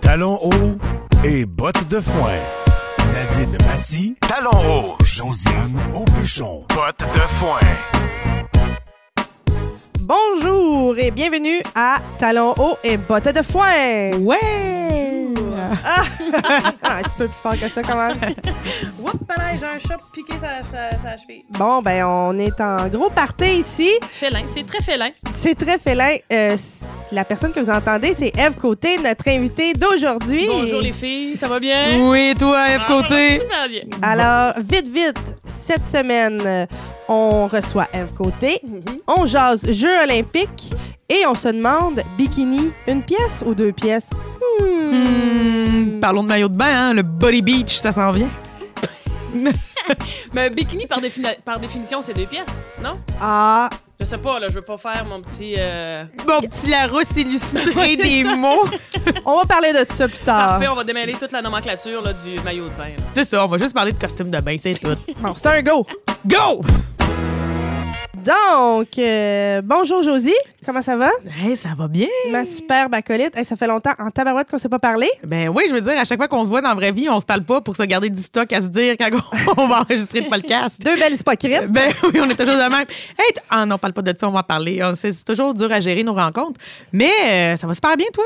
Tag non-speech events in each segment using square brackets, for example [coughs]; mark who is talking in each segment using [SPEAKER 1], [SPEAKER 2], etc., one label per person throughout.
[SPEAKER 1] Talons hauts et bottes de foin. Nadine Massy,
[SPEAKER 2] Talons hauts,
[SPEAKER 1] Josiane Aubuchon.
[SPEAKER 2] bottes de foin.
[SPEAKER 3] Bonjour et bienvenue à Talons hauts et bottes de foin.
[SPEAKER 4] Ouais!
[SPEAKER 3] Ah, [laughs] un petit peu plus fort que ça, comment?
[SPEAKER 5] Oups, pareil, j'ai un chat piqué sa, sa, sa cheville.
[SPEAKER 3] Bon, ben, on est en gros party ici.
[SPEAKER 5] Félin, c'est très félin.
[SPEAKER 3] C'est très félin. Euh, c- la personne que vous entendez, c'est Eve Côté, notre invitée d'aujourd'hui.
[SPEAKER 5] Bonjour les filles, ça va bien?
[SPEAKER 4] Oui, toi, F
[SPEAKER 5] Ah,
[SPEAKER 4] côté.
[SPEAKER 5] ça va super bien.
[SPEAKER 3] Alors, vite, vite, cette semaine, euh, on reçoit Eve Côté,
[SPEAKER 5] Mhm.
[SPEAKER 3] on jase Jeux olympiques et on se demande bikini, une pièce ou deux pièces? Hmm.
[SPEAKER 4] Hmm, Parlons de maillot de bain, hein, le Body Beach, ça s'en vient.
[SPEAKER 5] Mais un bikini, par, défini- par définition, c'est deux pièces, non?
[SPEAKER 3] Ah,
[SPEAKER 5] Je sais pas, là, je veux pas faire mon petit. euh,
[SPEAKER 4] Mon petit Larousse [laughs] illustré des
[SPEAKER 5] ça.
[SPEAKER 4] mots.
[SPEAKER 3] on va parler de ça plus tard.
[SPEAKER 5] Parfait, on va démêler toute la nomenclature là, du maillot de bain. là.
[SPEAKER 4] C'est ça, on va juste parler de costume de bain, c'est tout.
[SPEAKER 3] Bon, c'est un go.
[SPEAKER 4] Go!
[SPEAKER 3] Donc, euh, bonjour Josie, comment ça va?
[SPEAKER 4] Hey, ça va bien?
[SPEAKER 3] Ma superbe acolyte. Hey, ça fait longtemps en tabarouette qu'on s'est pas parlé.
[SPEAKER 4] Ben oui, je veux dire, à chaque fois qu'on se voit dans la vraie vie, on se parle pas pour se garder du stock à se dire quand [laughs] on va enregistrer le podcast.
[SPEAKER 3] Deux belles
[SPEAKER 4] [laughs]
[SPEAKER 3] hypocrites.
[SPEAKER 4] Ben oui, on est toujours de même. Hey, t- ah non, parle pas de ça, on va en parler. On- C'est c'est toujours dur à gérer nos rencontres. Mais euh, ça va super bien, toi?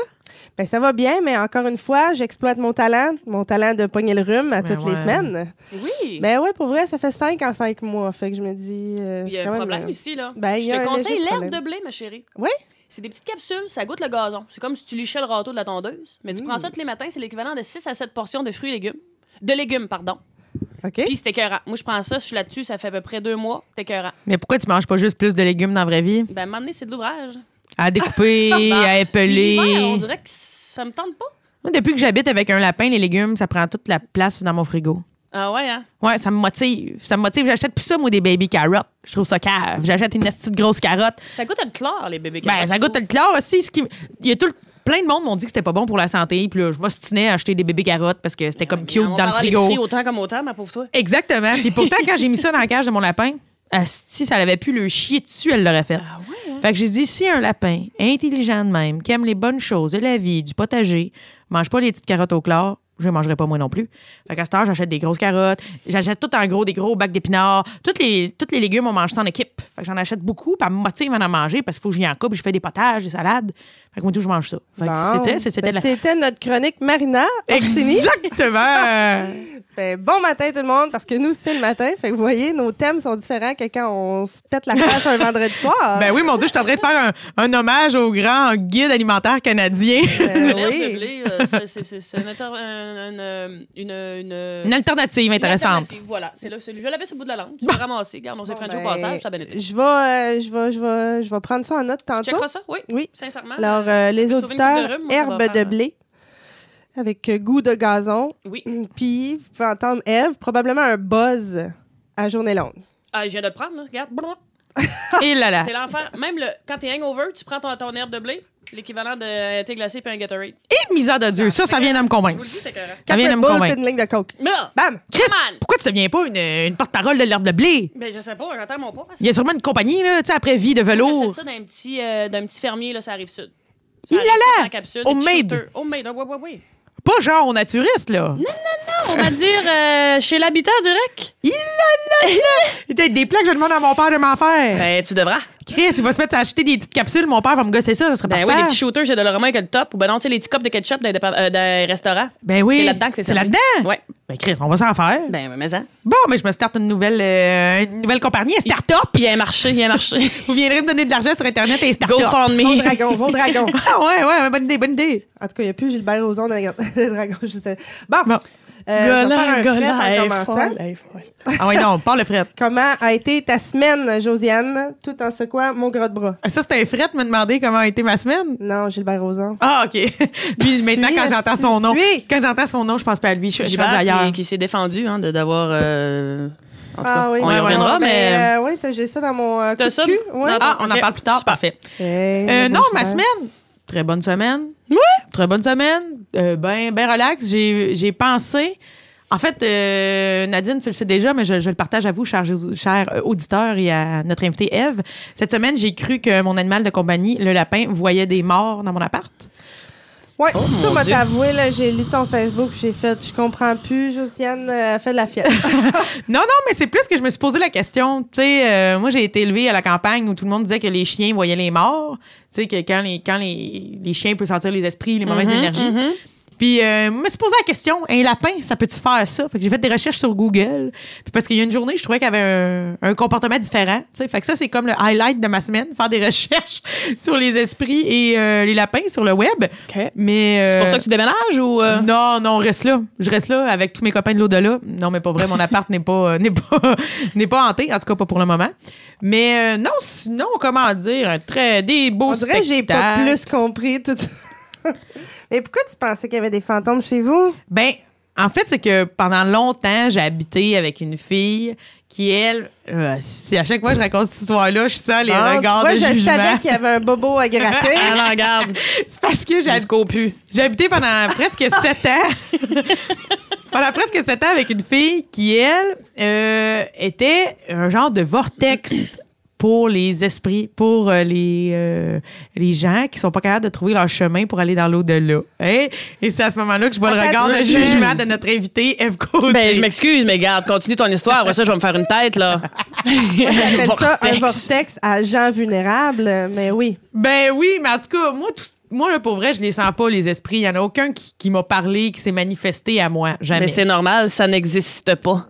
[SPEAKER 3] Ben, ça va bien, mais encore une fois, j'exploite mon talent, mon talent de pogner le rhume à
[SPEAKER 4] Ben
[SPEAKER 3] toutes les
[SPEAKER 4] ouais.
[SPEAKER 3] semaines.
[SPEAKER 5] Oui!
[SPEAKER 3] Ben ouais, pour vrai, ça fait cinq en cinq mois. Fait que je me dis. euh,
[SPEAKER 5] Il y
[SPEAKER 3] c'est
[SPEAKER 5] a
[SPEAKER 3] quand
[SPEAKER 5] un
[SPEAKER 3] même,
[SPEAKER 5] problème
[SPEAKER 3] euh,
[SPEAKER 5] ici, là.
[SPEAKER 3] Ben, il y
[SPEAKER 5] je
[SPEAKER 3] a un
[SPEAKER 5] te
[SPEAKER 3] léger
[SPEAKER 5] conseille l'herbe de
[SPEAKER 3] problème.
[SPEAKER 5] blé, ma chérie.
[SPEAKER 3] Oui?
[SPEAKER 5] C'est des petites capsules, ça goûte le gazon. C'est comme si tu lichais le râteau de la tondeuse.
[SPEAKER 3] Mm.
[SPEAKER 5] Mais tu prends ça tous les matins, c'est l'équivalent de 6 à 7 portions de fruits et légumes. De légumes, pardon.
[SPEAKER 3] OK.
[SPEAKER 5] Puis c'est écœurant. Moi, je prends ça, je suis là-dessus, ça fait à peu près deux mois. C'est écœurant.
[SPEAKER 4] Mais pourquoi tu manges pas juste plus de légumes dans la vraie vie?
[SPEAKER 5] Ben, à un moment donné, c'est de l'ouvrage. Ah, [laughs]
[SPEAKER 4] À découper, à épeler.
[SPEAKER 5] L'hiver, on dirait que ça me tente pas.
[SPEAKER 4] Moi, depuis que j'habite avec un lapin, les légumes, ça prend toute la place dans mon frigo.
[SPEAKER 5] Ah ouais, hein?
[SPEAKER 4] Ouais, ça me motive. Ça me motive. J'achète plus ça, moi, des baby carrots. Je trouve ça cave. J'achète une petite grosse carotte.
[SPEAKER 5] Ça goûte à le chlore, les bébés
[SPEAKER 4] Ben, ça goûte le chlore aussi. Ce qui... m- Il y a tout le- Plein de monde m'ont dit que c'était pas bon pour la santé. Puis là, je m'ostinais à acheter des bébés carottes parce que c'était comme cute dans le frigo.
[SPEAKER 5] autant comme autant, ma pauvre toi.
[SPEAKER 4] Exactement. Puis pourtant, quand j'ai mis ça dans la cage de mon lapin, si ça l'avait pu le chier dessus, elle l'aurait fait.
[SPEAKER 3] Ah hein?
[SPEAKER 4] Fait que j'ai dit, si un lapin, intelligent de même, qui aime les bonnes choses de la vie, du potager, mange pas les petites carottes au chlore, je ne mangerai pas moi non plus. Fait qu'à cette heure, j'achète des grosses carottes, j'achète tout en gros des gros bacs d'épinards, toutes les, toutes les légumes, on mange ça en équipe. Fait que j'en achète beaucoup, puis elle me motive à en manger parce qu'il faut que j'y en coupe, je fais des potages, des salades. Fait que moi, tout, je mange ça. Fait que
[SPEAKER 3] Bon.
[SPEAKER 4] c'était, c'était
[SPEAKER 3] Ben,
[SPEAKER 4] la...
[SPEAKER 3] c'était notre chronique Marina Orsini. [laughs]
[SPEAKER 4] Exactement!
[SPEAKER 3] Ben, bon matin tout le monde, parce que nous, c'est le matin. Fait que vous voyez, nos thèmes sont différents que quand on se pète la face un vendredi soir.
[SPEAKER 4] Ben oui, mon Dieu, je suis en train de faire un, un hommage au grand guide alimentaire canadien.
[SPEAKER 3] Ben
[SPEAKER 5] L'herbe de
[SPEAKER 3] oui.
[SPEAKER 5] blé, euh, c'est- c'est- c'est c'est une, alter- un- un, euh, une, une-
[SPEAKER 4] [laughs] Une alternative
[SPEAKER 5] une
[SPEAKER 4] intéressante.
[SPEAKER 5] alternative, Voilà, c'est là celui. Je l'avais sur le bout de la langue. Tu l'as ramassé. Regarde, on s'est
[SPEAKER 3] Bon,
[SPEAKER 5] frenché au
[SPEAKER 3] ben,
[SPEAKER 5] passage, ça a bien été.
[SPEAKER 3] Je vais, euh, je vais, je vais, je vais prendre ça en note
[SPEAKER 5] Tu
[SPEAKER 3] tantôt.
[SPEAKER 5] checkeras ça? Oui.
[SPEAKER 3] Oui.
[SPEAKER 5] Sincèrement.
[SPEAKER 3] Alors,
[SPEAKER 5] euh,
[SPEAKER 3] euh,
[SPEAKER 5] ça
[SPEAKER 3] les
[SPEAKER 5] peut sauver une coupe
[SPEAKER 3] auditeurs,
[SPEAKER 5] de rhume, moi, ça va
[SPEAKER 3] herbe
[SPEAKER 5] faire,
[SPEAKER 3] de
[SPEAKER 5] euh,
[SPEAKER 3] blé avec euh, goût de gazon.
[SPEAKER 5] Oui.
[SPEAKER 3] [clears throat] Puis, vous pouvez entendre Eve, probablement un buzz à journée longue.
[SPEAKER 5] Ah, je viens de le prendre, là. Regarde. Brrr.
[SPEAKER 4] Et là là.
[SPEAKER 5] C'est l'enfer. Même le, quand t'es hangover, tu prends ton, ton herbe de blé, l'équivalent de thé glacé puis un Gatorade.
[SPEAKER 4] Et misère de Dieu, ça, ça vient de me
[SPEAKER 5] Je vous
[SPEAKER 4] convaincre.
[SPEAKER 5] le dis, c'est correct.
[SPEAKER 4] Ça vient de
[SPEAKER 3] Red
[SPEAKER 4] me
[SPEAKER 3] Bull, puis
[SPEAKER 4] convaincre.
[SPEAKER 3] une ligne de coke.
[SPEAKER 5] Mais,
[SPEAKER 3] Bam!
[SPEAKER 4] Chris,
[SPEAKER 5] Come on!
[SPEAKER 4] pourquoi tu deviens pas une, une porte-parole de l'herbe de blé?
[SPEAKER 5] Ben, je sais pas, j'entends mon pas.
[SPEAKER 4] Il y a sûrement une compagnie, là, tu sais, après vie de
[SPEAKER 5] J'achète
[SPEAKER 4] velours.
[SPEAKER 5] ça d'un petit, euh, d'un petit fermier, là, ça arrive sud.
[SPEAKER 4] Il
[SPEAKER 5] Ça arrive
[SPEAKER 4] l'a là!
[SPEAKER 5] en capsule,
[SPEAKER 4] Au
[SPEAKER 5] des petits
[SPEAKER 4] Maid.
[SPEAKER 5] shooters. Au maid, oui, oui, oui.
[SPEAKER 4] Pas genre au naturiste, là.
[SPEAKER 5] On va dire euh, chez l'habitant direct.
[SPEAKER 4] Il là
[SPEAKER 5] [laughs]
[SPEAKER 4] là là! Il y a des plats que je demande à mon père de m'en faire.
[SPEAKER 5] Ben, tu devras.
[SPEAKER 4] Chris, il va se mettre à acheter des petites capsules, mon père va me gosser ça, ça serait
[SPEAKER 5] Ben oui,
[SPEAKER 4] parfait.
[SPEAKER 5] des petits shooters chez Dolorama avec le top. Ou ben non, tu sais, les petits cups de ketchup dans les, dépa- euh, dans les restaurants.
[SPEAKER 4] Ben oui.
[SPEAKER 5] C'est là-dedans que c'est
[SPEAKER 4] C'est
[SPEAKER 5] servi.
[SPEAKER 4] là-dedans?
[SPEAKER 5] Ouais.
[SPEAKER 4] Ben Chris, on va s'en faire.
[SPEAKER 5] Ben, mais ça.
[SPEAKER 4] Bon, mais je me starte une nouvelle, euh, une nouvelle compagnie, un start-up.
[SPEAKER 5] Il y a un marché, il y a un
[SPEAKER 4] [laughs]
[SPEAKER 5] marché.
[SPEAKER 4] Vous viendrez me donner de l'argent sur Internet et
[SPEAKER 5] Go
[SPEAKER 4] start-up.
[SPEAKER 5] fund
[SPEAKER 3] Vos
[SPEAKER 5] me. [laughs]
[SPEAKER 3] dragons, vos dragons.
[SPEAKER 4] [laughs] Ah ouais, ouais, bonne idée, bonne idée.
[SPEAKER 3] En tout cas, il n'y a plus Gilbert Rozon dans [laughs] les dragons. Je sais. Bon,
[SPEAKER 4] Bon.
[SPEAKER 3] Euh, je vais faire un fret en commençant.
[SPEAKER 4] Ah ouais, non, parle le fret.
[SPEAKER 3] Comment a été ta semaine, Josiane, tout en secouant mon gros de bras?
[SPEAKER 4] Ça, c'était un fret de me demander comment a été ma semaine.
[SPEAKER 3] Non, Gilbert Rozon.
[SPEAKER 4] Ah, OK. [laughs] Puis maintenant, quand
[SPEAKER 3] Suis,
[SPEAKER 4] j'entends son nom,
[SPEAKER 3] suis.
[SPEAKER 4] quand j'entends son nom, je pense pas à lui. Je je suis
[SPEAKER 5] Gilbert
[SPEAKER 4] rendue ailleurs. Ah
[SPEAKER 5] qui, qui s'est défendu hein, de- d'avoir. euh, En tout cas, on
[SPEAKER 3] ouais,
[SPEAKER 5] y reviendra,
[SPEAKER 3] ouais,
[SPEAKER 5] mais.
[SPEAKER 3] ben, euh, ouais, t'as- j'ai ça dans mon euh, coup
[SPEAKER 5] T'as
[SPEAKER 3] de
[SPEAKER 5] ça
[SPEAKER 3] cul.
[SPEAKER 5] dans
[SPEAKER 3] Ouais. Ah.
[SPEAKER 5] ton-
[SPEAKER 4] Ah, on en
[SPEAKER 5] Ok.
[SPEAKER 4] parle plus tard.
[SPEAKER 5] Super.
[SPEAKER 4] Parfait.
[SPEAKER 3] Hey,
[SPEAKER 4] Euh,
[SPEAKER 3] le
[SPEAKER 4] non,
[SPEAKER 3] bon
[SPEAKER 4] ma
[SPEAKER 3] cheval.
[SPEAKER 4] semaine, très bonne semaine. Très bonne semaine. Euh, ben, ben relax. J'ai j'ai pensé. En fait, euh, Nadine, tu le sais déjà, mais je, je le partage à vous, chers chers, euh, auditeurs et à notre invitée Eve. Cette semaine, j'ai cru que mon animal de compagnie, le lapin, voyait des morts dans mon appart.
[SPEAKER 3] Ouais,
[SPEAKER 5] Oh,
[SPEAKER 3] ça
[SPEAKER 5] mon
[SPEAKER 3] m'a
[SPEAKER 5] Dieu.
[SPEAKER 3] t'avoué, là, j'ai lu ton Facebook, puis j'ai fait, je comprends plus, Josiane, euh, fait de la fièvre.
[SPEAKER 4] Non, non, mais c'est plus que je me suis posé la question. Tu sais, euh, moi, j'ai été élevée à la campagne où tout le monde disait que les chiens voyaient les morts. Tu sais, que quand les, quand les, les chiens peuvent sentir les esprits, les mauvaises
[SPEAKER 6] Mhm,
[SPEAKER 4] énergies. Puis, euh, je me suis posé la question, un lapin, ça peut-tu faire ça? Fait que j'ai fait des recherches sur Google. Puis, parce qu'il y a une journée, je trouvais qu'il y avait un, un comportement différent. Tu sais, fait que ça, c'est comme le highlight de ma semaine, [laughs] faire des recherches sur les esprits et euh, les lapins sur le web.
[SPEAKER 6] OK.
[SPEAKER 4] Mais.
[SPEAKER 6] C'est pour
[SPEAKER 4] euh,
[SPEAKER 6] ça que tu déménages ou. euh,
[SPEAKER 4] non, non, reste là. Je reste là avec tous mes copains de l'au-delà. Non, mais pas vrai, mon appart [laughs] n'est pas, euh, n'est pas, [laughs] n'est pas hanté, en tout cas pas pour le moment. Mais euh, non, sinon, comment dire, un très, des beaux
[SPEAKER 3] On dirait que j'ai pas
[SPEAKER 4] spectacles.
[SPEAKER 3] plus compris tout. [laughs] Mais pourquoi tu pensais qu'il y avait des fantômes chez vous?
[SPEAKER 4] Ben, en fait, c'est que pendant longtemps, j'ai habité avec une fille qui, elle, euh, si à chaque fois que je raconte cette histoire-là, je sens les
[SPEAKER 3] Ah, tu
[SPEAKER 4] regards
[SPEAKER 3] vois,
[SPEAKER 4] de
[SPEAKER 3] je
[SPEAKER 4] jugement.
[SPEAKER 3] savais qu'il y avait un bobo à
[SPEAKER 5] [laughs]
[SPEAKER 3] gratter.
[SPEAKER 6] Alors, regarde.
[SPEAKER 4] [laughs] C'est parce que j'ai
[SPEAKER 6] Jusqu'au pu.
[SPEAKER 4] J'ai habité pendant [laughs] presque sept ans. [laughs] pendant presque sept ans avec une fille qui, elle, euh, était un genre de vortex pour les esprits, pour euh, les, euh, les gens qui sont pas capables de trouver leur chemin pour aller dans l'au-delà. Hein? Et c'est à ce moment-là que je vois le
[SPEAKER 3] Attends,
[SPEAKER 4] regard de
[SPEAKER 3] tu-
[SPEAKER 4] jugement de notre invité, Eve Côté.
[SPEAKER 6] Ben, je m'excuse, mais garde, continue ton histoire. Après ça, je vais me faire une tête, là.
[SPEAKER 3] J'appelle ça un vortex à gens vulnérables, mais oui.
[SPEAKER 4] Ben oui, mais en tout cas, moi, tout- moi là, pour vrai, je les sens pas, les esprits. Il y en a aucun qui, qui m'a parlé, qui s'est manifesté à moi. Jamais.
[SPEAKER 6] Mais c'est normal, ça n'existe pas.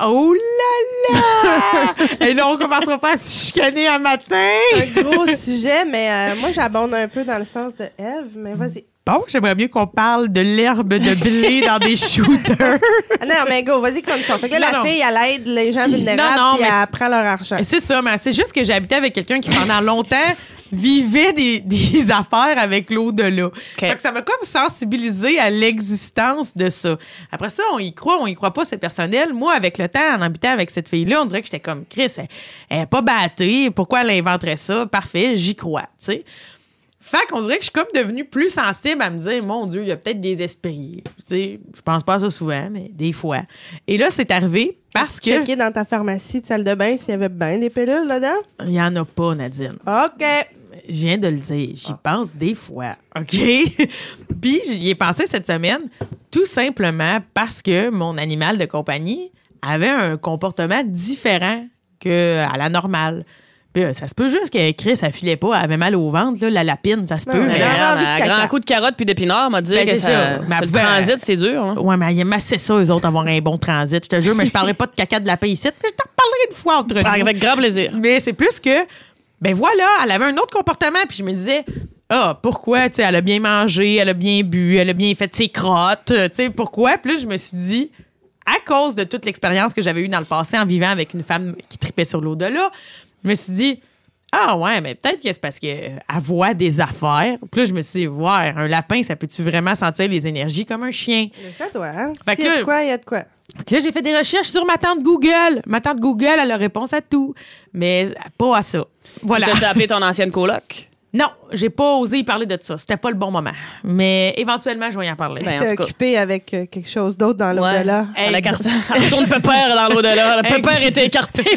[SPEAKER 4] Oh là là! [laughs] Et là, on commencera pas à se chicaner un matin.
[SPEAKER 3] Un gros sujet, mais euh, moi, j'abonde un peu dans le sens de Eve, mais vas-y.
[SPEAKER 4] Bon, j'aimerais mieux qu'on parle de l'herbe de blé dans des [laughs] shooters.
[SPEAKER 3] Ah non, mais go, vas-y comme ça. Fait que là,
[SPEAKER 4] Non,
[SPEAKER 3] la
[SPEAKER 4] non.
[SPEAKER 3] fille, elle aide les gens vulnérables,
[SPEAKER 4] Non, non,
[SPEAKER 3] puis
[SPEAKER 4] mais
[SPEAKER 3] elle
[SPEAKER 4] c'est-
[SPEAKER 3] prend leur argent.
[SPEAKER 4] C'est ça, mais c'est juste que j'habitais avec quelqu'un qui, pendant longtemps, [laughs] vivait des, des [laughs] affaires avec l'au-delà. Fait que Ça m'a comme sensibilisé à l'existence de ça. Après ça, on y croit, on y croit pas, c'est personnel. Moi, avec le temps, en habitant avec cette fille-là, on dirait que j'étais comme, Chris, elle, elle est pas battée, pourquoi elle inventerait ça? Parfait, j'y crois, tu sais. Fait qu'on dirait que je suis comme devenue plus sensible à me dire, mon Dieu, il y a peut-être des esprits. Tu sais, je pense pas à ça souvent, mais des fois. Et là, c'est arrivé parce que.
[SPEAKER 3] Checker dans ta pharmacie de salle de bain s'il y avait bien des pilules là-dedans.
[SPEAKER 4] Il y en a pas, Nadine.
[SPEAKER 3] OK.
[SPEAKER 4] Je viens de le dire, j'y pense des fois, OK? [laughs] Puis j'y ai pensé cette semaine, tout simplement parce que mon animal de compagnie avait un comportement différent que à la normale. Puis euh, ça se peut juste que Chris, elle filait pas, elle avait mal au ventre, là, la lapine, ça se peut.
[SPEAKER 3] ouais.
[SPEAKER 4] mais-
[SPEAKER 5] Ah,
[SPEAKER 6] Regarde,
[SPEAKER 3] Non, envie de
[SPEAKER 6] un
[SPEAKER 3] caca.
[SPEAKER 6] grand coup de carotte puis d'épinard m'a dit
[SPEAKER 4] Ben,
[SPEAKER 6] que
[SPEAKER 4] c'est
[SPEAKER 6] ça,
[SPEAKER 4] ça.
[SPEAKER 6] ça,
[SPEAKER 4] Mais
[SPEAKER 6] le
[SPEAKER 4] après-
[SPEAKER 6] transit, c'est dur. hein.
[SPEAKER 4] Ouais, mais ils aimaient assez ça, eux autres, avoir un bon transit. Je te jure, mais je parlerai pas de caca de lapin ici, mais je t'en reparlerai une fois entre nous.
[SPEAKER 6] Avec grand plaisir.
[SPEAKER 4] Mais c'est plus que, ben voilà, elle avait un autre comportement. Puis je me disais, ah, pourquoi, tu sais, elle a bien mangé, elle a bien bu, elle a bien fait ses crottes, euh, tu sais, pourquoi? Puis là, je me suis dit, à cause de toute l'expérience que j'avais eue dans le passé en vivant avec une femme qui tripait sur l'au-delà, je me suis dit, ah ouais, mais peut-être que c'est parce qu'elle voit des affaires. Puis là, je me suis dit, voir, un lapin, ça peut-tu vraiment sentir les énergies comme un chien?
[SPEAKER 3] Ça doit, hein?
[SPEAKER 4] Fait
[SPEAKER 3] S'il y a
[SPEAKER 4] que-
[SPEAKER 3] de quoi, il y a de quoi.
[SPEAKER 4] Fait que là, j'ai fait des recherches sur ma tante Google. Ma tante Google, elle a la réponse à tout, mais pas à ça. Voilà.
[SPEAKER 6] T'as appelé ton ancienne coloc?
[SPEAKER 4] Non, j'ai pas osé y parler de ça. C'était pas le bon moment. Mais éventuellement, je vais y en parler.
[SPEAKER 6] Ben, en
[SPEAKER 3] T'es
[SPEAKER 6] tout cas.
[SPEAKER 3] occupé avec euh, quelque chose d'autre dans l'au-delà.
[SPEAKER 6] Elle
[SPEAKER 4] Ex-
[SPEAKER 6] écarte- Elle [laughs] retourne Pépère dans l'au-delà.
[SPEAKER 4] Ex-
[SPEAKER 6] Pépère était écarté. [laughs]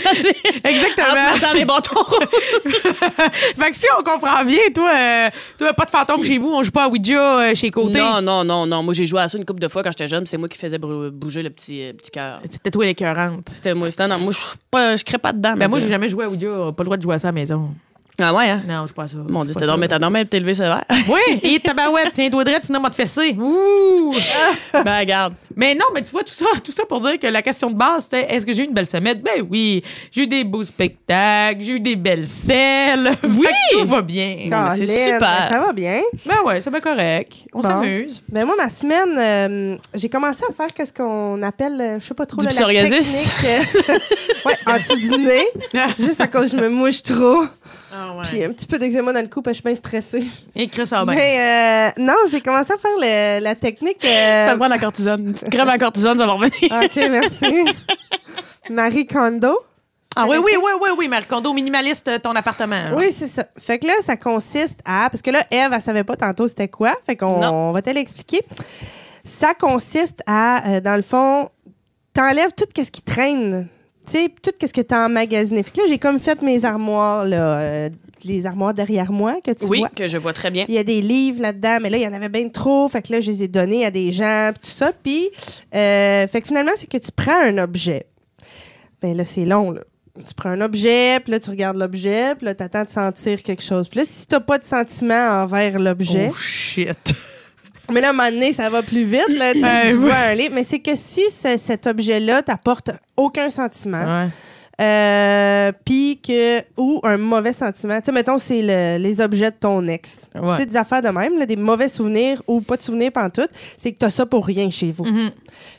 [SPEAKER 6] En
[SPEAKER 4] Exactement.
[SPEAKER 6] mettant les bâtons.
[SPEAKER 4] [laughs] fait que si on comprend bien, toi, euh, toi, pas de fantôme chez vous, on joue pas à Ouija euh, chez Côté.
[SPEAKER 6] Non, non, non, non. Moi, j'ai joué à ça une couple de fois quand j'étais jeune. C'est moi qui faisais brou- bouger le petit, euh, petit cœur.
[SPEAKER 4] C'était toi l'écœurante.
[SPEAKER 6] C'était moi. C'était non, moi, je suis pas- je crée pas dedans.
[SPEAKER 4] Ben, moi,
[SPEAKER 6] c'est-
[SPEAKER 4] j'ai jamais joué à Ouija. Pas le droit de jouer à ça à la maison.
[SPEAKER 6] Ah ouais, hein?
[SPEAKER 4] Non, je joue pas à ça.
[SPEAKER 6] Mon
[SPEAKER 4] Je
[SPEAKER 6] Dieu,
[SPEAKER 4] joue
[SPEAKER 6] c'était
[SPEAKER 4] pas à
[SPEAKER 6] normal.
[SPEAKER 4] ça.
[SPEAKER 6] T'as normal t'es élevé sévère.
[SPEAKER 4] Oui, et tabarouette, tiens, doigt droit, sinon, m'a te fessé. Ouh!
[SPEAKER 6] ben, regarde.
[SPEAKER 4] Mais non, mais tu vois, tout ça, tout ça pour dire que la question de base, c'était est-ce que j'ai eu une belle semaine? Ben oui, j'ai eu des beaux spectacles, j'ai eu des belles selles. Oui! tout va bien.
[SPEAKER 6] mais c'est
[SPEAKER 3] Colin,
[SPEAKER 6] super.
[SPEAKER 3] Ça va bien.
[SPEAKER 4] Ben ouais, c'est bien correct. On
[SPEAKER 3] Bon.
[SPEAKER 4] s'amuse.
[SPEAKER 3] Ben moi, ma semaine, euh, j'ai commencé à faire qu'est-ce qu'on appelle, euh, je sais pas trop,
[SPEAKER 6] Du
[SPEAKER 3] là, la
[SPEAKER 6] psoriasis.
[SPEAKER 3] technique. euh, [laughs] ouais, en dessous du
[SPEAKER 4] [laughs]
[SPEAKER 3] nez. Juste à cause que je me mouche trop.
[SPEAKER 4] Ah
[SPEAKER 3] Puis un petit peu d'eczéma dans le cou, parce que je suis bien stressée.
[SPEAKER 4] Et Chris
[SPEAKER 6] Ah,
[SPEAKER 4] ça
[SPEAKER 6] ben.
[SPEAKER 4] va bien.
[SPEAKER 3] Mais euh, non, j'ai commencé à faire le- la technique.
[SPEAKER 6] [laughs]
[SPEAKER 3] euh, Ah,
[SPEAKER 6] Ça te prend la cortisone. Une petite crème à la cortisone, ça va revenir. [laughs]
[SPEAKER 3] OK, merci. Marie Kondo.
[SPEAKER 4] Ah oui, oui, oui, oui, oui, Marie Kondo, minimaliste euh, ton appartement.
[SPEAKER 6] Ah.
[SPEAKER 4] là.
[SPEAKER 3] Oui, c'est ça. Fait que là, ça consiste à. Parce que là, Eve, elle savait pas tantôt c'était quoi. Fait qu'on
[SPEAKER 6] Non.
[SPEAKER 3] on va te l'expliquer. Ça consiste à, euh, dans le fond, t'enlèves tout ce qui traîne tu sais, tout ce que tu as emmagasiné. Fait que là, j'ai comme fait mes armoires, là, euh, les armoires derrière moi que tu
[SPEAKER 6] Oui,
[SPEAKER 3] vois.
[SPEAKER 6] que je vois très bien.
[SPEAKER 3] Il y a des livres là-dedans, mais là, il y en avait bien trop. Fait que là, je les ai donnés à des gens, puis tout ça. Puis, euh, fait que finalement, c'est que tu prends un objet. Ben là, c'est long, là. Tu prends un objet, puis là, tu regardes l'objet, puis là, t'attends de sentir quelque chose. Puis là, si t'as pas de sentiment envers l'objet, [laughs]
[SPEAKER 4] Oh shit.
[SPEAKER 3] mais là, à un moment donné, ça va plus vite, là, tu, sais,
[SPEAKER 4] Oh. Ouais,
[SPEAKER 3] tu
[SPEAKER 4] oui.
[SPEAKER 3] vois un livre. Mais c'est que si ce- cet objet-là t'apporte aucun sentiment,
[SPEAKER 4] Ouais.
[SPEAKER 3] euh, puis que ou un mauvais sentiment. Tu sais, mettons, c'est le- les objets de ton ex.
[SPEAKER 4] Ouais.
[SPEAKER 3] C'est des affaires de même, là, des mauvais souvenirs ou pas de souvenirs pantoute, c'est que t'as ça pour rien chez vous.
[SPEAKER 6] Mhm.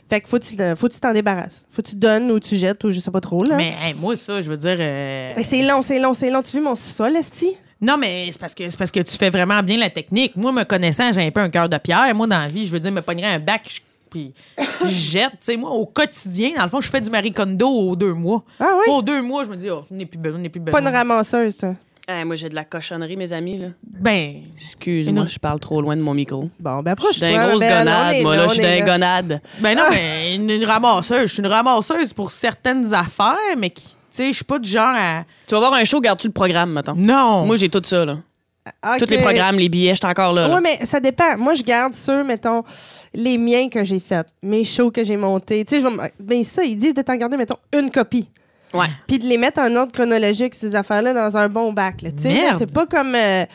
[SPEAKER 3] Fait que faut que tu le- faut que tu t'en débarrasses. Faut que tu donnes ou tu jettes ou je sais pas trop. Là.
[SPEAKER 4] Mais hey, moi, ça, je veux dire. euh,
[SPEAKER 3] Mais c'est long, c'est long, c'est long. Tu vu mon sous-sol, Esti?
[SPEAKER 4] Non, mais c'est parce que c'est parce que tu fais vraiment bien la technique. Moi, me connaissant, j'ai un peu un cœur de pierre. Moi, dans la vie, je veux dire, me pognerais un bac, je- puis je jette. Tu sais, moi, au quotidien, dans le fond, je fais du Marie Kondo aux deux mois.
[SPEAKER 3] Ah oui?
[SPEAKER 4] Aux deux mois, je me dis, oh, je n'ai plus besoin, je n'ai plus
[SPEAKER 3] Pas
[SPEAKER 4] besoin.
[SPEAKER 3] une ramasseuse, toi.
[SPEAKER 6] Ah, moi, j'ai de la cochonnerie, mes amis. là.
[SPEAKER 4] Ben,
[SPEAKER 6] Excuse-moi,
[SPEAKER 4] Une-
[SPEAKER 6] je parle trop loin de mon micro.
[SPEAKER 3] Bon, ben
[SPEAKER 6] Je suis
[SPEAKER 3] approche-toi.
[SPEAKER 6] d'un grosse
[SPEAKER 3] ma belle. On
[SPEAKER 6] gonade,
[SPEAKER 3] est
[SPEAKER 6] moi, là.
[SPEAKER 3] on
[SPEAKER 6] Je suis
[SPEAKER 3] est
[SPEAKER 6] d'un gonade.
[SPEAKER 4] ben non, mais une, une ramasseuse. Je suis une ramasseuse pour certaines affaires, mais qui, tu sais, je suis pas du genre à.
[SPEAKER 6] Tu vas voir un show, garde-tu le programme, maintenant?
[SPEAKER 4] Non.
[SPEAKER 6] Moi, j'ai tout ça, là.
[SPEAKER 3] Ah,
[SPEAKER 6] Tous les
[SPEAKER 3] ok.
[SPEAKER 6] programmes, les billets, j'étais encore là. là.
[SPEAKER 3] Ouais, mais ça dépend. Moi, je garde ceux, mettons, les miens que j'ai faits, mes shows que j'ai montés. Tu sais, je vais me- ben ça, ils disent de t'en garder, mettons, une copie.
[SPEAKER 6] Ouais.
[SPEAKER 3] Puis de les mettre en ordre chronologique, ces affaires-là, dans un bon bac. là. Tu sais, là,
[SPEAKER 4] Merde.
[SPEAKER 3] c'est pas comme. euh,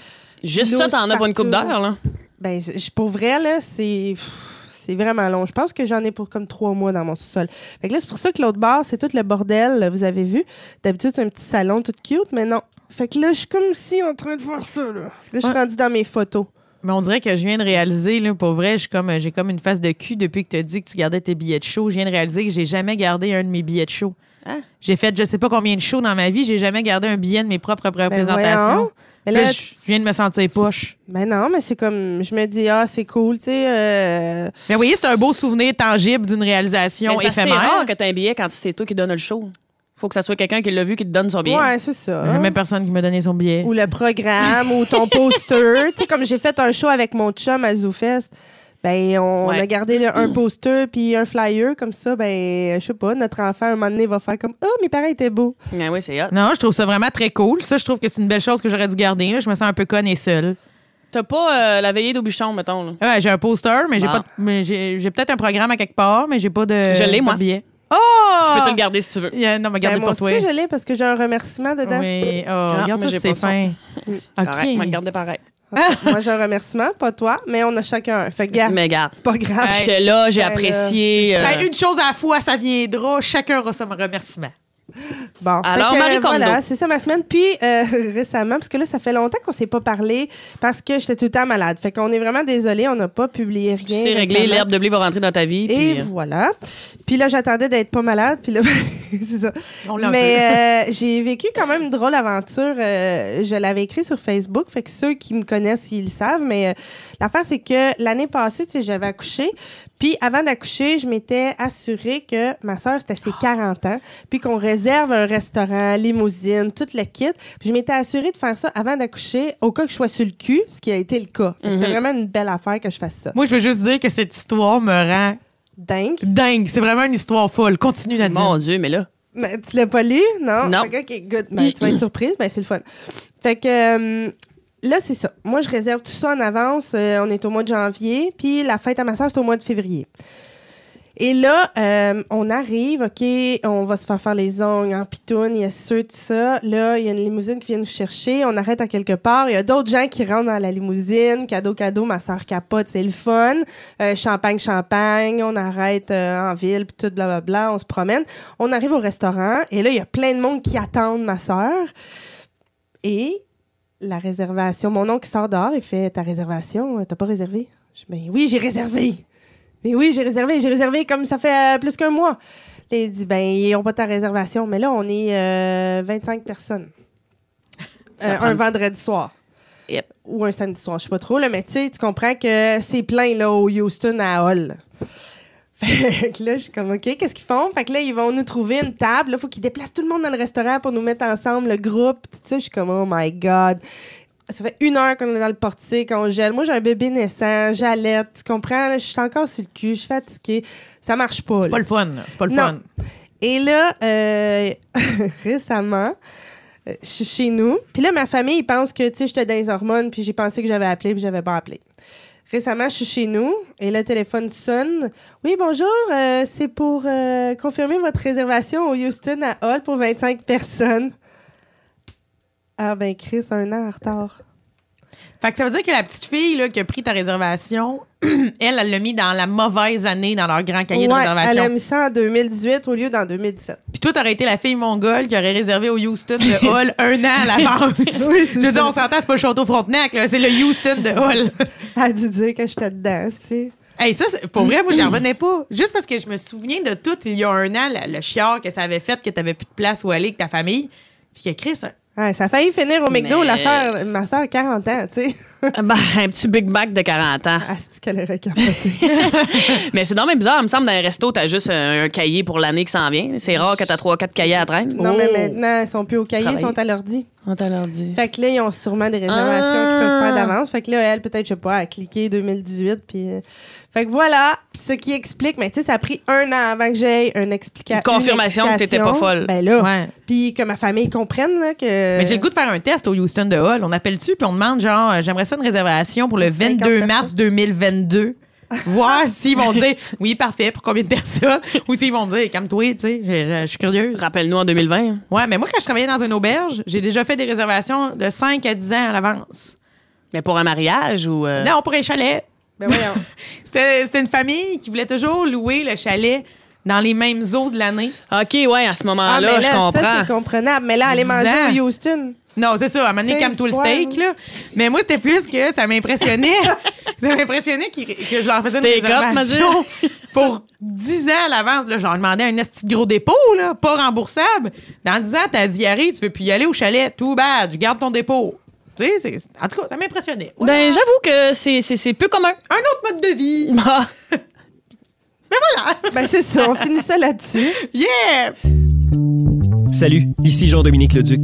[SPEAKER 6] Juste ça, t'en as pour une coupe
[SPEAKER 3] Partout.
[SPEAKER 6] d'heure, là.
[SPEAKER 3] ben, je- je- pour vrai, là, c'est. pff, C'est vraiment long. Je pense que j'en ai pour comme trois mois dans mon sous-sol. Fait que là, c'est pour ça que l'autre bar, c'est tout le bordel, là, vous avez vu. D'habitude, c'est un petit salon tout cute, mais non. Fait que là, je suis comme si en train de voir ça, là. Là, je suis
[SPEAKER 4] Ouais.
[SPEAKER 3] rendue dans mes photos.
[SPEAKER 4] Mais on dirait que je viens de réaliser, là, pour vrai, je suis comme, j'ai comme une face de cul depuis que tu as dit que tu gardais tes billets de show. Je viens de réaliser que j'ai jamais gardé un de mes billets de show.
[SPEAKER 6] Hein?
[SPEAKER 4] J'ai fait je sais pas combien de shows dans ma vie, j'ai jamais gardé un billet de mes propres représentations.
[SPEAKER 3] Ben voyons. Mais
[SPEAKER 4] Puis
[SPEAKER 3] là,
[SPEAKER 4] là, je viens de me sentir poche.
[SPEAKER 3] Ben non, mais c'est comme, je me dis, ah, c'est cool, tu sais. euh,
[SPEAKER 4] Mais vous voyez, c'est un beau souvenir tangible d'une
[SPEAKER 6] Mais
[SPEAKER 4] réalisation
[SPEAKER 6] c'est parce que C'est
[SPEAKER 4] éphémère.
[SPEAKER 6] rare que t'as un billet quand c'est toi qui donne le show. Faut que ça soit quelqu'un qui l'a vu qui te donne son billet.
[SPEAKER 3] Ouais, c'est ça.
[SPEAKER 4] Jamais personne qui me donnait son billet.
[SPEAKER 3] Ou le programme, ou ton poster. tu sais, comme j'ai fait un show avec mon chum à ZooFest, ben, on
[SPEAKER 6] Ouais.
[SPEAKER 3] a gardé le- un poster puis un flyer, comme ça, ben, je sais pas, notre enfant, un moment donné, va faire comme, oh, mes parents étaient beaux.
[SPEAKER 6] Ouais, ouais, c'est hot.
[SPEAKER 4] Non, je trouve ça vraiment très cool. Ça, je trouve que c'est une belle chose que j'aurais dû garder. là. Je me sens un peu conne et seule. Ah
[SPEAKER 6] T'as pas euh, la veillée d'Aubuchon, mettons, là.
[SPEAKER 4] Ouais, j'ai un poster, mais j'ai
[SPEAKER 6] Bon.
[SPEAKER 4] pas, de- mais j'ai j'ai peut-être un programme à quelque part, mais j'ai pas de.
[SPEAKER 6] Je l'ai,
[SPEAKER 4] pas
[SPEAKER 6] moi.
[SPEAKER 4] de billet. Oh!
[SPEAKER 3] Ah.
[SPEAKER 6] Tu peux te le garder si tu veux.
[SPEAKER 4] Il y a- Non, mais garde
[SPEAKER 3] Ben, moi
[SPEAKER 4] pour toi.
[SPEAKER 3] aussi, je l'ai parce que j'ai un remerciement dedans.
[SPEAKER 4] Oui, oh, regarde
[SPEAKER 6] mais
[SPEAKER 4] ça,
[SPEAKER 6] Ah, j'ai
[SPEAKER 4] c'est
[SPEAKER 6] pas ça.
[SPEAKER 4] fin.
[SPEAKER 6] Correct, on va le
[SPEAKER 4] OK.
[SPEAKER 6] garder pareil.
[SPEAKER 3] [laughs] Moi, j'ai un remerciement, pas toi, mais on a chacun un. Fait que, garde,
[SPEAKER 6] Mais garde.
[SPEAKER 3] c'est pas grave.
[SPEAKER 6] Ah, J'étais là, j'ai
[SPEAKER 3] Ben là, Ben,
[SPEAKER 6] apprécié. euh,
[SPEAKER 4] T'as Ben, une chose à la fois, ça viendra. Chacun aura son remerciement.
[SPEAKER 3] Bon,
[SPEAKER 6] Alors,
[SPEAKER 3] Fait que,
[SPEAKER 6] Marie
[SPEAKER 3] euh, voilà,
[SPEAKER 6] Kondo.
[SPEAKER 3] c'est ça ma semaine. Puis euh, [laughs] récemment, parce que là, ça fait longtemps qu'on s'est pas parlé parce que j'étais tout le temps malade. Fait qu'on est vraiment désolé, on n'a pas publié rien.
[SPEAKER 6] tu sais régler,
[SPEAKER 3] récemment.
[SPEAKER 6] l'herbe de blé va rentrer dans ta vie.
[SPEAKER 3] Et
[SPEAKER 6] puis, euh,
[SPEAKER 3] voilà. Puis là, j'attendais d'être pas malade. Puis là, [laughs] c'est ça.
[SPEAKER 4] On l'a
[SPEAKER 3] Mais euh, j'ai vécu quand même une drôle aventure. Euh, je l'avais écrit sur Facebook. Fait que ceux qui me connaissent, ils le savent. Mais euh, l'affaire, c'est que l'année passée, tu sais, j'avais accouché. Puis avant d'accoucher, je m'étais assurée que ma soeur, c'était ses 40 ans. Puis qu'on réserve un restaurant, limousine, tout le kit. Puis je m'étais assurée de faire ça avant d'accoucher, au cas que je sois sur le cul, ce qui a été le cas. Fait que c'était vraiment une belle affaire que je fasse ça.
[SPEAKER 4] Moi, je veux juste dire que cette histoire me rend
[SPEAKER 3] Dingue.
[SPEAKER 4] dingue. C'est vraiment une histoire folle. Continue, Nadine.
[SPEAKER 6] Mon Dieu, mais là.
[SPEAKER 3] Mais tu l'as pas lu, non?
[SPEAKER 6] Non.
[SPEAKER 3] Fait que, OK, good. Ben, tu vas être surprise, ben, c'est le fun. Fait que euh, là, c'est ça. Moi, je réserve tout ça en avance. Euh, on est au mois de janvier, puis la fête à ma soeur, c'est au mois de février. Et là, euh, on arrive, OK, on va se faire faire les ongles hein, en pitoune, il y a ceux, tout ça. Là, il y a une limousine qui vient nous chercher, on arrête à quelque part. Il y a d'autres gens qui rentrent dans la limousine, cadeau, cadeau, ma soeur capote, c'est le fun. Euh, champagne, champagne, on arrête euh, en ville, puis tout, blablabla, on se promène. On arrive au restaurant, et là, il y a plein de monde qui attendent ma soeur. Et la réservation, mon oncle sort dehors, il fait Ta réservation, euh, t'as pas réservé? Je dis Ben oui, j'ai réservé. Mais oui, j'ai réservé, j'ai réservé comme ça fait euh, plus qu'un mois. Là, il dit Ben, ils ont pas ta réservation. Mais là, on est euh, 25 personnes.
[SPEAKER 6] Ça
[SPEAKER 3] Euh,
[SPEAKER 6] prend-
[SPEAKER 3] Un vendredi soir.
[SPEAKER 6] Yep.
[SPEAKER 3] Ou un samedi soir, je sais pas trop, là, mais tu sais, tu comprends que c'est plein là, au Houston à Hall. [laughs] Fait que là, je suis comme, OK, qu'est-ce qu'ils font? Fait que là, ils vont nous trouver une table. Il faut qu'ils déplacent tout le monde dans le restaurant pour nous mettre ensemble, le groupe, tout ça. Je suis comme, oh my God. Ça fait une heure qu'on est dans le portique, on gèle. Moi, j'ai un bébé naissant, j'allaite, tu comprends? là, je suis encore sur le cul, je suis fatiguée. Ça marche pas.
[SPEAKER 4] C'est
[SPEAKER 3] là.
[SPEAKER 4] pas le fun. là. C'est pas le
[SPEAKER 3] Non.
[SPEAKER 4] fun.
[SPEAKER 3] Et là, euh, [laughs] récemment, euh, je suis chez nous. Puis là, ma famille, ils pensent que, tu sais, j'étais dans les hormones, puis j'ai pensé que j'avais appelé, puis j'avais pas appelé. Récemment, je suis chez nous et le téléphone sonne. Oui, bonjour, euh, c'est pour euh, confirmer votre réservation au Houston à Hall pour 25 personnes. Ah ben Chris, un an en retard.
[SPEAKER 4] Fait que ça veut dire que la petite fille là, qui a pris ta réservation, [clears throat] elle, elle l'a mis dans la mauvaise année dans leur grand cahier de
[SPEAKER 3] Ouais, elle a
[SPEAKER 4] réservation.
[SPEAKER 3] mis ça en 2018 au lieu d'en 2017.
[SPEAKER 4] Puis toi, t'aurais été la fille mongole qui aurait réservé au
[SPEAKER 3] [laughs]
[SPEAKER 4] Houston de Hall un an à l'avance. Je veux dire, on s'entend, c'est pas le Château Frontenac, là, c'est le Houston de Hall.
[SPEAKER 3] Elle a dû dire que j'étais dedans, tu sais.
[SPEAKER 4] [laughs] Hey, ça, c'est- pour vrai, moi, j'en revenais pas. Juste parce que je me souviens de tout, il y a un an, le, le chiard que ça avait fait, que t'avais plus de place où aller avec ta famille. Puis que Chris,
[SPEAKER 3] Ouais, ça a failli finir au McDo,
[SPEAKER 5] Mais-
[SPEAKER 3] la sœur- ma soeur 40 ans, tu sais.
[SPEAKER 5] [laughs]
[SPEAKER 3] [laughs]
[SPEAKER 5] Ben, un petit Big Mac de 40 ans.
[SPEAKER 3] Asti qu'elle aurait capoté.
[SPEAKER 5] Mais c'est donc même bizarre. Il me semble, dans un resto, t'as juste un, un cahier pour l'année qui s'en vient. C'est rare que t'as 3-4 cahiers à traîne.
[SPEAKER 3] Non, mais maintenant, ils sont plus au cahier, ils sont à l'ordi.
[SPEAKER 5] On t'a leur dit.
[SPEAKER 3] Fait que là, ils ont sûrement des réservations
[SPEAKER 5] Ah.
[SPEAKER 3] qu'ils peuvent faire d'avance. Fait que là, elle, peut-être, je sais pas, a cliqué 2018. Puis... euh, Fait que voilà, ce qui explique. Mais tu sais, ça a pris un an avant que j'aie une, explica-
[SPEAKER 5] Une confirmation
[SPEAKER 3] une
[SPEAKER 5] que t'étais pas
[SPEAKER 3] explication.
[SPEAKER 5] folle.
[SPEAKER 3] Ben là.
[SPEAKER 4] Ouais.
[SPEAKER 3] Puis que ma famille comprenne là, que.
[SPEAKER 4] Mais j'ai le goût de faire un test au Houston de Hall. On appelle-tu puis on demande genre euh, j'aimerais ça une réservation pour le
[SPEAKER 3] 50
[SPEAKER 4] 22 mars 2022. Voir s'ils vont dire oui, parfait, pour combien de personnes ou s'ils vont dire calme-toi, tu sais, je, je- je suis curieuse.
[SPEAKER 5] Rappelle-nous en 2020.
[SPEAKER 4] Ouais, mais moi quand je travaillais dans une auberge, j'ai déjà fait des réservations de 5 à 10 ans à l'avance.
[SPEAKER 5] Mais pour un mariage ou. euh,
[SPEAKER 4] Non, pour un chalet.
[SPEAKER 3] Ben voyons.
[SPEAKER 4] C'était c'était une famille qui voulait toujours louer le chalet dans les mêmes eaux de l'année.
[SPEAKER 5] OK, ouais, à ce moment-là,
[SPEAKER 3] ah, mais là,
[SPEAKER 5] je
[SPEAKER 3] ça,
[SPEAKER 5] comprends.
[SPEAKER 3] c'est comprenable. Mais là, aller manger
[SPEAKER 4] Disant.
[SPEAKER 3] au Houston.
[SPEAKER 4] Non, c'est ça, à un moment donné,
[SPEAKER 3] C'est
[SPEAKER 4] calme-toi le
[SPEAKER 3] l'histoire,
[SPEAKER 4] steak,
[SPEAKER 3] hein.
[SPEAKER 4] là. Mais moi, c'était plus que ça m'impressionnait. [laughs] ça m'impressionnait qu'il- que je leur faisais une
[SPEAKER 5] Steak up,
[SPEAKER 4] réservation [laughs] pour 10 ans à l'avance. Là, genre, demandais un esti de gros dépôt, là, pas remboursable. Dans 10 ans, t'as diarrhée, tu veux plus y aller au chalet. Tout bad, je garde ton dépôt. Tu sais, c'est- c'est- en tout cas, ça m'impressionnait. Voilà.
[SPEAKER 5] Ben, j'avoue que c'est- c'est c'est peu commun. [laughs]
[SPEAKER 4] Un autre mode de vie.
[SPEAKER 5] Ah.
[SPEAKER 4] Mais voilà.
[SPEAKER 3] Ben c'est ça, on finit ça là-dessus.
[SPEAKER 4] Yeah!
[SPEAKER 7] Salut, ici Jean-Dominique Leduc.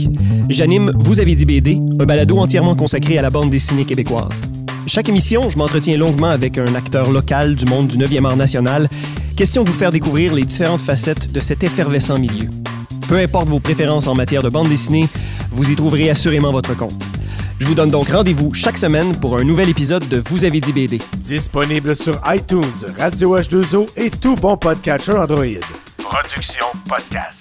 [SPEAKER 7] J'anime Vous avez dit BD, un balado entièrement consacré à la bande dessinée québécoise. Chaque émission, je m'entretiens longuement avec un acteur local du monde du 9e art national. Question de vous faire découvrir les différentes facettes de cet effervescent milieu. Peu importe vos préférences en matière de bande dessinée, vous y trouverez assurément votre compte. Je vous donne donc rendez-vous chaque semaine pour un nouvel épisode de Vous avez dit BD.
[SPEAKER 1] Disponible sur iTunes, Radio H2O et tout bon podcatcher Android.
[SPEAKER 2] Production podcast.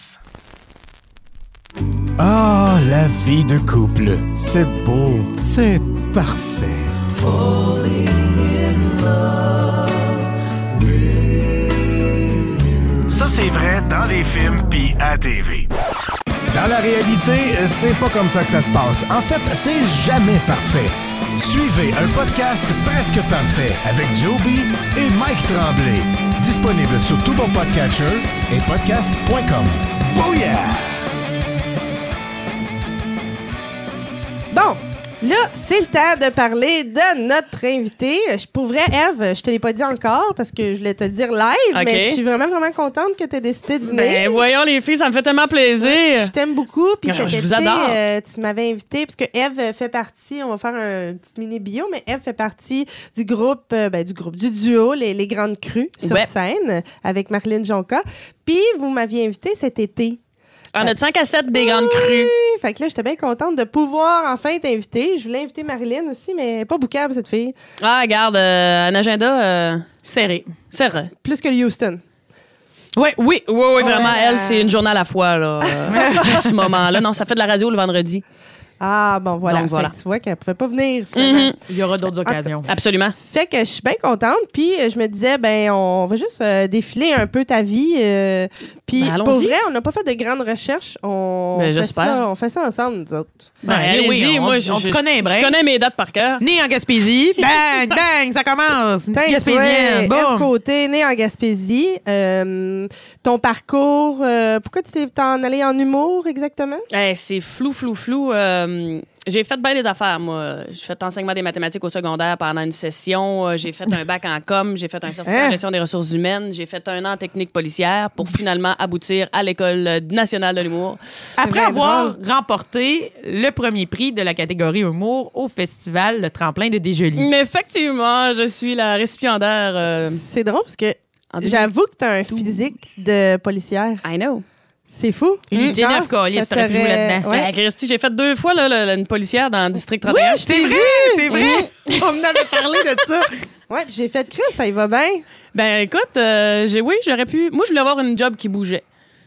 [SPEAKER 1] Ah, la vie de couple. C'est beau. C'est parfait.
[SPEAKER 2] Ça, c'est vrai dans les films puis à TV.
[SPEAKER 1] Dans la réalité, c'est pas comme ça que ça se passe. En fait, c'est jamais parfait. Suivez un podcast presque parfait avec Joby et Mike Tremblay. Disponible sur tout bon podcatcher et podcast.com. Booyah!
[SPEAKER 3] Bon, là, c'est le temps de parler de notre invité. Je pourrais, Eve, je te l'ai pas dit encore parce que je voulais te le dire live,
[SPEAKER 5] Ok.
[SPEAKER 3] mais je suis vraiment, vraiment contente que tu aies décidé de venir.
[SPEAKER 5] Ben, voyons, les filles, ça me fait tellement plaisir.
[SPEAKER 3] Je t'aime beaucoup. Puis
[SPEAKER 5] Ah,
[SPEAKER 3] cet
[SPEAKER 5] je vous
[SPEAKER 3] été,
[SPEAKER 5] adore.
[SPEAKER 3] euh, tu m'avais invité, parce que Eve fait partie, on va faire un- une petite mini bio, mais Eve fait partie du groupe, euh, ben, du groupe, du duo Les, Les Grandes Crues sur
[SPEAKER 5] Ouais.
[SPEAKER 3] scène euh, avec Marlène Jonca. Puis vous m'aviez invité cet été.
[SPEAKER 5] On a 5 à 7 des grandes crues.
[SPEAKER 3] Oui, Fait que là, j'étais bien contente de pouvoir enfin t'inviter. Je voulais inviter Marilyn aussi, mais elle est pas boucable, cette fille.
[SPEAKER 5] Ah, regarde, euh, un agenda euh,
[SPEAKER 4] Serré.
[SPEAKER 5] serré.
[SPEAKER 3] Plus que le Houston.
[SPEAKER 5] Ouais, oui, oui, oui, vraiment.
[SPEAKER 3] Ouais.
[SPEAKER 5] Elle, c'est une journée à la fois, là, euh, à ce moment-là. Non, ça fait de la radio le vendredi.
[SPEAKER 3] Ah, bon, voilà.
[SPEAKER 5] Donc,
[SPEAKER 3] Fait
[SPEAKER 5] voilà.
[SPEAKER 3] que tu vois qu'elle pouvait pas venir, finalement.
[SPEAKER 4] Il y aura d'autres occasions.
[SPEAKER 5] Absolument.
[SPEAKER 3] Fait que je suis bien contente. Puis euh, je me disais, ben, on va juste euh, défiler un peu ta vie. euh, puis
[SPEAKER 5] Ben, allons-y.
[SPEAKER 3] pour vrai, on n'a pas fait de grandes recherches. On,
[SPEAKER 5] Ben,
[SPEAKER 3] fait,
[SPEAKER 5] j'espère.
[SPEAKER 3] ça, on fait ça ensemble, nous autres.
[SPEAKER 5] Ben,
[SPEAKER 4] Ben,
[SPEAKER 5] allez-y,
[SPEAKER 4] oui, on-
[SPEAKER 5] je-
[SPEAKER 4] on te
[SPEAKER 5] je-
[SPEAKER 4] connaît,
[SPEAKER 5] Je
[SPEAKER 4] Brett.
[SPEAKER 5] connais mes dates par cœur.
[SPEAKER 4] Né en Gaspésie, bang, bang, ça commence. Une petite Gaspésienne,
[SPEAKER 3] F
[SPEAKER 4] boum.
[SPEAKER 3] côté, né en Gaspésie. Euh, ton parcours, euh, pourquoi tu t'es t'es en allé en humour exactement?
[SPEAKER 5] Hey, c'est flou, flou, flou. Euh, j'ai fait bien des affaires, moi. J'ai fait enseignement des mathématiques au secondaire pendant une session. Euh, J'ai fait un bac en com. J'ai fait un certificat
[SPEAKER 3] Hein?
[SPEAKER 5] de gestion des ressources humaines. J'ai fait un an en technique policière pour finalement aboutir à l'École nationale de l'humour.
[SPEAKER 4] Après
[SPEAKER 3] bien
[SPEAKER 4] avoir remporté le premier prix de la catégorie humour au festival Le Tremplin de Desjolies.
[SPEAKER 5] Mais effectivement, je suis la récipiendaire. euh,
[SPEAKER 3] C'est drôle parce que
[SPEAKER 5] En deux-
[SPEAKER 3] J'avoue que t'as un physique de policière.
[SPEAKER 5] I know.
[SPEAKER 3] C'est fou.
[SPEAKER 4] Une
[SPEAKER 3] Genre,
[SPEAKER 4] idée neuve,
[SPEAKER 3] ça
[SPEAKER 4] câlisse, t'aurais pu jouer
[SPEAKER 3] t'aurait-
[SPEAKER 4] là-dedans.
[SPEAKER 3] Ouais.
[SPEAKER 5] Ben, Christy, j'ai fait deux fois là, le- le- une policière dans le district
[SPEAKER 4] Oui,
[SPEAKER 5] 31.
[SPEAKER 4] je t'ai vu! C'est vrai!
[SPEAKER 3] [laughs]
[SPEAKER 4] On m'en avait parlé de ça.
[SPEAKER 3] Ouais, puis j'ai fait Chris, ça y va bien.
[SPEAKER 5] Ben écoute, euh, j'ai oui, j'aurais pu. Moi, je voulais avoir une job qui bougeait.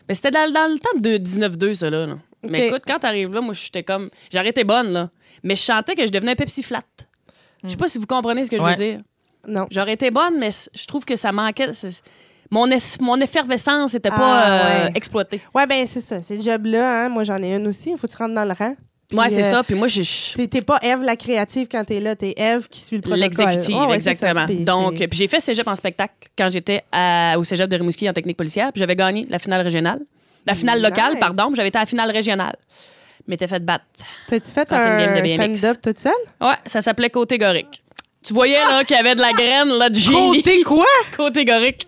[SPEAKER 5] Ben, c'était dans, dans le temps de 19-2, ça, là. là. Mais écoute, quand t'arrives là, moi, j'étais comme. J'arrêtais bonne, là. Mais je sentais que je devenais Pepsi Flat. Je
[SPEAKER 3] Hmm.
[SPEAKER 5] sais pas si vous comprenez ce que
[SPEAKER 4] Ouais.
[SPEAKER 5] je veux dire.
[SPEAKER 3] Non.
[SPEAKER 5] J'aurais été bonne, mais c- je trouve que ça manquait. c'est- Mon, es- mon effervescence n'était pas
[SPEAKER 3] Ah,
[SPEAKER 5] euh,
[SPEAKER 3] ouais.
[SPEAKER 5] exploitée.
[SPEAKER 3] Ouais, ben c'est ça. C'est le job-là. Hein. Moi, j'en ai une aussi. Il faut que tu rentres dans le rang. Puis,
[SPEAKER 5] ouais, c'est
[SPEAKER 3] euh,
[SPEAKER 5] ça. Puis moi, j'ai. je-
[SPEAKER 3] T'es t'es pas Eve la créative quand t'es là. T'es Eve qui suit le protocole.
[SPEAKER 5] L'exécutive,
[SPEAKER 3] Ouais, ouais, c'est ça.
[SPEAKER 5] exactement.
[SPEAKER 3] Puis
[SPEAKER 5] Donc,
[SPEAKER 3] c'est-
[SPEAKER 5] puis j'ai fait cégep en spectacle quand j'étais à- au cégep de Rimouski en technique policière. Puis j'avais gagné la finale régionale. La finale locale,
[SPEAKER 3] Nice.
[SPEAKER 5] pardon. puis J'avais été à la finale régionale. Mais t'es fait battre.
[SPEAKER 3] T'as-tu fait
[SPEAKER 5] quand t'as une
[SPEAKER 3] un
[SPEAKER 5] game de BMX.
[SPEAKER 3] stand-up toute seule?
[SPEAKER 5] Ouais, ça s'appelait Côté Goric. Tu voyais, là, qu'il y avait de la graine, là, de génie.
[SPEAKER 4] Côté quoi?
[SPEAKER 5] [laughs] Côté Goric.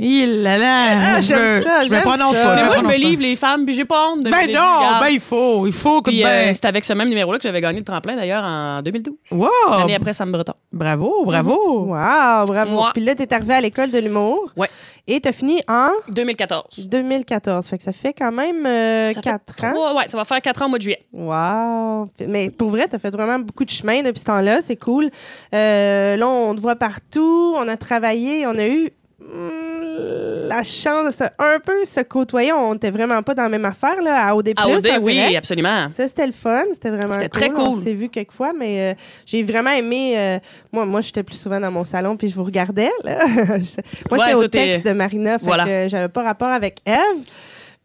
[SPEAKER 4] Il là là.
[SPEAKER 3] Ah,
[SPEAKER 4] je
[SPEAKER 3] j'aime
[SPEAKER 4] me-
[SPEAKER 3] ça,
[SPEAKER 4] Je me
[SPEAKER 3] j'aime
[SPEAKER 4] prononce
[SPEAKER 3] ça.
[SPEAKER 4] pas.
[SPEAKER 5] Mais moi, je me
[SPEAKER 4] prononce
[SPEAKER 5] livre les femmes, puis j'ai pas honte de
[SPEAKER 4] pas.
[SPEAKER 5] me les
[SPEAKER 4] Ben
[SPEAKER 5] livre.
[SPEAKER 4] non,
[SPEAKER 5] Regarde.
[SPEAKER 4] ben il faut. Il faut que.
[SPEAKER 5] Puis, euh,
[SPEAKER 4] Ben.
[SPEAKER 5] c'est avec ce même numéro-là que j'avais gagné le tremplin, d'ailleurs, en 2012.
[SPEAKER 4] wow!
[SPEAKER 5] L'année après Sam Breton.
[SPEAKER 4] Bravo, bravo.
[SPEAKER 3] Wow, bravo.
[SPEAKER 5] Moi.
[SPEAKER 3] Puis là, t'es arrivé à l'école de l'humour.
[SPEAKER 5] Ouais.
[SPEAKER 3] Et t'as fini en
[SPEAKER 5] 2014.
[SPEAKER 3] 2014. Fait que ça fait quand même euh,
[SPEAKER 5] Ça fait
[SPEAKER 3] quatre ans.
[SPEAKER 5] trois- ouais, ça va faire 4 ans au mois de juillet.
[SPEAKER 3] Wow! Mais pour vrai, t'as fait vraiment beaucoup de chemin depuis ce temps-là. C'est cool. Euh, là, on te voit partout. On a travaillé. On a eu mm, la chance de se- un peu se côtoyer. On n'était vraiment pas dans la même affaire là, à OD+.
[SPEAKER 5] À
[SPEAKER 3] on
[SPEAKER 5] OD,
[SPEAKER 3] dirait.
[SPEAKER 5] Ah, oui, absolument.
[SPEAKER 3] Ça, c'était le fun. C'était vraiment
[SPEAKER 5] Hein? C'était
[SPEAKER 3] cool.
[SPEAKER 5] très
[SPEAKER 3] On
[SPEAKER 5] cool.
[SPEAKER 3] s'est vu quelques fois, mais euh, j'ai vraiment aimé... euh, moi, moi j'étais plus souvent dans mon salon, puis je vous regardais. là. [laughs] moi, j'étais
[SPEAKER 5] Ouais,
[SPEAKER 3] au
[SPEAKER 5] toi, t'es-
[SPEAKER 3] texte de Marina, fait
[SPEAKER 5] Voilà.
[SPEAKER 3] que euh, j'avais pas rapport avec Eve.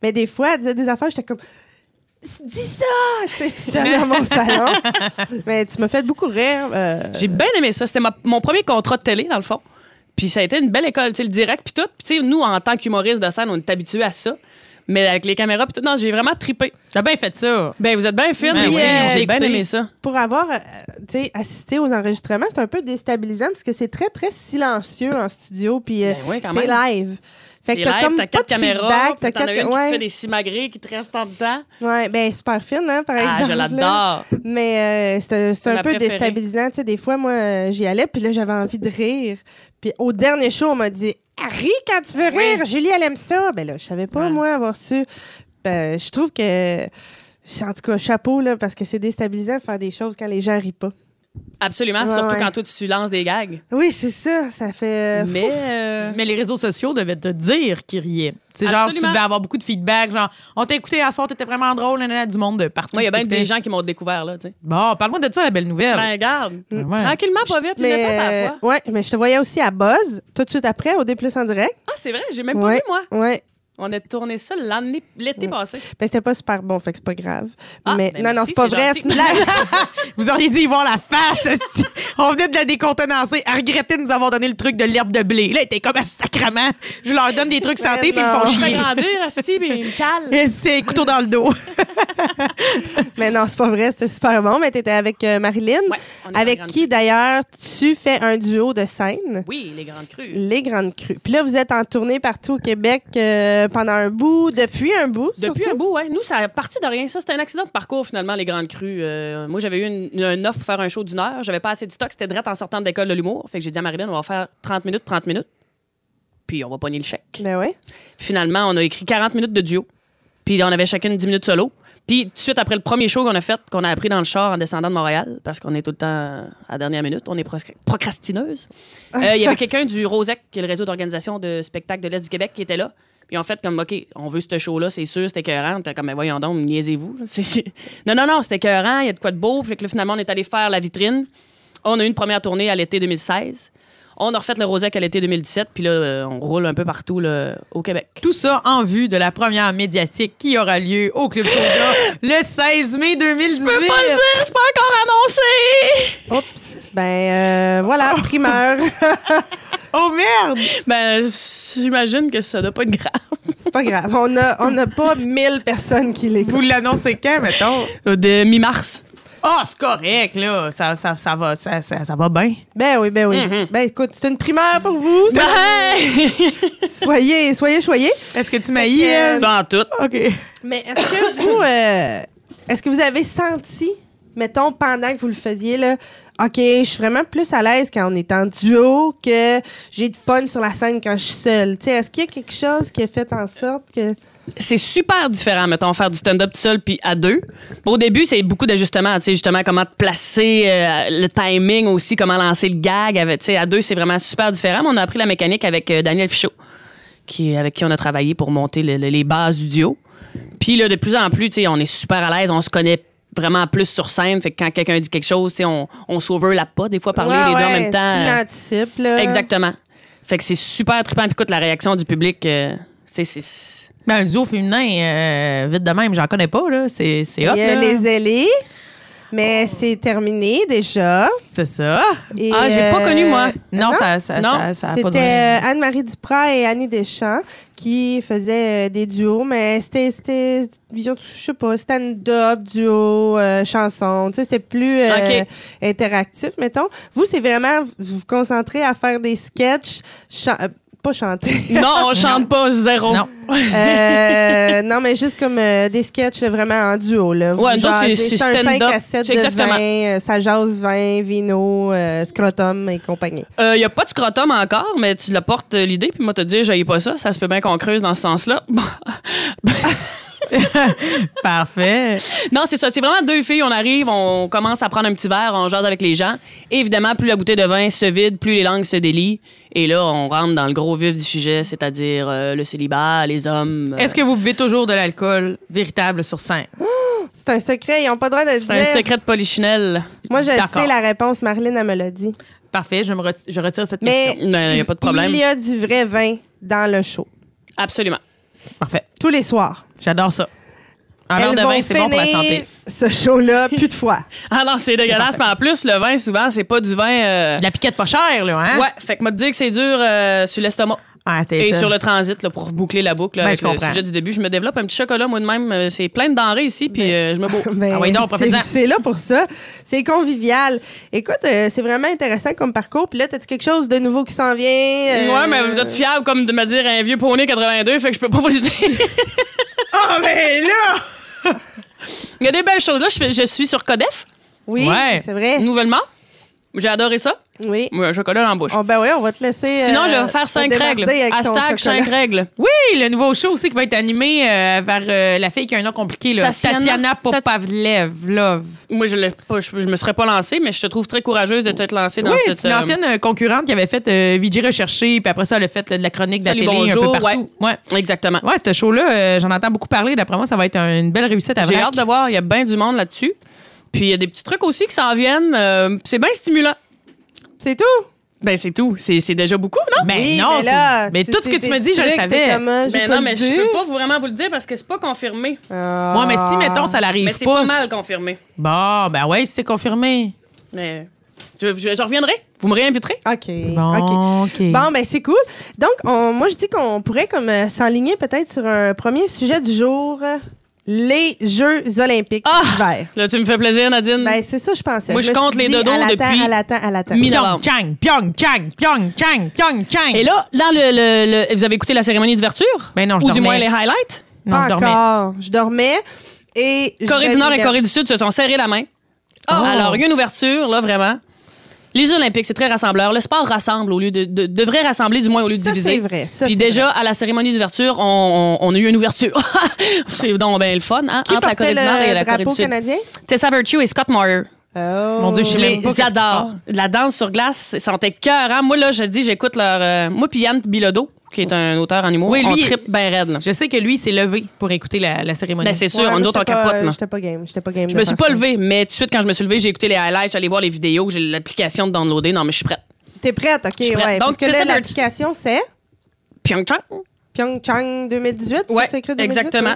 [SPEAKER 3] Mais des fois, elle disait des affaires, j'étais comme... Dis ça! Tu sais, tu seule dans mon
[SPEAKER 5] [laughs]
[SPEAKER 3] salon. Mais tu m'as fait beaucoup rire. euh,
[SPEAKER 5] J'ai bien aimé ça. C'était ma- mon premier contrat de télé, dans le fond. Puis ça a été une belle école, tu sais, le direct, puis tout. Puis tu sais, nous, en tant qu'humoristes de scène, on est habitués à ça. Mais avec les caméras, puis tout, non, j'ai vraiment trippé.
[SPEAKER 4] T'as bien fait ça.
[SPEAKER 5] Ben, vous êtes bien fine.
[SPEAKER 4] Ben
[SPEAKER 5] puis,
[SPEAKER 4] oui,
[SPEAKER 5] euh,
[SPEAKER 4] j'ai
[SPEAKER 5] j'ai bien
[SPEAKER 4] écouté.
[SPEAKER 5] aimé ça.
[SPEAKER 3] pour avoir euh, tu sais, assisté aux enregistrements, c'est un peu déstabilisant parce que c'est très, très silencieux en studio. Puis euh,
[SPEAKER 5] Ben oui, quand
[SPEAKER 3] t'es
[SPEAKER 5] même.
[SPEAKER 3] live. Fait
[SPEAKER 5] T'es
[SPEAKER 3] que t'as
[SPEAKER 5] live,
[SPEAKER 3] comme pas
[SPEAKER 5] t'as quatre
[SPEAKER 3] de
[SPEAKER 5] caméras,
[SPEAKER 3] feedback,
[SPEAKER 5] puis
[SPEAKER 3] t'as
[SPEAKER 5] t'en
[SPEAKER 3] quatre...
[SPEAKER 5] as une qui te
[SPEAKER 3] ouais.
[SPEAKER 5] fait des simagrées qui te restent en dedans.
[SPEAKER 3] Ouais, ben super fine, hein, par
[SPEAKER 5] Ah,
[SPEAKER 3] exemple.
[SPEAKER 5] je
[SPEAKER 3] là.
[SPEAKER 5] l'adore.
[SPEAKER 3] Mais euh, c'est c'est un
[SPEAKER 5] ma
[SPEAKER 3] peu
[SPEAKER 5] préférée.
[SPEAKER 3] déstabilisant. Tu sais, des fois, moi, euh, j'y allais, puis là, j'avais envie de rire. Puis au dernier show, on m'a dit « Ris quand tu veux rire! Julie, elle aime ça! » Ben là, je savais pas, moi, avoir su. Ben, je trouve que... En tout cas, chapeau, là, parce que c'est déstabilisant de faire des choses quand les gens rient pas.
[SPEAKER 5] Absolument,
[SPEAKER 3] Ouais,
[SPEAKER 5] surtout
[SPEAKER 3] ouais.
[SPEAKER 5] quand toi, tu lances des gags.
[SPEAKER 3] Oui, c'est ça. Ça fait... euh,
[SPEAKER 5] Mais. euh,
[SPEAKER 4] Mais les réseaux sociaux devaient te dire qu'ils riaient. C'est genre, tu
[SPEAKER 5] Absolument.
[SPEAKER 4] devais avoir beaucoup de feedback. Genre, on t'a écouté à soir, t'étais vraiment drôle, nanana, du monde de partout.
[SPEAKER 5] Moi, il y a bien
[SPEAKER 4] T'écoutais.
[SPEAKER 5] des gens qui m'ont découvert, là, tu sais.
[SPEAKER 4] Bon, parle-moi de ça, la belle nouvelle.
[SPEAKER 5] Ben, regarde.
[SPEAKER 4] Ouais.
[SPEAKER 5] Tranquillement, pas vite, une
[SPEAKER 3] mais,
[SPEAKER 5] étape à la
[SPEAKER 3] euh,
[SPEAKER 5] fois.
[SPEAKER 3] ouais, mais je te voyais aussi à Buzz, tout de suite après, au D+, en direct.
[SPEAKER 5] Ah, c'est vrai, j'ai même pas
[SPEAKER 3] ouais,
[SPEAKER 5] vu, moi.
[SPEAKER 3] Ouais,
[SPEAKER 5] On a tourné ça l'année- l'été passé.
[SPEAKER 3] Ben, c'était pas super bon, fait que c'est pas grave.
[SPEAKER 5] Ah,
[SPEAKER 3] mais
[SPEAKER 5] ben
[SPEAKER 3] non, non,
[SPEAKER 5] merci,
[SPEAKER 3] c'est pas
[SPEAKER 5] c'est
[SPEAKER 3] vrai.
[SPEAKER 5] gentil.
[SPEAKER 3] c'est une
[SPEAKER 5] [laughs]
[SPEAKER 3] blague.
[SPEAKER 4] [laughs] Vous auriez dû y voir la face. esti. on venait de la décontenancer. À regretter de nous avoir donné le truc de l'herbe de blé. Là, était comme un sacrement. Je leur donne des trucs santé, puis ils me font
[SPEAKER 3] non.
[SPEAKER 5] Je fais
[SPEAKER 4] chier.
[SPEAKER 5] grandir, Asti, puis il me cale.
[SPEAKER 4] Et C'est couteau dans le dos. [laughs]
[SPEAKER 3] mais non, c'est pas vrai, c'était super bon. Mais t'étais avec euh, Marilyn,
[SPEAKER 5] Ouais, on est
[SPEAKER 3] avec
[SPEAKER 5] dans les
[SPEAKER 3] qui
[SPEAKER 5] grandes
[SPEAKER 3] d'ailleurs tu fais un duo de scène.
[SPEAKER 5] crues. Oui, les grandes crues.
[SPEAKER 3] Les Grandes Crues. Puis là, vous êtes en tournée partout au Québec euh, pendant un bout, depuis un bout.
[SPEAKER 5] Depuis
[SPEAKER 3] surtout.
[SPEAKER 5] un bout, ouais. Nous, ça a parti de rien. Ça, c'était un accident de parcours, finalement, les grandes crues. Euh, moi, j'avais eu une, une offre pour faire un show d'une heure. J'avais pas assez de stock. C'était direct en sortant de l'école de l'humour. Fait que j'ai dit à Marilyn, on va faire 30 minutes, 30 minutes. Puis on va pogner le chèque.
[SPEAKER 3] Ben ouais.
[SPEAKER 5] Finalement, on a écrit 40 minutes de duo. Puis on avait chacune 10 minutes solo. Puis tout de suite après le premier show qu'on a fait, qu'on a appris dans le char en descendant de Montréal, parce qu'on est tout le temps à la dernière minute, on est proscr- procrastineuse. Euh, Il y avait quelqu'un du ROSEC, qui est le réseau d'organisation de spectacles de l'Est du Québec, qui était là. Puis en fait, comme, OK, on veut ce show-là, c'est sûr, c'était écœurant. On était comme, mais voyons donc, niaisez-vous. [laughs] C'est- Non, non, non, c'était écœurant, il y a de quoi de beau. Puis que là, finalement, on est allé faire la vitrine. On a eu une première tournée à l'été 2016. On a refait le ROSEC à l'été 2017. Puis là, euh, on roule un peu partout là, au Québec.
[SPEAKER 4] Tout ça en vue de la première médiatique qui aura lieu au Club Soda le 16 mai 2018.
[SPEAKER 5] Je peux pas le dire, c'est pas encore annoncé.
[SPEAKER 3] Oups. Ben euh, voilà, primeur. [laughs]
[SPEAKER 4] Oh merde!
[SPEAKER 5] Ben, j'imagine que ça doit pas être grave.
[SPEAKER 3] c'est pas grave. On a, on a pas mille personnes qui l'écoutent.
[SPEAKER 4] Vous l'annoncez quand, mettons?
[SPEAKER 5] De Euh, mi-mars.
[SPEAKER 4] Ah, c'est correct, là. Ça, ça, ça va, ça, ça- ça va bien.
[SPEAKER 3] Ben oui, ben oui.
[SPEAKER 5] Mm-hmm.
[SPEAKER 3] Ben écoute, c'est une primeur pour
[SPEAKER 5] [laughs]
[SPEAKER 3] vous. soyez, soyez choyés.
[SPEAKER 4] Est-ce que tu m'haïs?
[SPEAKER 3] Fait que,
[SPEAKER 5] Dans tout.
[SPEAKER 4] euh? OK.
[SPEAKER 3] Mais est-ce
[SPEAKER 5] [coughs]
[SPEAKER 3] que vous, euh, est-ce que vous avez senti, mettons, pendant que vous le faisiez, là, OK, je suis vraiment plus à l'aise quand on est en duo que j'ai de fun sur la scène quand je suis seule. Tu sais, est-ce qu'il y a quelque chose qui a fait en sorte que.
[SPEAKER 5] c'est super différent, mettons, faire du stand-up tout seul puis à deux. Au début, c'est beaucoup d'ajustements, tu sais, justement, comment te placer, euh, le timing aussi, comment lancer le gag. Avec, tu sais, à deux, c'est vraiment super différent. Mais on a appris la mécanique avec euh, Daniel Fichot, qui, avec qui on a travaillé pour monter le- le- les bases du duo. Puis là, de plus en plus, tu sais, on est super à l'aise, on se connaît vraiment plus sur scène. Fait que quand quelqu'un dit quelque chose, tu sais, on, on s'overlappe pas, des fois, parler
[SPEAKER 3] Ouais,
[SPEAKER 5] les deux en
[SPEAKER 3] ouais,
[SPEAKER 5] même temps.
[SPEAKER 3] Tu
[SPEAKER 5] Euh,
[SPEAKER 3] l'anticipes, là.
[SPEAKER 5] Exactement. Fait que c'est super trippant. Puis écoute, la réaction du public, euh, tu sais, c'est...
[SPEAKER 4] Ben, un duo féminin, euh, vite de même, j'en connais pas, là. C'est c'est hot,
[SPEAKER 3] Il y a
[SPEAKER 4] là.
[SPEAKER 3] les ailés, mais c'est terminé déjà.
[SPEAKER 4] C'est ça.
[SPEAKER 3] Et, euh,
[SPEAKER 5] Ah, j'ai pas connu, moi.
[SPEAKER 4] Non, ça, ça,
[SPEAKER 5] Non,
[SPEAKER 4] Ah, ça, ça a pas de...
[SPEAKER 3] C'était euh, Anne-Marie Duprat et Annie Deschamps qui faisaient euh, des duos, mais c'était, c'était, disons, je sais pas, stand-up, duo, euh, chanson. Tu sais, c'était plus euh,
[SPEAKER 5] Ok.
[SPEAKER 3] interactif, mettons. Vous, c'est vraiment, vous vous concentrez à faire des sketchs, chan- euh, pas chanter.
[SPEAKER 5] Non, on chante pas zéro.
[SPEAKER 4] [laughs] Non.
[SPEAKER 3] [laughs] Euh, non, mais juste comme euh, des sketchs euh, vraiment en duo. Là. Vous
[SPEAKER 5] Ouais, nous autres,
[SPEAKER 3] jasez,
[SPEAKER 5] c'est- c'est
[SPEAKER 3] un
[SPEAKER 5] stand-up.
[SPEAKER 3] 5 à 7
[SPEAKER 5] C'est
[SPEAKER 3] de
[SPEAKER 5] exactement.
[SPEAKER 3] vin, euh, ça jase vin, vino, euh, scrotum et compagnie.
[SPEAKER 5] Il n'y Euh, a pas de scrotum encore, mais tu l'apportes euh, l'idée, puis moi, te dire, j'aille pas ça, ça se peut bien qu'on creuse dans ce sens-là. [laughs]
[SPEAKER 4] Parfait.
[SPEAKER 5] non, c'est ça. C'est vraiment deux filles. On arrive, on commence à prendre un petit verre, on jase avec les gens. Et évidemment, plus la bouteille de vin se vide, plus les langues se délient. Et là, on rentre dans le gros vif du sujet, c'est-à-dire euh, le célibat, les hommes. euh,
[SPEAKER 4] Est-ce que vous buvez toujours de l'alcool véritable sur scène?
[SPEAKER 3] C'est un secret, ils n'ont pas le droit de se
[SPEAKER 5] c'est un
[SPEAKER 3] dire.
[SPEAKER 5] secret de polichinelle?
[SPEAKER 3] Moi, je
[SPEAKER 4] D'accord.
[SPEAKER 3] sais la réponse, Marlène, elle me l'a dit.
[SPEAKER 4] Parfait, je, me reti- je retire cette
[SPEAKER 3] Mais
[SPEAKER 4] question.
[SPEAKER 5] Non, il y a pas de problème.
[SPEAKER 3] il y a du vrai vin dans le show,
[SPEAKER 5] Absolument.
[SPEAKER 4] Parfait.
[SPEAKER 3] tous les soirs.
[SPEAKER 4] J'adore ça. Un verre
[SPEAKER 3] Elles
[SPEAKER 4] de
[SPEAKER 3] vont
[SPEAKER 4] vin, c'est bon pour la
[SPEAKER 3] finir
[SPEAKER 4] santé.
[SPEAKER 3] Ce
[SPEAKER 4] [laughs]
[SPEAKER 3] show-là, plus de fois.
[SPEAKER 5] Ah non, c'est dégueulasse. Mais en plus, le vin, souvent, c'est pas du vin. euh,
[SPEAKER 4] La piquette pas chère, là, hein?
[SPEAKER 5] Ouais, fait que moi, te dire que c'est dur euh, sur l'estomac.
[SPEAKER 4] Ah, t'es
[SPEAKER 5] Et
[SPEAKER 4] ça.
[SPEAKER 5] sur le transit, là, pour boucler la boucle, là,
[SPEAKER 4] Ben,
[SPEAKER 5] avec
[SPEAKER 4] je
[SPEAKER 5] le
[SPEAKER 4] comprends.
[SPEAKER 5] sujet du début, je me développe un petit chocolat moi de même. Euh, C'est plein de denrées ici, puis euh, je me beau.
[SPEAKER 3] Ben,
[SPEAKER 4] Ah oui, donc,
[SPEAKER 3] c'est,
[SPEAKER 4] profite-en.
[SPEAKER 3] c'est là pour ça. C'est convivial. Écoute, euh, c'est vraiment intéressant comme parcours. Puis là, t'as-tu quelque chose de nouveau qui s'en vient? Euh,
[SPEAKER 5] Ouais, mais vous êtes fiable comme de me dire un vieux poney 82, fait que je peux pas vous le dire.
[SPEAKER 3] [laughs] Ah, mais là!
[SPEAKER 5] Il y a des belles choses là. Je, fais- je suis sur Codef,
[SPEAKER 3] Oui,
[SPEAKER 4] Ouais.
[SPEAKER 3] c'est vrai.
[SPEAKER 5] nouvellement. J'ai adoré ça.
[SPEAKER 3] Oui.
[SPEAKER 5] Ouais, Un chocolat dans la bouche.
[SPEAKER 3] Oh, ben oui, on va te laisser.
[SPEAKER 5] Sinon,
[SPEAKER 3] euh,
[SPEAKER 5] je vais faire cinq
[SPEAKER 3] te
[SPEAKER 5] règles.
[SPEAKER 3] démerder avec ton
[SPEAKER 5] Hashtag
[SPEAKER 3] chocolat.
[SPEAKER 5] 5 règles.
[SPEAKER 4] Oui, le nouveau show aussi qui va être animé euh, par euh, la fille qui a un nom compliqué, là.
[SPEAKER 5] Tatiana-
[SPEAKER 4] Tatiana Popavlev. Love.
[SPEAKER 5] Moi, je, l'ai pas, je, je me serais pas lancée, mais je te trouve très courageuse de t'être lancée dans
[SPEAKER 4] oui,
[SPEAKER 5] cette.
[SPEAKER 4] c'est une
[SPEAKER 5] euh,
[SPEAKER 4] ancienne euh, concurrente qui avait fait euh, Vigi Recherché, puis après ça, elle a fait là, de la chronique de la
[SPEAKER 5] Salut,
[SPEAKER 4] télé
[SPEAKER 5] bonjour,
[SPEAKER 4] un peu partout. Ouais.
[SPEAKER 5] Exactement.
[SPEAKER 4] Ouais, ce show-là, euh, j'en entends beaucoup parler. D'après moi, ça va être un- une belle réussite à
[SPEAKER 5] J'ai
[SPEAKER 4] vrac.
[SPEAKER 5] hâte de voir, il y a bien du monde là-dessus. Puis il y a des petits trucs aussi qui s'en viennent. euh, c'est bien stimulant.
[SPEAKER 3] C'est tout?
[SPEAKER 5] Ben c'est tout, c'est c'est déjà beaucoup, non
[SPEAKER 4] Ben
[SPEAKER 3] Oui,
[SPEAKER 4] non,
[SPEAKER 3] mais là.
[SPEAKER 4] c'est- mais tout ce que tu me dis, je le savais.
[SPEAKER 5] Ben non, mais je peux pas vraiment vous le dire parce que c'est pas confirmé.
[SPEAKER 3] Euh,
[SPEAKER 4] Ouais, mais
[SPEAKER 3] ah.
[SPEAKER 4] si, mettons, ça
[SPEAKER 5] mais
[SPEAKER 4] l'arrive
[SPEAKER 5] c'est
[SPEAKER 4] pas.
[SPEAKER 5] pas mal confirmé.
[SPEAKER 4] Bon, ben ouais, c'est confirmé.
[SPEAKER 5] Mais je, je- je reviendrai. Vous me réinviterez.
[SPEAKER 3] OK.
[SPEAKER 4] Bon,
[SPEAKER 3] OK.
[SPEAKER 4] OK.
[SPEAKER 3] Bon, ben c'est cool. Donc, on- moi, je dis qu'on pourrait comme euh, s'enligner peut-être sur un premier sujet du jour, euh, les Jeux olympiques
[SPEAKER 5] Ah!
[SPEAKER 3] d'hiver.
[SPEAKER 5] Là, tu me fais plaisir, Nadine.
[SPEAKER 3] Ben, c'est ça, je pensais.
[SPEAKER 5] Moi, je
[SPEAKER 3] me
[SPEAKER 5] compte
[SPEAKER 3] suis
[SPEAKER 5] les
[SPEAKER 3] dit,
[SPEAKER 5] dodos
[SPEAKER 3] à l'attente,
[SPEAKER 5] depuis
[SPEAKER 3] À l'attente, à l'attente.
[SPEAKER 5] mi-
[SPEAKER 4] Pyong
[SPEAKER 5] novembre.
[SPEAKER 4] Chang, Pyong Chang, Pyong Chang, Pyong Chang.
[SPEAKER 5] Et là, dans le, le- le- vous avez écouté la cérémonie d'ouverture
[SPEAKER 4] Ben non, je
[SPEAKER 5] Ou du
[SPEAKER 4] dormais.
[SPEAKER 5] moins les highlights
[SPEAKER 4] non,
[SPEAKER 3] Pas
[SPEAKER 4] je dormais.
[SPEAKER 3] encore. Je dormais. Et je
[SPEAKER 5] Corée du Nord et
[SPEAKER 3] regardais-
[SPEAKER 5] Corée du Sud se sont serrés la main.
[SPEAKER 4] Oh!
[SPEAKER 5] Alors, il y a une ouverture, là, vraiment. Les Jeux Olympiques, c'est très rassembleur. Le sport rassemble au lieu de, de- devrait rassembler du moins au lieu de
[SPEAKER 3] Ça,
[SPEAKER 5] diviser.
[SPEAKER 3] c'est vrai. Ça,
[SPEAKER 5] Puis
[SPEAKER 3] c'est
[SPEAKER 5] déjà à la cérémonie d'ouverture, on, on- on a eu une ouverture. [laughs] c'est donc ben le fun hein,
[SPEAKER 3] Qui
[SPEAKER 5] entre
[SPEAKER 3] portait
[SPEAKER 5] la Corée du Nord et
[SPEAKER 3] le
[SPEAKER 5] la Corée du
[SPEAKER 3] drapeau
[SPEAKER 5] Sud.
[SPEAKER 3] canadien?
[SPEAKER 5] Tessa Virtue et Scott Moyer.
[SPEAKER 3] Oh.
[SPEAKER 4] Mon Dieu, je
[SPEAKER 5] Je
[SPEAKER 4] l'aime pas.
[SPEAKER 5] les
[SPEAKER 4] qu'est-ce qu'ils
[SPEAKER 5] adore.
[SPEAKER 4] font.
[SPEAKER 5] La danse sur glace, ça sentait cœur. hein. Moi là, je dis, j'écoute leur euh, moi puis Yann Bilodeau, qui est un auteur en humour.
[SPEAKER 4] Oui,
[SPEAKER 5] on
[SPEAKER 4] lui-
[SPEAKER 5] trippe bien raide. là.
[SPEAKER 4] Je sais que lui, s'est levé pour écouter la, la cérémonie.
[SPEAKER 5] Ben, c'est sûr,
[SPEAKER 3] Ouais,
[SPEAKER 5] on
[SPEAKER 3] moi,
[SPEAKER 5] nous autres on
[SPEAKER 3] j'étais pas-
[SPEAKER 5] capote. là.
[SPEAKER 3] J'étais pas game. J'étais pas game.
[SPEAKER 5] Je me suis pas levée, mais tout de suite quand je me suis levée, j'ai écouté les highlights, j'allais voir les vidéos, j'ai l'application de downloader. Non, mais je suis prête.
[SPEAKER 3] T'es prête, OK.
[SPEAKER 5] suis prête.
[SPEAKER 3] Ouais, parce
[SPEAKER 5] Donc,
[SPEAKER 3] que
[SPEAKER 5] tu sais,
[SPEAKER 3] là,
[SPEAKER 5] c'est un-
[SPEAKER 3] l'application, c'est
[SPEAKER 5] Pyeongchang.
[SPEAKER 3] Pyeongchang 2018.
[SPEAKER 5] Ouais,
[SPEAKER 3] c'est écrit 2018,
[SPEAKER 5] exactement.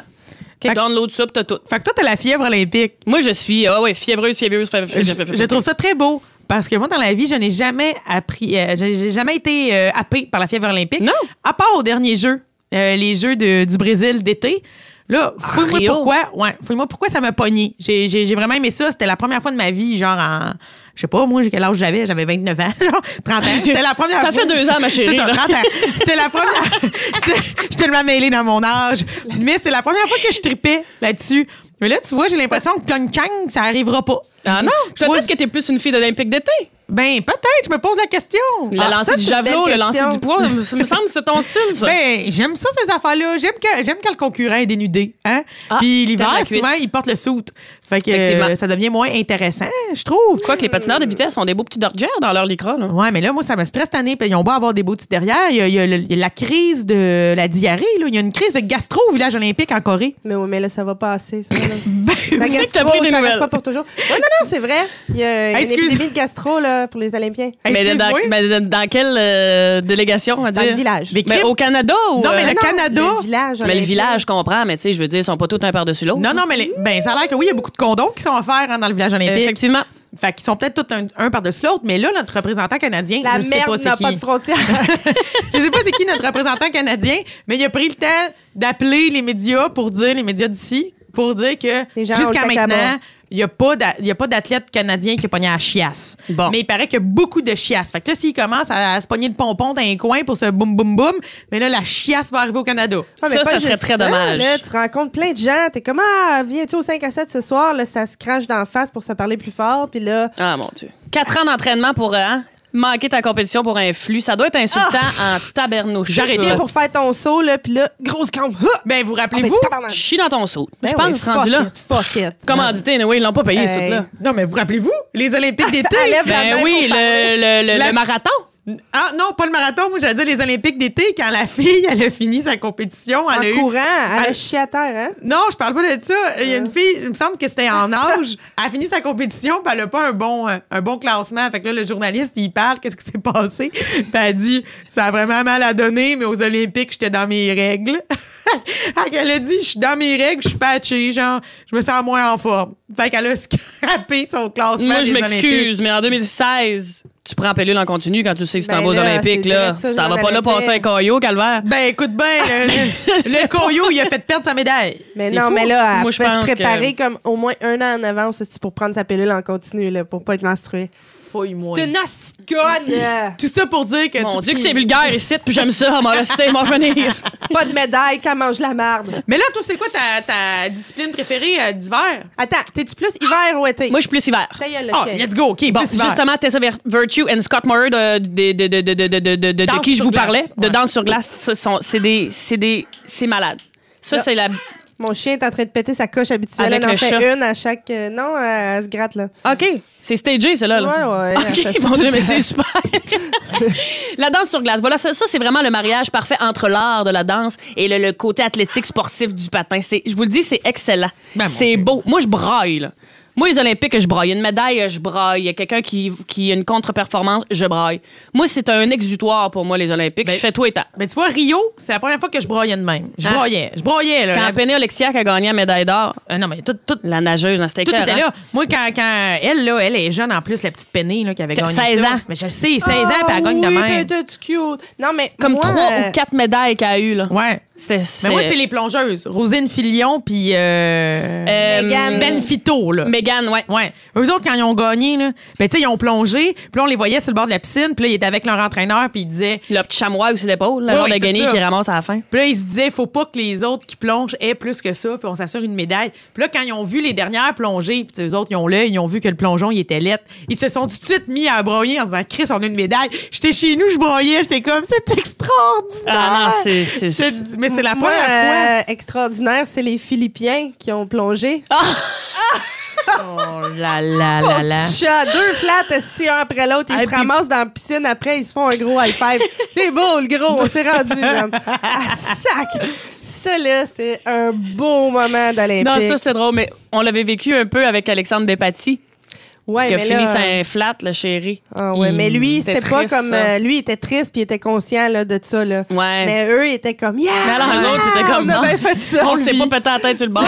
[SPEAKER 4] Fait-
[SPEAKER 5] Download ça, puis t'as tout.
[SPEAKER 4] Fait que toi, t'as la fièvre olympique.
[SPEAKER 5] Moi, je suis ah ouais, fiévreuse, fiévreuse,
[SPEAKER 4] Je,
[SPEAKER 5] fiévreuse.
[SPEAKER 4] je trouve ça très beau. Parce que moi, dans la vie, je n'ai jamais appris, euh, j'ai j'ai jamais été euh, happée par la fièvre olympique.
[SPEAKER 5] Non.
[SPEAKER 4] À part au dernier jeu, euh, les Jeux de- du Brésil d'été. Là, fouille-moi
[SPEAKER 5] Rio.
[SPEAKER 4] pourquoi. Ouais, fouille-moi pourquoi ça m'a pogné. J'ai j'ai- j'ai vraiment aimé ça. C'était la première fois de ma vie, genre en. Je sais pas, moi, quel âge j'avais? J'avais 29 ans, [laughs] genre 30 ans. C'était la première
[SPEAKER 5] Ça
[SPEAKER 4] fois.
[SPEAKER 5] fait deux ans, ma chérie,
[SPEAKER 4] [laughs] C'est ça,
[SPEAKER 5] là.
[SPEAKER 4] 30 ans. C'était la première. [laughs] C'est- Je suis tellement mêlée dans mon âge. Mais c'est la première fois que je tripais là-dessus. Mais là, tu vois, j'ai l'impression que Clunk Kang, ça arrivera pas.
[SPEAKER 5] Ah non,
[SPEAKER 4] Je vois-
[SPEAKER 5] peut-être que t'es plus une fille d'Olympique d'été.
[SPEAKER 4] Ben, peut-être, je me pose la question.
[SPEAKER 5] Le
[SPEAKER 4] Ah,
[SPEAKER 5] lancer
[SPEAKER 4] ça,
[SPEAKER 5] du
[SPEAKER 4] c'est-
[SPEAKER 5] javelot,
[SPEAKER 3] belle
[SPEAKER 5] le lancer
[SPEAKER 3] question.
[SPEAKER 5] du poids, ça me semble que c'est ton style, ça.
[SPEAKER 4] Ben, j'aime ça, ces affaires-là. J'aime que, j'aime quand le concurrent est dénudé. Hein?
[SPEAKER 5] Ah,
[SPEAKER 4] Puis l'hiver,
[SPEAKER 5] t'aimes la
[SPEAKER 4] souvent,
[SPEAKER 5] cuisse.
[SPEAKER 4] il porte le suit. Fait que
[SPEAKER 5] Effectivement.
[SPEAKER 4] euh, ça devient moins intéressant, je trouve.
[SPEAKER 5] Quoi que les patineurs de vitesse ont des beaux petits Dodgers dans leur lycra, là.
[SPEAKER 4] Ouais, mais là, moi, ça me stresse cette année. Puis ils ont beau avoir des beaux titres derrière. Il y a, il y a le- il y a la crise de la diarrhée. Là. Il y a une crise de gastro au village olympique en Corée. Ben,
[SPEAKER 3] Mais, oui, mais là, ça va passer, ça.
[SPEAKER 4] [laughs]
[SPEAKER 3] Là. la
[SPEAKER 5] sais que t'as
[SPEAKER 3] gastro,
[SPEAKER 5] pris des
[SPEAKER 3] ça
[SPEAKER 5] nouvelles.
[SPEAKER 3] reste pas pour toujours. Ouais, non, non, c'est vrai. Il y a, il y a une
[SPEAKER 4] Excuse.
[SPEAKER 3] épidémie de gastro là, pour les Olympiens.
[SPEAKER 5] Mais dans,
[SPEAKER 4] Excuse-moi.
[SPEAKER 5] mais dans quelle euh, délégation, on va
[SPEAKER 3] Dans
[SPEAKER 5] dire?
[SPEAKER 3] le village. Ah
[SPEAKER 5] Mais
[SPEAKER 4] Crime.
[SPEAKER 5] au Canada ou.
[SPEAKER 4] Non, mais
[SPEAKER 5] euh,
[SPEAKER 4] le Canada-
[SPEAKER 3] Le village.
[SPEAKER 5] mais le
[SPEAKER 3] olympien.
[SPEAKER 5] village, je comprends, mais tu sais, je veux dire, ils sont pas tous un par-dessus l'autre.
[SPEAKER 4] Non, non, mais les- ben, ça a l'air que oui, il y a beaucoup de condoms qui sont offerts hein, dans le village olympique.
[SPEAKER 5] Effectivement.
[SPEAKER 4] Fait qu'ils sont peut-être tous un, un par-dessus l'autre, mais là, notre représentant canadien,
[SPEAKER 3] La
[SPEAKER 4] je sais pas
[SPEAKER 3] merde
[SPEAKER 4] c'est
[SPEAKER 3] n'a
[SPEAKER 4] qui.
[SPEAKER 3] pas de frontières.
[SPEAKER 5] [laughs]
[SPEAKER 4] [laughs] je sais pas c'est qui notre représentant canadien, mais il a pris le temps d'appeler les médias pour dire, les médias d'ici, pour dire que
[SPEAKER 3] Les gens
[SPEAKER 4] jusqu'à
[SPEAKER 3] ont le caca
[SPEAKER 4] maintenant,
[SPEAKER 3] bas.
[SPEAKER 4] il n'y a pas d'a- il y a pas d'athlète canadien qui a pogné la chiasse.
[SPEAKER 5] Bon.
[SPEAKER 4] Mais il paraît qu'il y a beaucoup de chiasse. Fait que là, s'il commence à, à se pogner le pompon dans un coin pour ce boum boum boum, mais là, la chiasse va arriver au Canada.
[SPEAKER 3] Ah, mais
[SPEAKER 5] Ça,
[SPEAKER 3] pas
[SPEAKER 5] ça serait
[SPEAKER 3] juste
[SPEAKER 5] très dommage.
[SPEAKER 3] Là, tu rencontres plein de gens. T'es comme, ah, viens-tu au 5 à 7 ce soir? Là, ça se crache d'en face pour se parler plus fort. Puis là,
[SPEAKER 5] Ah mon Dieu. Quatre ans d'entraînement pour euh, hein, manquer ta compétition pour un flux, ça doit être insultant en tabernouche.
[SPEAKER 4] J'arrête
[SPEAKER 5] Ça.
[SPEAKER 3] viens pour faire ton saut, là, puis là, grosse camp.
[SPEAKER 4] Ben, vous
[SPEAKER 3] Ah, ben,
[SPEAKER 4] rappelez-vous?
[SPEAKER 3] tabarnak.
[SPEAKER 5] Chie dans ton saut.
[SPEAKER 3] Ben
[SPEAKER 5] je
[SPEAKER 3] oui,
[SPEAKER 5] pense,
[SPEAKER 3] fuck
[SPEAKER 5] rendu là.
[SPEAKER 3] it, fuck it.
[SPEAKER 5] Comment dit anyway, ils l'ont pas payé,
[SPEAKER 3] Hey.
[SPEAKER 5] ce truc-là.
[SPEAKER 4] non, mais vous rappelez-vous? Les
[SPEAKER 5] [laughs]
[SPEAKER 4] Olympiques d'été.
[SPEAKER 3] Enlève la main
[SPEAKER 5] Ben
[SPEAKER 3] pour
[SPEAKER 5] oui,
[SPEAKER 3] parler.
[SPEAKER 5] le, le- le-
[SPEAKER 4] La-
[SPEAKER 5] le marathon.
[SPEAKER 4] Ah non, pas le marathon, moi j'allais dire les Olympiques d'été quand la fille elle a fini sa compétition, elle a eu-
[SPEAKER 3] En courant, elle
[SPEAKER 4] elle-
[SPEAKER 3] a chié à terre, hein?
[SPEAKER 4] Non, je parle pas de ça. Il y
[SPEAKER 5] Euh.
[SPEAKER 4] a une fille, il me semble que
[SPEAKER 5] [laughs]
[SPEAKER 4] c'était en âge, elle a fini sa compétition, puis elle a pas un bon euh, un bon classement. Fait que là le journaliste, il parle, qu'est-ce qui s'est passé Puis elle dit ça a vraiment mal à donner, mais aux Olympiques, j'étais dans mes règles. [laughs] Fait qu'elle a dit je suis dans mes règles, je suis patchée, genre je me sens moins en forme. Fait qu'elle a scrappé son classement
[SPEAKER 5] Moi, je
[SPEAKER 4] des Olympiques.
[SPEAKER 5] m'excuse, mais en 2016, tu prends pilule en continu quand tu sais que tu t'en
[SPEAKER 3] Ben
[SPEAKER 5] vas aux
[SPEAKER 3] là,
[SPEAKER 5] Olympiques.
[SPEAKER 3] c'est
[SPEAKER 5] Là.
[SPEAKER 3] direct ça,
[SPEAKER 5] Tu t'en
[SPEAKER 3] j'en
[SPEAKER 5] vas pas là
[SPEAKER 3] allais
[SPEAKER 5] passer
[SPEAKER 3] dire.
[SPEAKER 5] un caillot, calvaire.
[SPEAKER 4] Ben écoute bien,
[SPEAKER 5] [laughs]
[SPEAKER 4] le, le, le Coyo, il a fait perdre sa médaille.
[SPEAKER 3] Mais
[SPEAKER 5] C'est
[SPEAKER 3] non,
[SPEAKER 5] fou.
[SPEAKER 3] mais là, elle
[SPEAKER 5] Moi,
[SPEAKER 3] peut
[SPEAKER 5] je pense
[SPEAKER 3] se préparer comme au moins un an en avance aussi, pour prendre sa pilule en continu, là, pour pas être menstruée.
[SPEAKER 4] Fouille-moi.
[SPEAKER 3] T'es une hostie de conne! Euh,
[SPEAKER 4] Tout ça pour dire que.
[SPEAKER 5] Mon
[SPEAKER 4] tout-
[SPEAKER 5] Dieu, que c'est vulgaire ici, puis j'aime ça. On m'en rester, m'en
[SPEAKER 4] [laughs]
[SPEAKER 5] venir.
[SPEAKER 3] pas de médaille quand mange la marde.
[SPEAKER 4] Mais là, toi, c'est quoi ta, ta discipline préférée euh, d'hiver?
[SPEAKER 3] Attends, t'es-tu plus hiver ou été?
[SPEAKER 5] Moi, je suis plus hiver.
[SPEAKER 3] Ta gueule, le
[SPEAKER 4] Ah,
[SPEAKER 3] chien.
[SPEAKER 4] let's go, OK,
[SPEAKER 5] Bon,
[SPEAKER 4] plus hiver.
[SPEAKER 5] justement, Tessa Ver- Virtue et Scott Murray de, de, de, de, de, de, de, de- de
[SPEAKER 4] Danse
[SPEAKER 5] qui je
[SPEAKER 4] sur
[SPEAKER 5] vous
[SPEAKER 4] glace,
[SPEAKER 5] parlais, de
[SPEAKER 4] ouais.
[SPEAKER 5] Danse sur glace, ce sont- c'est des, c'est des, c'est malade. Ça, c'est la.
[SPEAKER 3] Mon chien est en train de péter sa coche habituelle.
[SPEAKER 5] Avec
[SPEAKER 3] elle en
[SPEAKER 5] le
[SPEAKER 3] fait
[SPEAKER 5] chat.
[SPEAKER 3] une à chaque. euh, non, elle, elle se gratte, là.
[SPEAKER 5] OK. C'est stagé, celle-là. là.
[SPEAKER 3] Ouais, ouais, ça,
[SPEAKER 5] OK,
[SPEAKER 3] c'est
[SPEAKER 5] mon
[SPEAKER 3] tout
[SPEAKER 5] Dieu, mais
[SPEAKER 3] à-
[SPEAKER 5] c'est super. la danse sur glace. Voilà, ça, ça, c'est vraiment le mariage parfait entre l'art de la danse et le, le côté athlétique sportif du patin. C'est- Je vous le dis, c'est excellent.
[SPEAKER 4] Ben, mon
[SPEAKER 5] c'est
[SPEAKER 4] Dieu.
[SPEAKER 5] beau. Moi, je braille, là. Moi, les Olympiques, je braille. Il y a une médaille, je braille. Il y a quelqu'un qui, qui a une contre-performance, je braille. Moi, c'est un exutoire pour moi, les Olympiques.
[SPEAKER 4] Ben-
[SPEAKER 5] je fais tout et tant.
[SPEAKER 4] Ben, tu vois, Rio, c'est la première fois que je broyais de même. Je
[SPEAKER 5] Ah.
[SPEAKER 4] broyais, je broyais, là.
[SPEAKER 5] Quand
[SPEAKER 4] La-
[SPEAKER 5] Penny Oleksiak a gagné la médaille d'or,
[SPEAKER 4] Euh, non, mais tout, tout,
[SPEAKER 5] la hein? nageuse, là, c'était
[SPEAKER 4] tout était
[SPEAKER 5] écœurant.
[SPEAKER 4] là. Moi, quand, quand elle, là, elle est jeune, en plus, la petite Penny, là, qui avait
[SPEAKER 5] T'as
[SPEAKER 4] gagné
[SPEAKER 5] 16
[SPEAKER 4] ça.
[SPEAKER 5] ans.
[SPEAKER 4] Mais je sais, 16 ans, puis
[SPEAKER 3] Ah
[SPEAKER 4] elle gagne de
[SPEAKER 3] oui,
[SPEAKER 4] même.
[SPEAKER 3] t'es- t'es cute. Non, mais.
[SPEAKER 5] Comme
[SPEAKER 3] moi,
[SPEAKER 5] trois
[SPEAKER 3] euh,
[SPEAKER 5] ou quatre médailles qu'elle a eues. Là.
[SPEAKER 4] Ouais.
[SPEAKER 5] C'était,
[SPEAKER 4] Mais moi, c'est les plongeuses. Rosine Filion, puis... Euh,
[SPEAKER 5] Euh, Ben
[SPEAKER 3] Megan.
[SPEAKER 4] Benfito, là.
[SPEAKER 5] Mégane, ouais.
[SPEAKER 4] Ouais. Eux autres, quand ils ont gagné, là, ben, tu sais, ils ont plongé, puis là, on les voyait sur le bord de la piscine, puis là, ils étaient avec leur entraîneur, puis ils disaient,
[SPEAKER 5] Le petit chamois aussi l'épaule, la
[SPEAKER 4] Oui,
[SPEAKER 5] genre de
[SPEAKER 4] oui, tout
[SPEAKER 5] guenille
[SPEAKER 4] ça.
[SPEAKER 5] qui ramasse à la fin.
[SPEAKER 4] Puis là, ils se disaient, faut pas que les autres qui plongent aient plus que ça, puis on s'assure une médaille. Puis là, quand ils ont vu les dernières plongées, puis les autres, ils ont l'œil, ils ont vu que le plongeon, il était lettre. Ils se sont tout de suite mis à broyer en se disant, Chris, on a une médaille. J'étais chez nous, je broyais, j'étais comme, c'est extraordinaire.
[SPEAKER 5] Ah non, c'est- c'est-
[SPEAKER 4] Je te dis, Mais c'est la
[SPEAKER 3] Moi,
[SPEAKER 4] première fois.
[SPEAKER 3] euh, extraordinaire, c'est les Philippiens qui ont plongé.
[SPEAKER 4] Oh là [laughs] là là là.
[SPEAKER 3] Petit chat, deux flats, esti, un après l'autre. Ils
[SPEAKER 4] Ah,
[SPEAKER 3] se
[SPEAKER 4] puis-
[SPEAKER 3] ramassent dans la piscine. Après, ils se font un gros high
[SPEAKER 5] [laughs]
[SPEAKER 3] five. c'est beau, le gros. On s'est rendu, man. À sac. Ça, là, c'est un beau moment d'Olympique.
[SPEAKER 5] Non, ça, c'est drôle, mais on l'avait vécu un peu avec Alexandre Despatie.
[SPEAKER 3] Ouais,
[SPEAKER 5] qui a
[SPEAKER 3] mais
[SPEAKER 5] fini
[SPEAKER 3] là- euh,
[SPEAKER 5] sa flat, le chéri.
[SPEAKER 3] Ah ouais, mais lui,
[SPEAKER 5] Il
[SPEAKER 3] c'était
[SPEAKER 5] était
[SPEAKER 3] pas
[SPEAKER 5] triste,
[SPEAKER 3] comme.
[SPEAKER 5] ça.
[SPEAKER 3] euh, lui, il était triste puis il était conscient là, de ça. Là.
[SPEAKER 5] Ouais.
[SPEAKER 3] Mais eux, ils étaient comme. Yeah!
[SPEAKER 5] Mais alors, eux autres, ils étaient comme,
[SPEAKER 3] On a
[SPEAKER 5] non.
[SPEAKER 3] bien fait ça.
[SPEAKER 5] On ne s'est
[SPEAKER 3] lui. Ah,
[SPEAKER 5] pas pété la
[SPEAKER 3] [laughs]
[SPEAKER 5] tête sur le bord.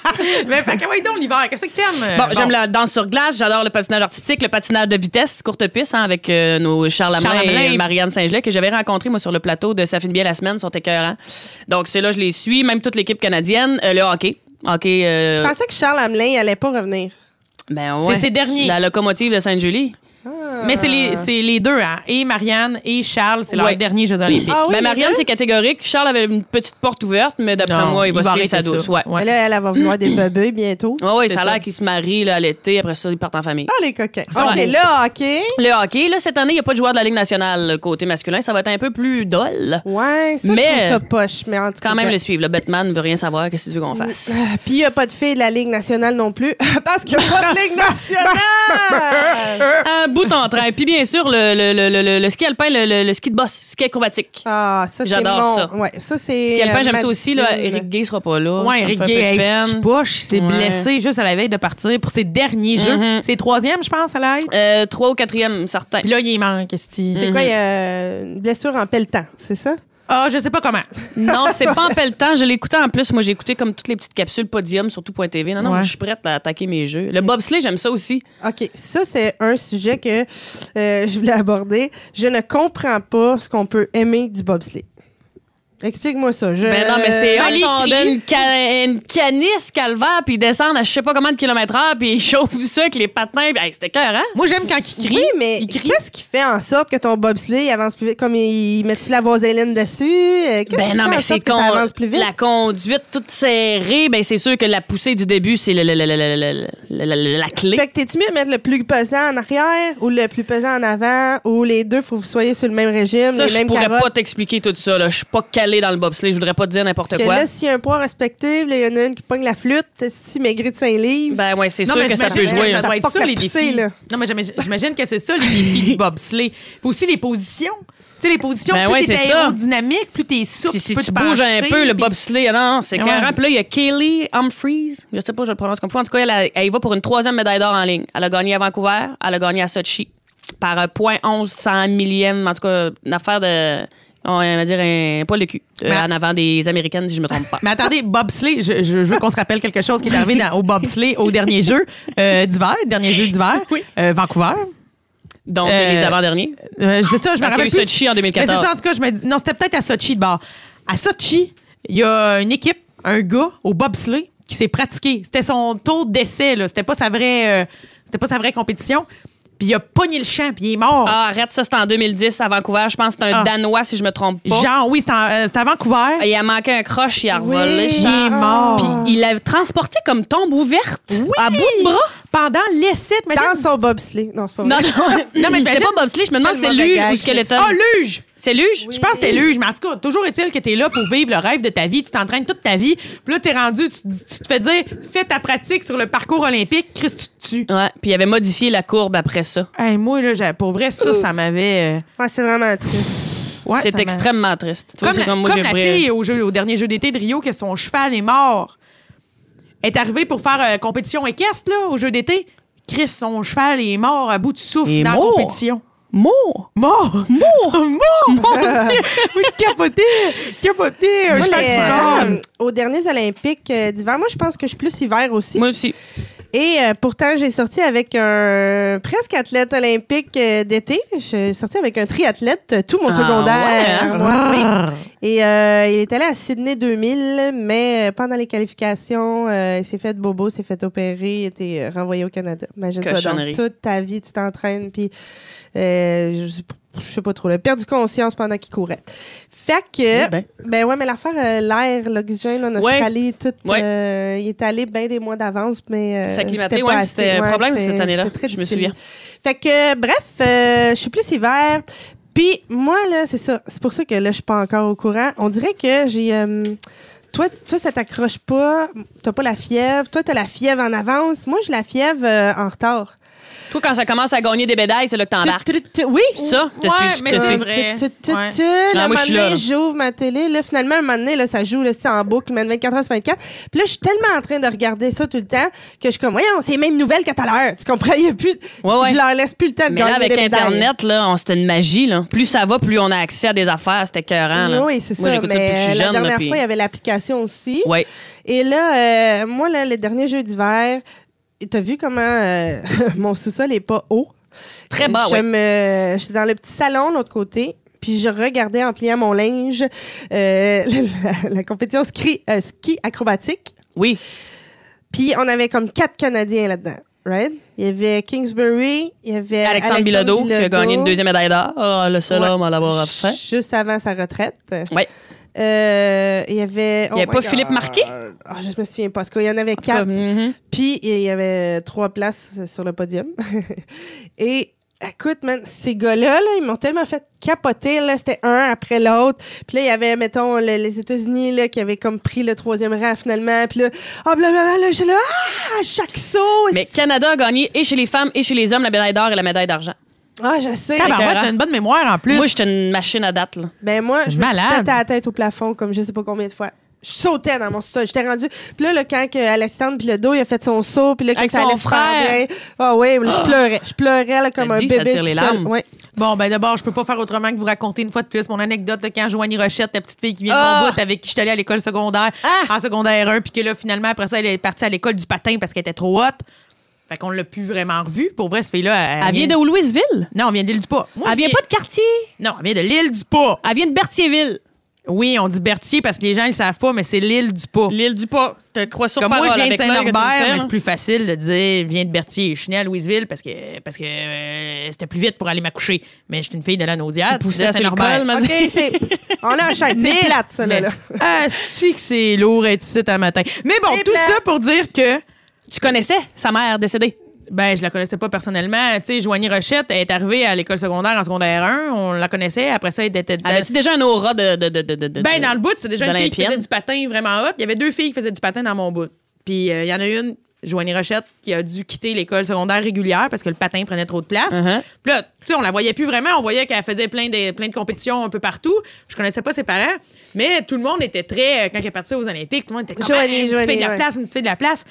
[SPEAKER 5] [laughs]
[SPEAKER 4] Mais fait que, ouais, donc, l'hiver, qu'est-ce que t'aimes?
[SPEAKER 5] Bon, j'aime la danse sur glace, j'adore le patinage artistique, le patinage de vitesse, courte piste, hein, avec euh, nos Charles Lamelin
[SPEAKER 4] Charles Lamelin.
[SPEAKER 5] et euh, Marianne Saint-Gelais, que j'avais rencontré, moi, sur le plateau de Ça finit bien la semaine, ils sont écœurants. Donc, c'est là, je les suis, même toute l'équipe canadienne, Euh, le hockey. Hockey, euh,
[SPEAKER 3] Je pensais que Charles Hamelin, il allait pas revenir.
[SPEAKER 5] ben ouais.
[SPEAKER 4] C'est ses derniers.
[SPEAKER 5] La locomotive de Sainte-Julie.
[SPEAKER 4] Mais c'est
[SPEAKER 3] Euh.
[SPEAKER 4] les, c'est les deux, hein? Et Marianne et Charles, c'est
[SPEAKER 5] Ouais.
[SPEAKER 4] leur dernier Jeux Olympiques.
[SPEAKER 3] Ah oui,
[SPEAKER 5] ben,
[SPEAKER 3] les
[SPEAKER 5] Marianne,
[SPEAKER 3] deux?
[SPEAKER 5] c'est catégorique. Charles avait une petite porte ouverte, mais d'après
[SPEAKER 4] Non,
[SPEAKER 5] moi, il va,
[SPEAKER 4] il va
[SPEAKER 5] suivre sa
[SPEAKER 4] arrêter
[SPEAKER 5] douce.
[SPEAKER 4] ça.
[SPEAKER 5] Ouais.
[SPEAKER 4] Ouais.
[SPEAKER 3] Mais là, elle, elle va vouloir
[SPEAKER 5] [clears throat]
[SPEAKER 3] des bébés bientôt.
[SPEAKER 5] Ouais, ouais,
[SPEAKER 4] C'est
[SPEAKER 5] ça a
[SPEAKER 4] ça.
[SPEAKER 5] l'air qu'ils se marient là, à l'été, après ça, ils partent en famille.
[SPEAKER 3] Ah, les coquins.
[SPEAKER 5] Ça
[SPEAKER 3] OK,
[SPEAKER 5] va.
[SPEAKER 3] là, hockey.
[SPEAKER 5] Le hockey, là, cette année, il n'y a pas de joueur de la Ligue nationale côté masculin. Ça va être un peu plus dol.
[SPEAKER 3] Ouais, ça, je
[SPEAKER 5] Mais-
[SPEAKER 3] trouve ça poche. Mais en tout
[SPEAKER 5] Quand
[SPEAKER 3] cas,
[SPEAKER 5] même
[SPEAKER 3] ben,
[SPEAKER 5] le suivre. Le Batman ne veut rien savoir. Qu'est-ce que tu veux qu'on fasse?
[SPEAKER 4] [laughs]
[SPEAKER 3] euh, Puis il n'y a pas de filles de la Ligue nationale non plus. [laughs] Parce qu'il n'y a pas de Ligue
[SPEAKER 5] [laughs]
[SPEAKER 3] nationale!
[SPEAKER 5] Un bout en train. Puis bien sûr, le, le- le- le- le ski alpin, le, le- le ski de boss, ski acrobatique.
[SPEAKER 3] Ah, ça, c'est
[SPEAKER 5] J'adore
[SPEAKER 3] mon-
[SPEAKER 5] ça.
[SPEAKER 3] Ouais, ça, c'est.
[SPEAKER 5] ski alpin,
[SPEAKER 3] euh,
[SPEAKER 5] j'aime
[SPEAKER 3] ma
[SPEAKER 5] ça aussi. Là.
[SPEAKER 3] discipline.
[SPEAKER 5] Eric Gay sera pas là.
[SPEAKER 4] Ouais,
[SPEAKER 5] Ça me
[SPEAKER 4] Eric
[SPEAKER 5] fait un peu
[SPEAKER 4] Gay,
[SPEAKER 5] de
[SPEAKER 4] hey, c'est
[SPEAKER 5] peine.
[SPEAKER 4] poche, il s'est
[SPEAKER 5] Ouais. Mm-hmm.
[SPEAKER 4] blessé juste à la veille de partir pour ses derniers jeux. C'est troisième, je pense, à l'aide.
[SPEAKER 5] Euh, Trois ou quatrième, certain.
[SPEAKER 4] Puis là, il manque,
[SPEAKER 3] C'est
[SPEAKER 5] Mm-hmm.
[SPEAKER 4] c'est
[SPEAKER 5] Mhm.
[SPEAKER 3] quoi, il y a une blessure en pelletant, c'est ça?
[SPEAKER 4] Ah, je sais pas comment.
[SPEAKER 5] Non, c'est pas en pelletant. Je l'écoutais en plus. Moi, j'ai écouté comme toutes les petites capsules Podium, surtout point TV. Non, non,
[SPEAKER 4] Ouais.
[SPEAKER 5] moi, je suis prête à attaquer mes jeux. Le bobsleigh, j'aime ça aussi.
[SPEAKER 3] OK, ça, c'est un sujet que euh, je voulais aborder. Je ne comprends pas ce qu'on peut aimer du bobsleigh. Explique-moi ça. Je,
[SPEAKER 5] Ben non, mais c'est
[SPEAKER 3] Euh,
[SPEAKER 5] hot.
[SPEAKER 4] l'écrit.
[SPEAKER 5] On donne une, ca- une canisse calvaire, puis ils descendent à je sais pas combien de kilomètres heure, puis ils chauffent ça avec les patins. Puis, hey, c'était cœur, hein?
[SPEAKER 4] Moi, j'aime quand il crie.
[SPEAKER 3] Oui, mais
[SPEAKER 4] il crie.
[SPEAKER 3] qu'est-ce qui fait en sorte que ton bobsleigh avance plus vite? Comme il met-tu la vaseline dessus? Euh, Qu'est-ce
[SPEAKER 5] Ben
[SPEAKER 3] qui
[SPEAKER 5] non,
[SPEAKER 3] fait en
[SPEAKER 5] mais c'est
[SPEAKER 3] sorte que
[SPEAKER 5] con.
[SPEAKER 3] ça avance plus vite?
[SPEAKER 5] La conduite toute serrée, ben c'est sûr que la poussée du début, c'est le- le- le- le- le- le- le- le- la clé.
[SPEAKER 3] Fait que t'es-tu mieux de mettre le plus pesant en arrière ou le plus pesant en avant ou les deux, faut que vous soyez sur le même régime,
[SPEAKER 5] Ça,
[SPEAKER 3] les
[SPEAKER 5] je
[SPEAKER 3] mêmes
[SPEAKER 5] pourrais
[SPEAKER 3] carottes?
[SPEAKER 5] pas t'expliquer tout ça. là. Je suis pas calée dans le bobsleigh. Je voudrais pas te dire n'importe
[SPEAKER 3] Parce que
[SPEAKER 5] quoi.
[SPEAKER 3] là, s'il y a un poids respectable, il y en a une qui pogne la flûte, si maigri de 5 livres.
[SPEAKER 5] Ben ouais, c'est
[SPEAKER 4] Non,
[SPEAKER 5] sûr
[SPEAKER 4] mais
[SPEAKER 5] que ça peut
[SPEAKER 4] j'imagine
[SPEAKER 5] jouer. hein.
[SPEAKER 4] que
[SPEAKER 5] là.
[SPEAKER 4] Ça doit être
[SPEAKER 3] Pas
[SPEAKER 4] ça,
[SPEAKER 3] qu'à
[SPEAKER 4] les
[SPEAKER 3] pousser,
[SPEAKER 4] défis.
[SPEAKER 3] là.
[SPEAKER 4] Non, mais j'imagine- j'imagine que c'est ça, les défis du bobsleigh. Puis aussi les positions. Tu sais, les positions,
[SPEAKER 5] Ben
[SPEAKER 4] plus
[SPEAKER 5] ouais,
[SPEAKER 4] t'es
[SPEAKER 5] c'est ça.
[SPEAKER 4] aérodynamique, plus t'es souple.
[SPEAKER 5] Puis si
[SPEAKER 4] peux
[SPEAKER 5] tu
[SPEAKER 4] te
[SPEAKER 5] bouges un
[SPEAKER 4] pencher,
[SPEAKER 5] peu, le
[SPEAKER 4] puis-
[SPEAKER 5] bobsleigh, ah non, non, c'est
[SPEAKER 4] Ouais.
[SPEAKER 5] carrément. Puis là, il y a Kaylee Humphries. Je sais pas, je le prononce comme faut. En tout cas, elle, a- elle y va pour une troisième médaille d'or en ligne. Elle a gagné à Vancouver, elle a gagné à Sochi par euh, 0.11 cent millième, en tout cas, une affaire de, on va dire, un poil de cul euh,
[SPEAKER 4] Mais-
[SPEAKER 5] en avant des Américaines, si je me trompe pas.
[SPEAKER 4] Mais attendez, bobsleigh, je, je- je veux qu'on se rappelle quelque chose qui est arrivé dans- au bobsleigh au dernier jeu euh, d'hiver, dernier jeu d'hiver, euh, Vancouver.
[SPEAKER 5] Donc,
[SPEAKER 4] Euh,
[SPEAKER 5] les avant-derniers.
[SPEAKER 4] Euh, c'est ça,
[SPEAKER 5] Parce qu'il
[SPEAKER 4] je me
[SPEAKER 5] y a
[SPEAKER 4] rappelle
[SPEAKER 5] eu
[SPEAKER 4] plus.
[SPEAKER 5] Sochi en 2014.
[SPEAKER 4] Mais c'est ça, en tout cas, je me dis. Non, c'était peut-être à Sochi de bord. À Sochi, il y a une équipe, un gars au bobsleigh qui s'est pratiqué. C'était son tour d'essai, là. C'était pas sa vraie, euh, c'était pas sa vraie compétition. Puis il a pogné le champ, puis il est mort.
[SPEAKER 5] Ah, arrête, ça, c'était en 2010 à Vancouver. Je pense que c'est un
[SPEAKER 4] Ah.
[SPEAKER 5] Danois, si je me trompe pas. Ah,
[SPEAKER 4] Genre, oui, c'était en- euh, c'était à Vancouver.
[SPEAKER 5] Il a manqué un croche, il a revolé.
[SPEAKER 3] Oui. Ah,
[SPEAKER 5] le char.
[SPEAKER 4] Il est mort.
[SPEAKER 5] Puis il l'a transporté comme tombe ouverte
[SPEAKER 4] Oui!
[SPEAKER 5] à bout de bras.
[SPEAKER 4] Pendant l'essai, t'imagines-
[SPEAKER 3] Dans son bobsleigh. Non, c'est pas vrai.
[SPEAKER 5] Non, non,
[SPEAKER 4] Non, mais
[SPEAKER 5] c'est
[SPEAKER 4] imagine-
[SPEAKER 5] pas bobsleigh. Je me demande si c'est
[SPEAKER 3] Tellement
[SPEAKER 5] luge
[SPEAKER 3] bagage,
[SPEAKER 5] ou skeleton.
[SPEAKER 4] Ah, luge!
[SPEAKER 5] C'est luge?
[SPEAKER 4] Je pense que t'es luge, mais en tout cas, toujours est-il que t'es là pour vivre le rêve de ta vie. Tu t'entraînes toute ta vie. Puis là, t'es rendu, tu, tu te fais dire, fais ta pratique sur le parcours olympique, Christ, tu te tues.
[SPEAKER 5] Ouais, puis il avait modifié la courbe après ça.
[SPEAKER 4] Ah. Hey, moi, là, j'ai- pour vrai, ça, ça m'avait. euh,
[SPEAKER 3] Ouais, c'est vraiment triste.
[SPEAKER 4] ouais, ça
[SPEAKER 5] c'est
[SPEAKER 4] m'a-
[SPEAKER 5] extrêmement triste. Tu vois,
[SPEAKER 4] Comme,
[SPEAKER 5] c'est
[SPEAKER 4] la,
[SPEAKER 5] comme moi,
[SPEAKER 4] comme euh.
[SPEAKER 5] j'ai
[SPEAKER 4] la
[SPEAKER 5] pris-
[SPEAKER 4] fille au, jeu, au dernier jeu d'été de Rio, que son cheval est mort. Elle est arrivée pour faire euh, compétition équestre, là, au jeu d'été. Chris, son cheval est mort à bout de souffle
[SPEAKER 5] Il est
[SPEAKER 4] dans
[SPEAKER 5] mort.
[SPEAKER 4] la compétition.
[SPEAKER 5] Mort!
[SPEAKER 4] Mort! Mort! [laughs] Mort! Mort! Moi, je capotais! Capotais! Un
[SPEAKER 3] Moi,
[SPEAKER 4] cheval
[SPEAKER 3] les-
[SPEAKER 4] qui meurt.
[SPEAKER 3] euh, aux derniers Olympiques euh, d'hiver, moi, je pense que je suis plus hiver aussi.
[SPEAKER 5] [laughs] Moi aussi.
[SPEAKER 3] Et euh, pourtant, j'ai sorti avec un presque athlète olympique euh, d'été. J'ai sorti avec un triathlète euh, tout mon
[SPEAKER 5] Ah,
[SPEAKER 3] secondaire.
[SPEAKER 5] ouais, hein?
[SPEAKER 3] moi, oui. Et euh, il est allé à Sydney 2000, mais euh, pendant les qualifications, euh, il s'est fait bobo, s'est fait opérer, il a été euh, renvoyé au Canada. Imagine-toi
[SPEAKER 5] Cochonnerie.
[SPEAKER 3] donc, toute ta vie, tu t'entraînes, puis euh, je sais pas- je sais pas trop, il a perdu conscience pendant qu'il courait. Fait que,
[SPEAKER 5] Eh ben.
[SPEAKER 3] ben. ouais, mais l'affaire, euh, l'air, l'oxygène en
[SPEAKER 5] Ouais.
[SPEAKER 3] Australie, tout,
[SPEAKER 5] Ouais.
[SPEAKER 3] euh, il est allé bien des mois d'avance, mais euh,
[SPEAKER 5] S'acclimater,
[SPEAKER 3] c'était
[SPEAKER 5] ouais,
[SPEAKER 3] pas
[SPEAKER 5] c'était
[SPEAKER 3] assez.
[SPEAKER 5] un problème
[SPEAKER 3] c'était-
[SPEAKER 5] cette année-là,
[SPEAKER 3] c'était très
[SPEAKER 5] je me
[SPEAKER 3] difficile.
[SPEAKER 5] souviens.
[SPEAKER 3] Fait que, euh, bref, euh, je suis plus hiver. Puis moi, là, c'est ça. C'est pour ça que là, je suis pas encore au courant. On dirait que j'ai... euh, toi, t- toi, ça t'accroche pas. T'as pas la fièvre. Toi, t'as la fièvre en avance. Moi, j'ai la fièvre euh, en retard.
[SPEAKER 5] Toi, quand ça commence à gagner des bédailles, c'est là que t'embarques.
[SPEAKER 3] Tu- tu- tu- Oui,
[SPEAKER 5] C'est ça? Te
[SPEAKER 4] Ouais,
[SPEAKER 5] suis-
[SPEAKER 4] mais
[SPEAKER 5] te
[SPEAKER 4] c'est
[SPEAKER 5] suis.
[SPEAKER 4] vrai.
[SPEAKER 3] Tu- tu-
[SPEAKER 4] Ouais.
[SPEAKER 3] tu- là, un
[SPEAKER 5] moi, je
[SPEAKER 3] moment
[SPEAKER 5] suis là,
[SPEAKER 3] donné,
[SPEAKER 5] là.
[SPEAKER 3] j'ouvre ma télé. Là, finalement, un moment donné, là, ça joue là, c'est en boucle, man, 24 heures sur 24. Puis là, je suis tellement en train de regarder ça tout le temps que je suis comme, voyons, c'est les mêmes nouvelles que tout à l'heure. Tu comprends? Il y a plus,
[SPEAKER 5] Ouais, ouais.
[SPEAKER 3] Je leur laisse plus le temps de
[SPEAKER 5] Mais là,
[SPEAKER 3] gagner
[SPEAKER 5] avec
[SPEAKER 3] des médailles.
[SPEAKER 5] Internet, là, on- c'était une magie. Là. Plus ça va, plus on a accès à des affaires. C'était écœurant. hein, là.
[SPEAKER 3] Oui, c'est ça.
[SPEAKER 5] Moi, j'écoute ça depuis
[SPEAKER 3] mais
[SPEAKER 5] que je suis
[SPEAKER 3] euh,
[SPEAKER 5] jeune.
[SPEAKER 3] la dernière
[SPEAKER 5] là,
[SPEAKER 3] fois,
[SPEAKER 5] puis-
[SPEAKER 3] il y avait l'application aussi.
[SPEAKER 5] Ouais.
[SPEAKER 3] Et là, euh, moi, là, le dernier jeu d'hiver, t'as vu comment euh, [laughs] mon sous-sol est pas haut?
[SPEAKER 5] Très bas,
[SPEAKER 3] Je
[SPEAKER 5] ouais.
[SPEAKER 3] me- J'étais dans le petit salon de l'autre côté. Puis je regardais en pliant mon linge euh, [laughs] la, la compétition ski, euh, ski acrobatique.
[SPEAKER 5] Oui.
[SPEAKER 3] Puis on avait comme quatre Canadiens là-dedans, right? Il y avait Kingsbury, il y avait
[SPEAKER 5] Alexandre, Bilodeau, qui a gagné une deuxième médaille d'or. Ah, le seul
[SPEAKER 3] Euh, Ouais.
[SPEAKER 5] homme à l'avoir fait.
[SPEAKER 3] Juste avant sa retraite.
[SPEAKER 5] Ouais.
[SPEAKER 3] Euh, il y avait.
[SPEAKER 5] Il y avait pas Philippe Marquet?
[SPEAKER 3] Ah, je me souviens pas. Parce qu'il y en avait
[SPEAKER 5] En tout cas,
[SPEAKER 3] quatre.
[SPEAKER 5] mhm.
[SPEAKER 3] Puis il y avait trois places sur le podium. [laughs] Et écoute, man, ces gars-là, là, ils m'ont tellement fait capoter. là. C'était un après l'autre. Puis là, il y avait, mettons, le- les États-Unis là, qui avaient comme pris le troisième rang finalement. Puis là, ah, blablabla, là, j'ai là, ah, chaque saut.
[SPEAKER 5] Mais Canada a gagné et chez les femmes et chez les hommes la médaille d'or et la médaille d'argent.
[SPEAKER 3] Ah, je sais.
[SPEAKER 4] Tabarouette,
[SPEAKER 5] écœurant.
[SPEAKER 4] t'as une bonne mémoire en plus.
[SPEAKER 5] Moi, j'étais une machine à date. Là.
[SPEAKER 3] Ben moi, je me suis
[SPEAKER 4] Malade.
[SPEAKER 3] pété la tête au plafond comme je sais pas combien de fois. Je sautais dans mon sol. J'étais rendue. Puis là, là, quand que Alexandre puis le dos, il a fait son saut, puis là, quand
[SPEAKER 5] Avec
[SPEAKER 3] ça
[SPEAKER 5] son
[SPEAKER 3] allait se faire
[SPEAKER 5] frère.
[SPEAKER 3] bien. Ah oui, là, je pleurais. Je pleurais là, comme
[SPEAKER 5] Ça
[SPEAKER 3] un
[SPEAKER 5] dit, ça
[SPEAKER 3] bébé.
[SPEAKER 5] tire
[SPEAKER 3] tout
[SPEAKER 5] les
[SPEAKER 3] seul.
[SPEAKER 5] larmes.
[SPEAKER 3] Ouais.
[SPEAKER 4] Bon, ben d'abord, je peux pas faire autrement que vous raconter une fois de plus mon anecdote de quand Joanie Rochette, la petite fille qui vient de
[SPEAKER 5] Ah!
[SPEAKER 4] mon bout, avec qui je suis allée à l'école secondaire,
[SPEAKER 5] Ah!
[SPEAKER 4] en secondaire 1, puis que là, finalement, après ça, elle est partie à l'école du patin parce qu'elle était trop haute. Fait qu'on l'a plus vraiment revue. Pour vrai, cette fille-là.
[SPEAKER 5] Elle vient de où, Louisville?
[SPEAKER 4] Non, elle vient de l'île du Pas. Moi,
[SPEAKER 5] Elle
[SPEAKER 4] je
[SPEAKER 5] vient
[SPEAKER 4] viens-
[SPEAKER 5] pas de quartier.
[SPEAKER 4] Non, elle vient de l'île du Pas.
[SPEAKER 5] Elle vient de Berthierville.
[SPEAKER 4] Oui, on dit Berthier parce que les gens, ils savent pas, mais c'est l'île du Pas.
[SPEAKER 5] L'île du Pas. Te crois sur
[SPEAKER 4] Comme
[SPEAKER 5] parole
[SPEAKER 4] moi, je viens de
[SPEAKER 5] avec l'œil que tu me
[SPEAKER 4] Saint-Norbert,
[SPEAKER 5] fais,
[SPEAKER 4] mais
[SPEAKER 5] là.
[SPEAKER 4] c'est plus facile de dire viens de Berthier. Je suis née à Louisville parce que, parce que euh, c'était plus vite pour aller m'accoucher. Mais je suis une fille de la Naudière.
[SPEAKER 5] Tu poussais sur le col, ma-
[SPEAKER 3] OK,
[SPEAKER 5] [laughs]
[SPEAKER 3] c'est. On
[SPEAKER 4] [laughs]
[SPEAKER 3] l'enchaîne. C'est Ah, plate, ça, là. là.
[SPEAKER 4] Ah, c'est que c'est lourd être ici un matin. Mais bon,
[SPEAKER 3] C'est
[SPEAKER 4] tout
[SPEAKER 3] plate.
[SPEAKER 4] ça pour dire que.
[SPEAKER 5] Tu connaissais sa mère décédée?
[SPEAKER 4] Ben, je la connaissais pas personnellement. Tu sais, Joanie Rochette elle est arrivée à l'école secondaire en secondaire 1. On la connaissait. Après ça, elle était.
[SPEAKER 5] Avais-tu déjà un aura de. de, de, de, de- de-
[SPEAKER 4] Ben, dans le bout, c'est déjà une fille qui
[SPEAKER 5] d'Olympienne.
[SPEAKER 4] faisait du patin vraiment hot. Il y avait deux filles qui faisaient du patin dans mon bout. Puis euh, il y en a une, Joanie Rochette, qui a dû quitter l'école secondaire régulière parce que le patin prenait trop de place.
[SPEAKER 5] Uh-huh.
[SPEAKER 4] Puis là, tu sais, on la voyait plus vraiment. On voyait qu'elle faisait plein de, plein de compétitions un peu partout. Je connaissais pas ses parents, mais tout le monde était très. euh, Quand elle est partie aux Olympiques, tout le monde était comme
[SPEAKER 3] Joanie,
[SPEAKER 4] Ah, une petite
[SPEAKER 3] Joanie,
[SPEAKER 4] fille de la
[SPEAKER 3] ouais.
[SPEAKER 4] place, une petite fille de la place.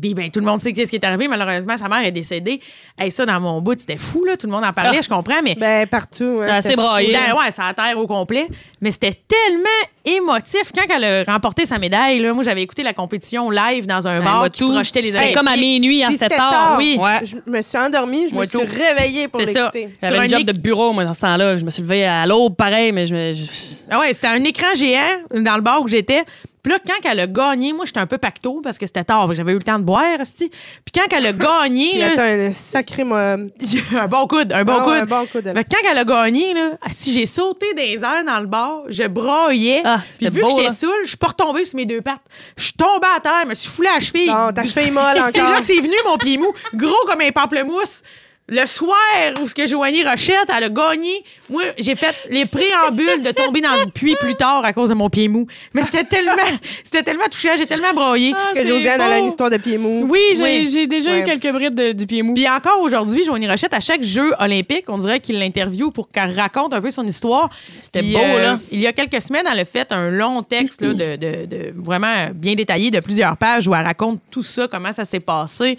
[SPEAKER 4] Puis ben, tout le monde sait qu'est-ce qui est arrivé. Malheureusement, sa mère est décédée. Hey, ça, dans mon bout, c'était fou, là. Tout le monde en parlait,
[SPEAKER 5] Ah.
[SPEAKER 4] je comprends, mais
[SPEAKER 3] Ben, partout. hein,
[SPEAKER 5] T'as assez
[SPEAKER 3] c'était fou.
[SPEAKER 5] braillé.
[SPEAKER 4] dans- ouais, ça a terre au complet. Mais c'était tellement émotif. Quand elle a remporté sa médaille, là, moi, j'avais écouté la compétition live dans un
[SPEAKER 5] Ben,
[SPEAKER 4] bar
[SPEAKER 5] moi,
[SPEAKER 4] qui
[SPEAKER 5] tout.
[SPEAKER 4] projetait les
[SPEAKER 5] C'était
[SPEAKER 4] Olympiques.
[SPEAKER 5] comme à minuit, à
[SPEAKER 3] Puis
[SPEAKER 5] 7
[SPEAKER 3] c'était
[SPEAKER 5] heures.
[SPEAKER 3] tard.
[SPEAKER 5] Oui. Ouais.
[SPEAKER 3] Je me suis endormie, je me
[SPEAKER 5] Moi,
[SPEAKER 3] suis
[SPEAKER 5] tout.
[SPEAKER 3] réveillée pour
[SPEAKER 4] C'est ça.
[SPEAKER 3] l'écouter.
[SPEAKER 5] J'avais
[SPEAKER 4] Sur
[SPEAKER 5] un
[SPEAKER 4] un
[SPEAKER 5] job
[SPEAKER 4] éc-
[SPEAKER 5] de bureau, moi, dans ce temps-là. Je me suis levée à l'aube, pareil, mais je me. je-
[SPEAKER 4] Ah ouais, c'était un écran géant dans le bar où j'étais. Puis là, quand elle a gagné, moi, j'étais un peu pacto parce que c'était tard. J'avais eu le temps de boire, esti. Puis quand elle a gagné,
[SPEAKER 5] [laughs]
[SPEAKER 3] Il
[SPEAKER 4] là,
[SPEAKER 3] a un sacré. euh, moi,
[SPEAKER 4] J'ai eu [laughs] un bon coude, un bon
[SPEAKER 3] Ah
[SPEAKER 4] coude.
[SPEAKER 3] ouais, un bon coude, elle.
[SPEAKER 4] Fait que quand elle a gagné, là, ah, si j'ai sauté des airs dans le bar, je broyais.
[SPEAKER 5] Ah,
[SPEAKER 4] Puis
[SPEAKER 5] c'était
[SPEAKER 4] vu
[SPEAKER 5] beau,
[SPEAKER 4] que
[SPEAKER 5] là.
[SPEAKER 4] j'étais saoule, je suis pas retombée sur mes deux pattes. Je suis tombée à terre, je me suis foulée à la cheville.
[SPEAKER 3] Non, ta cheville molle
[SPEAKER 4] [laughs] C'est
[SPEAKER 3] encore.
[SPEAKER 4] là que c'est venu mon pied mou, gros comme un pamplemousse. Le soir où ce que Joanie Rochette, elle a gagné, moi, j'ai fait les préambules de tomber dans le puits plus tard à cause de mon pied mou. Mais c'était tellement, [laughs] c'était tellement touchant, j'ai tellement broyé.
[SPEAKER 3] Que Josiane elle a une histoire de pieds mous.
[SPEAKER 5] Ah, Oui, j'ai
[SPEAKER 4] Oui.
[SPEAKER 5] j'ai déjà
[SPEAKER 3] Ouais.
[SPEAKER 5] eu quelques brides de- du pied mou.
[SPEAKER 4] Puis encore aujourd'hui, Joanie Rochette, à chaque jeu olympique, on dirait qu'il l'interviewe pour qu'elle raconte un peu son histoire.
[SPEAKER 5] C'était
[SPEAKER 4] Puis, euh,
[SPEAKER 5] beau, là.
[SPEAKER 4] Il y a quelques semaines, elle a fait un long texte là, de, de- de- vraiment bien détaillé de plusieurs pages où elle raconte tout ça, comment ça s'est passé.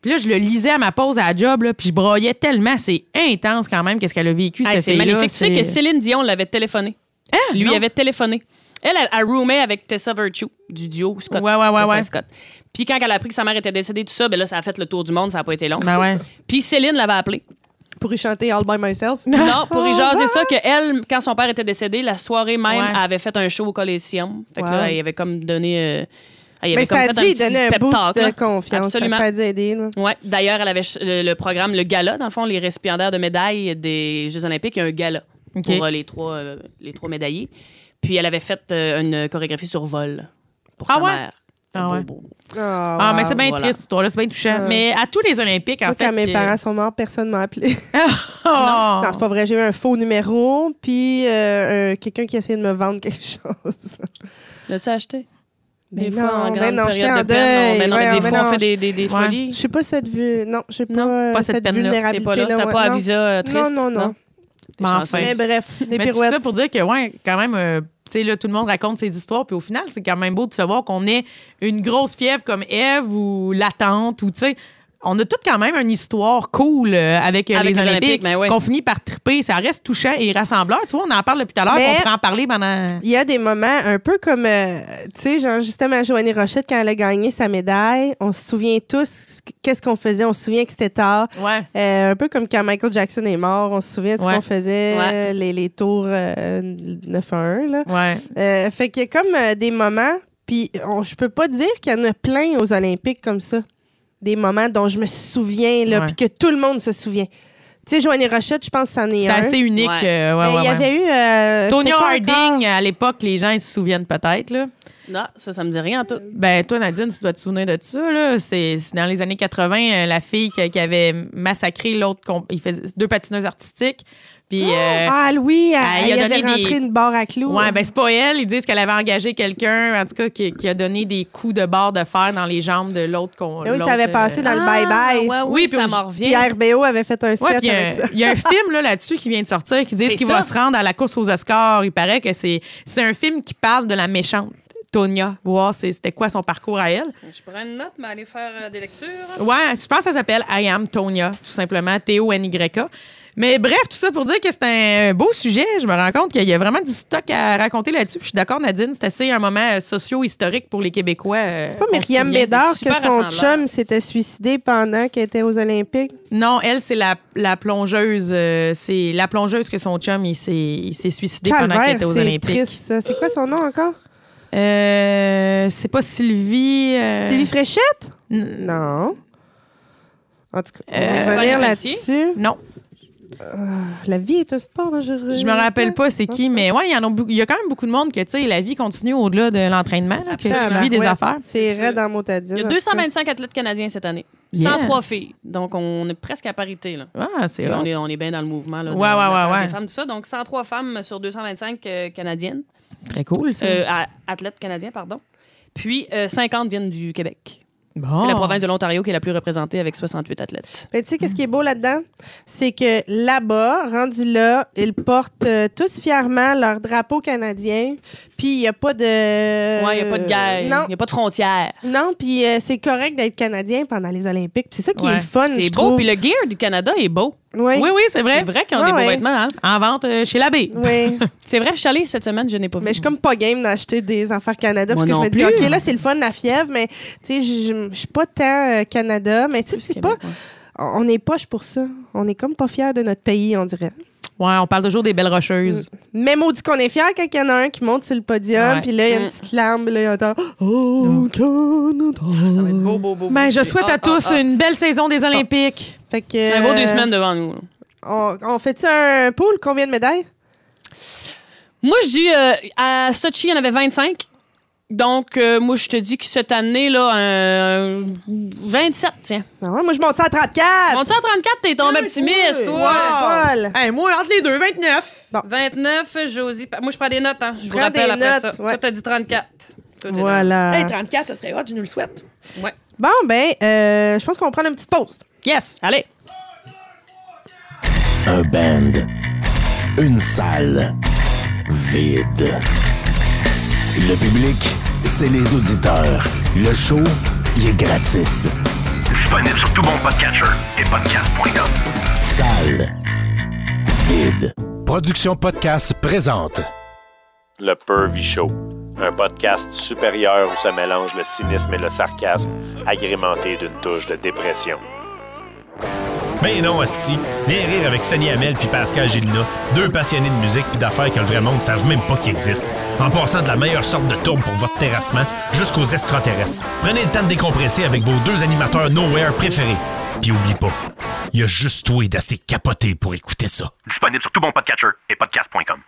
[SPEAKER 4] Puis là, je le lisais à ma pause à la job, là, puis je broyais tellement. C'est intense quand même qu'est-ce qu'elle a vécu,
[SPEAKER 5] Ah,
[SPEAKER 4] cette
[SPEAKER 5] c'est
[SPEAKER 4] fille-là.
[SPEAKER 5] magnifique. Tu sais que Céline Dion l'avait téléphoné. Lui
[SPEAKER 4] non.
[SPEAKER 5] avait téléphoné. Elle, elle, elle roomait avec Tessa Virtue du duo Scott.
[SPEAKER 4] Ouais, ouais, ouais,
[SPEAKER 5] Tessa
[SPEAKER 4] ouais.
[SPEAKER 5] Scott. Puis quand elle a appris que sa mère était décédée, tout ça, ben là, ça a fait le tour du monde, ça n'a pas été long.
[SPEAKER 4] Ben ouais.
[SPEAKER 5] Puis Céline l'avait appelée.
[SPEAKER 3] Pour y chanter All by Myself.
[SPEAKER 5] Non, pour y jaser ça, que elle, quand son père était décédé, la soirée même,
[SPEAKER 4] Ouais.
[SPEAKER 5] elle avait fait un show au Coliseum. Fait que
[SPEAKER 3] Wow.
[SPEAKER 5] là, il avait comme donné. euh, elle y avait
[SPEAKER 3] Mais
[SPEAKER 5] comme
[SPEAKER 3] Ben, ça a
[SPEAKER 5] fait
[SPEAKER 3] dû lui
[SPEAKER 5] petit
[SPEAKER 3] donner un
[SPEAKER 5] pep
[SPEAKER 3] boost
[SPEAKER 5] talk,
[SPEAKER 3] de
[SPEAKER 5] là.
[SPEAKER 3] confiance.
[SPEAKER 5] Absolument.
[SPEAKER 3] Ça, ça a dû aider. là.
[SPEAKER 5] Ouais. D'ailleurs, elle avait ch- le, le programme, le gala, dans le fond, les récipiendaires de médailles des Jeux Olympiques, il y a un gala
[SPEAKER 4] OK.
[SPEAKER 5] pour euh, les, trois, euh, les trois médaillés. Puis elle avait fait euh, une chorégraphie sur vol pour
[SPEAKER 4] Ah
[SPEAKER 5] sa
[SPEAKER 4] ouais?
[SPEAKER 5] mère.
[SPEAKER 4] Ah ouais.
[SPEAKER 5] Beau, beau.
[SPEAKER 4] Ah, mais c'est bien
[SPEAKER 5] Voilà. Euh.
[SPEAKER 4] triste, cette histoire-là. C'est bien touchant. Mais à tous les Olympiques, en
[SPEAKER 3] Moi,
[SPEAKER 4] fait.
[SPEAKER 3] quand mes
[SPEAKER 4] euh,
[SPEAKER 3] parents sont morts, personne m'a
[SPEAKER 5] [laughs]
[SPEAKER 3] appelé.
[SPEAKER 4] [laughs]
[SPEAKER 5] Ah.
[SPEAKER 4] Oh!
[SPEAKER 3] Non, c'est pas vrai. J'ai eu un faux numéro, puis euh, euh, quelqu'un qui a essayé de me vendre quelque [laughs] chose.
[SPEAKER 5] L'as-tu acheté? Des
[SPEAKER 3] Mais
[SPEAKER 5] fois, en
[SPEAKER 3] non,
[SPEAKER 5] grande
[SPEAKER 3] mais non, j'étais
[SPEAKER 5] période
[SPEAKER 3] en
[SPEAKER 5] de peine, on-
[SPEAKER 3] deuil.
[SPEAKER 5] mais non, mais
[SPEAKER 3] Voyons,
[SPEAKER 5] des
[SPEAKER 3] mais
[SPEAKER 5] fois, on
[SPEAKER 3] non,
[SPEAKER 5] fait des, des, des
[SPEAKER 4] Ouais.
[SPEAKER 5] folies.
[SPEAKER 3] Je sais pas cette vue. Non, j'ai pas,
[SPEAKER 5] Non,
[SPEAKER 4] pas
[SPEAKER 3] euh,
[SPEAKER 4] cette
[SPEAKER 3] cette,
[SPEAKER 4] peine-là.
[SPEAKER 5] T'es
[SPEAKER 3] vulnérabilité.
[SPEAKER 5] pas là, t'as
[SPEAKER 3] ouais,
[SPEAKER 5] pas à
[SPEAKER 3] non.
[SPEAKER 5] visa euh, triste.
[SPEAKER 3] Non, non, non.
[SPEAKER 5] T'es
[SPEAKER 4] Mais
[SPEAKER 5] chanceuse.
[SPEAKER 4] enfin,
[SPEAKER 3] Mais bref, des
[SPEAKER 4] Mais tout ça
[SPEAKER 3] pirouettes.
[SPEAKER 4] pour dire que, ouais, quand même, euh, tu sais, là, tout le monde raconte ses histoires, puis au final, c'est quand même beau de savoir qu'on est une grosse fièvre comme Eve ou la tante, ou tu sais. On a toutes quand même une histoire cool euh, avec, euh,
[SPEAKER 5] Avec
[SPEAKER 4] les
[SPEAKER 5] les
[SPEAKER 4] Olympiques,
[SPEAKER 5] Olympiques, ben ouais.
[SPEAKER 4] qu'on finit par triper. Ça reste touchant et rassembleur. Tu vois, on en parle depuis tout à l'heure,
[SPEAKER 3] Mais-
[SPEAKER 4] on pourrait en parler pendant...
[SPEAKER 3] Il y a des moments un peu comme, euh, tu sais, genre justement Joanie Rochette, quand elle a gagné sa médaille, on se souvient tous qu'est-ce qu'on faisait. On se souvient que c'était tard.
[SPEAKER 4] Ouais.
[SPEAKER 3] Euh, un peu comme quand Michael Jackson est mort, on se souvient de
[SPEAKER 4] Ouais.
[SPEAKER 3] ce qu'on faisait,
[SPEAKER 5] Ouais.
[SPEAKER 3] les, les tours euh, 9-1. Là.
[SPEAKER 4] Ouais.
[SPEAKER 3] Euh, fait qu'il y a comme euh, des moments, puis on- je peux pas dire qu'il y en a plein aux Olympiques comme ça. Des moments dont je me souviens, là,
[SPEAKER 4] Ouais.
[SPEAKER 3] puis que tout le monde se souvient. Tu sais, Joanie Rochette, je pense que c'en est,
[SPEAKER 4] C'est
[SPEAKER 3] un.
[SPEAKER 4] assez unique.
[SPEAKER 5] Ouais.
[SPEAKER 4] euh, ouais,
[SPEAKER 3] Mais
[SPEAKER 4] ouais,
[SPEAKER 3] il y
[SPEAKER 4] ouais.
[SPEAKER 3] avait eu. euh,
[SPEAKER 4] Tonya
[SPEAKER 3] c'était quoi encore?
[SPEAKER 4] Harding, à l'époque, les gens ils se souviennent peut-être. là.
[SPEAKER 5] Non, ça, ça me dit rien en tout.
[SPEAKER 4] Ben, toi, Nadine, tu dois te souvenir de ça. Là. C'est, c'est dans les années 80, euh, la fille qui, qui avait massacré l'autre. com- Il faisait deux patineuses artistiques. Puis. euh,
[SPEAKER 3] Ah, oh. oui, elle,
[SPEAKER 4] elle y a
[SPEAKER 3] elle avait
[SPEAKER 4] donné des-
[SPEAKER 3] rentré une barre à clous.
[SPEAKER 4] Ouais, ben c'est pas elle. Ils disent qu'elle avait engagé quelqu'un, en tout cas, qui, qui a donné des coups de barre de fer dans les jambes de l'autre qu'on.
[SPEAKER 3] Ah oui,
[SPEAKER 4] l'autre,
[SPEAKER 3] ça avait
[SPEAKER 4] euh,
[SPEAKER 3] passé dans le bye-bye.
[SPEAKER 5] Ah, Ouais,
[SPEAKER 4] Oui,
[SPEAKER 5] oui,
[SPEAKER 4] puis
[SPEAKER 5] ça
[SPEAKER 4] on-
[SPEAKER 5] m'en revient.
[SPEAKER 3] Puis RBO avait fait un
[SPEAKER 4] Ouais,
[SPEAKER 3] sketch
[SPEAKER 4] puis il y a
[SPEAKER 3] avec ça.
[SPEAKER 4] un- il y, a un film là, là-dessus qui vient de sortir qui dit
[SPEAKER 5] C'est
[SPEAKER 4] qu'il
[SPEAKER 5] ça.
[SPEAKER 4] va se rendre à la course aux Oscars. Il paraît que c'est, c'est un film qui parle de la méchante. Tonya, voir c'est- c'était quoi son parcours à elle.
[SPEAKER 5] Je prends une note, mais aller faire euh, des lectures.
[SPEAKER 4] Ouais, je pense que ça s'appelle I Am Tonya, tout simplement, T-O-N-Y-K. Mais bref, tout ça pour dire que c'est un beau sujet. Je me rends compte qu'il y a vraiment du stock à raconter là-dessus. Puis je suis d'accord, Nadine, c'est assez un moment euh, socio-historique pour les Québécois.
[SPEAKER 3] C'est pas Myriam Bédard que son chum s'était suicidé pendant qu'elle était aux Olympiques.
[SPEAKER 4] Non, elle, c'est la, la plongeuse. euh, c'est la plongeuse que son chum, il s'est, il s'est suicidé pendant
[SPEAKER 3] Calvaire,
[SPEAKER 4] qu'elle était aux
[SPEAKER 3] c'est
[SPEAKER 4] Olympiques.
[SPEAKER 3] triste, ça. C'est quoi son nom encore?
[SPEAKER 4] Euh, c'est pas Sylvie. euh,
[SPEAKER 3] Sylvie Fréchette?
[SPEAKER 4] n-
[SPEAKER 3] Non. En tout cas, on
[SPEAKER 4] Euh,
[SPEAKER 3] va revenir là-dessus.
[SPEAKER 4] Non,
[SPEAKER 3] La vie est un sport, hein, je,
[SPEAKER 4] je me rappelle pas c'est qui, mais ouais, il y en a beaucoup- il y a quand même beaucoup de monde que tu sais, la vie continue au-delà de l'entraînement, là, que tu
[SPEAKER 3] Absolument.
[SPEAKER 4] vis des
[SPEAKER 3] Ouais.
[SPEAKER 4] affaires.
[SPEAKER 3] C'est raide dans mon tadine.
[SPEAKER 5] Il y a
[SPEAKER 3] en tout cas.
[SPEAKER 5] 225 athlètes canadiens cette année.
[SPEAKER 4] Yeah.
[SPEAKER 5] 103 filles. Donc, on est presque à parité. Là.
[SPEAKER 4] Ah, c'est
[SPEAKER 5] on,
[SPEAKER 4] vrai.
[SPEAKER 5] est, on est bien dans le mouvement. Là, de-
[SPEAKER 4] Ouais, ouais,
[SPEAKER 5] de la
[SPEAKER 4] ouais,
[SPEAKER 5] place
[SPEAKER 4] ouais.
[SPEAKER 5] Des femmes, tout ça. Donc, 103 femmes sur 225 euh, canadiennes.
[SPEAKER 4] Très cool, ça.
[SPEAKER 5] Euh, à- athlètes canadiens, pardon. Puis, euh, 50 viennent du Québec.
[SPEAKER 4] Bon.
[SPEAKER 5] C'est la province de l'Ontario qui est la plus représentée avec 68 athlètes.
[SPEAKER 3] Mais tu sais, qu'est-ce
[SPEAKER 4] Mm.
[SPEAKER 3] qui est beau là-dedans? C'est que là-bas, rendu là, ils portent euh, tous fièrement leur drapeau canadien. Puis il n'y a pas de.
[SPEAKER 4] Euh,
[SPEAKER 5] ouais, il n'y a pas de guerre. Il
[SPEAKER 3] Non.
[SPEAKER 5] n'y a pas de frontières.
[SPEAKER 3] Non, puis euh, c'est correct d'être canadien pendant les Olympiques. Puis C'est ça qui
[SPEAKER 4] Ouais.
[SPEAKER 3] est le fun,
[SPEAKER 5] C'est
[SPEAKER 3] je
[SPEAKER 5] beau.
[SPEAKER 3] trouve.
[SPEAKER 5] Puis le gear du Canada est beau.
[SPEAKER 3] Ouais.
[SPEAKER 4] Oui, oui, c'est vrai.
[SPEAKER 5] C'est vrai qu'ils ont
[SPEAKER 3] Ouais,
[SPEAKER 5] des beaux
[SPEAKER 3] ouais.
[SPEAKER 5] vêtements. hein.
[SPEAKER 4] En vente euh, chez l'abbé.
[SPEAKER 5] [laughs]
[SPEAKER 3] Oui.
[SPEAKER 5] C'est vrai, je suis allée cette semaine, je n'ai pas vu.
[SPEAKER 3] Mais je suis comme pas game d'acheter des affaires Canada
[SPEAKER 5] Moi
[SPEAKER 3] parce que je
[SPEAKER 5] non
[SPEAKER 3] me dis,
[SPEAKER 5] plus.
[SPEAKER 3] OK, là, c'est le fun, la fièvre, mais tu sais, je je- je suis pas tant euh, Canada. Mais tu sais, c'est pas.
[SPEAKER 5] Québécois.
[SPEAKER 3] On on est poche pour ça. On est comme pas fiers de notre pays, on dirait.
[SPEAKER 4] Ouais, on parle toujours des belles rocheuses.
[SPEAKER 5] Mm.
[SPEAKER 3] Même on dit qu'on est fiers quand il y en a un qui monte sur le podium,
[SPEAKER 4] Ouais.
[SPEAKER 3] puis là, il y a une petite larme, puis là, il entend Oh, Canada.
[SPEAKER 5] Ça va être Mm. beau, beau, beau.
[SPEAKER 4] Ben,
[SPEAKER 5] beau.
[SPEAKER 4] je souhaite
[SPEAKER 5] Ah,
[SPEAKER 4] à
[SPEAKER 5] ah,
[SPEAKER 4] tous
[SPEAKER 5] ah.
[SPEAKER 4] une belle saison des Olympiques.
[SPEAKER 3] Fait que.
[SPEAKER 5] Un beau
[SPEAKER 3] euh,
[SPEAKER 5] deux semaines devant nous. là.
[SPEAKER 3] On, on fait-tu un pool? Combien de médailles?
[SPEAKER 5] Moi, je dis, euh, à Sochi, il y en avait 25. Donc, euh, moi, je te dis que cette année, là, un- 27, tiens.
[SPEAKER 3] Ah ouais, moi, je monte ça à 34.
[SPEAKER 5] On tu à 34, t'es tombé optimiste,
[SPEAKER 3] Ah, oui.
[SPEAKER 5] toi.
[SPEAKER 3] Ah, Paul.
[SPEAKER 4] Hey, moi, entre les deux, 29.
[SPEAKER 5] 29, Josie. pa- Moi, je prends des notes, hein. Je vous
[SPEAKER 3] Prends
[SPEAKER 5] rappelle
[SPEAKER 3] des
[SPEAKER 5] après
[SPEAKER 3] notes,
[SPEAKER 5] ça.
[SPEAKER 3] ouais.
[SPEAKER 5] Toi, t'as dit 34. Toi, t'es
[SPEAKER 3] Voilà.
[SPEAKER 4] 34, ça serait hot, tu nous le souhaites.
[SPEAKER 5] dans- Ouais.
[SPEAKER 3] Bon, ben, euh, je pense qu'on va prendre une petite pause.
[SPEAKER 4] Yes.
[SPEAKER 5] Allez.
[SPEAKER 8] Un band. Une salle. Vide. Le public, c'est les auditeurs. Le show, il est gratis.
[SPEAKER 9] Disponible sur tout bon podcatcher et podcast.com.
[SPEAKER 8] Salle. Vide.
[SPEAKER 1] Production Podcast présente.
[SPEAKER 10] Le Pervy Show, un podcast supérieur où se mélange le cynisme et le sarcasme, agrémenté d'une touche de dépression.
[SPEAKER 11] Mais Ben non, Asti. Viens rire avec Sonny Hamel puis Pascal Gélina, deux passionnés de musique puis d'affaires que le vrai monde ne savent même pas qu'ils existent. En passant de la meilleure sorte de tourbe pour votre terrassement jusqu'aux extraterrestres. Prenez le temps de décompresser avec vos deux animateurs Nowhere préférés. Puis oublie pas, il y a juste toi d'assez capoté pour écouter ça.
[SPEAKER 9] Disponible sur tout bon podcatcher et podcast.com.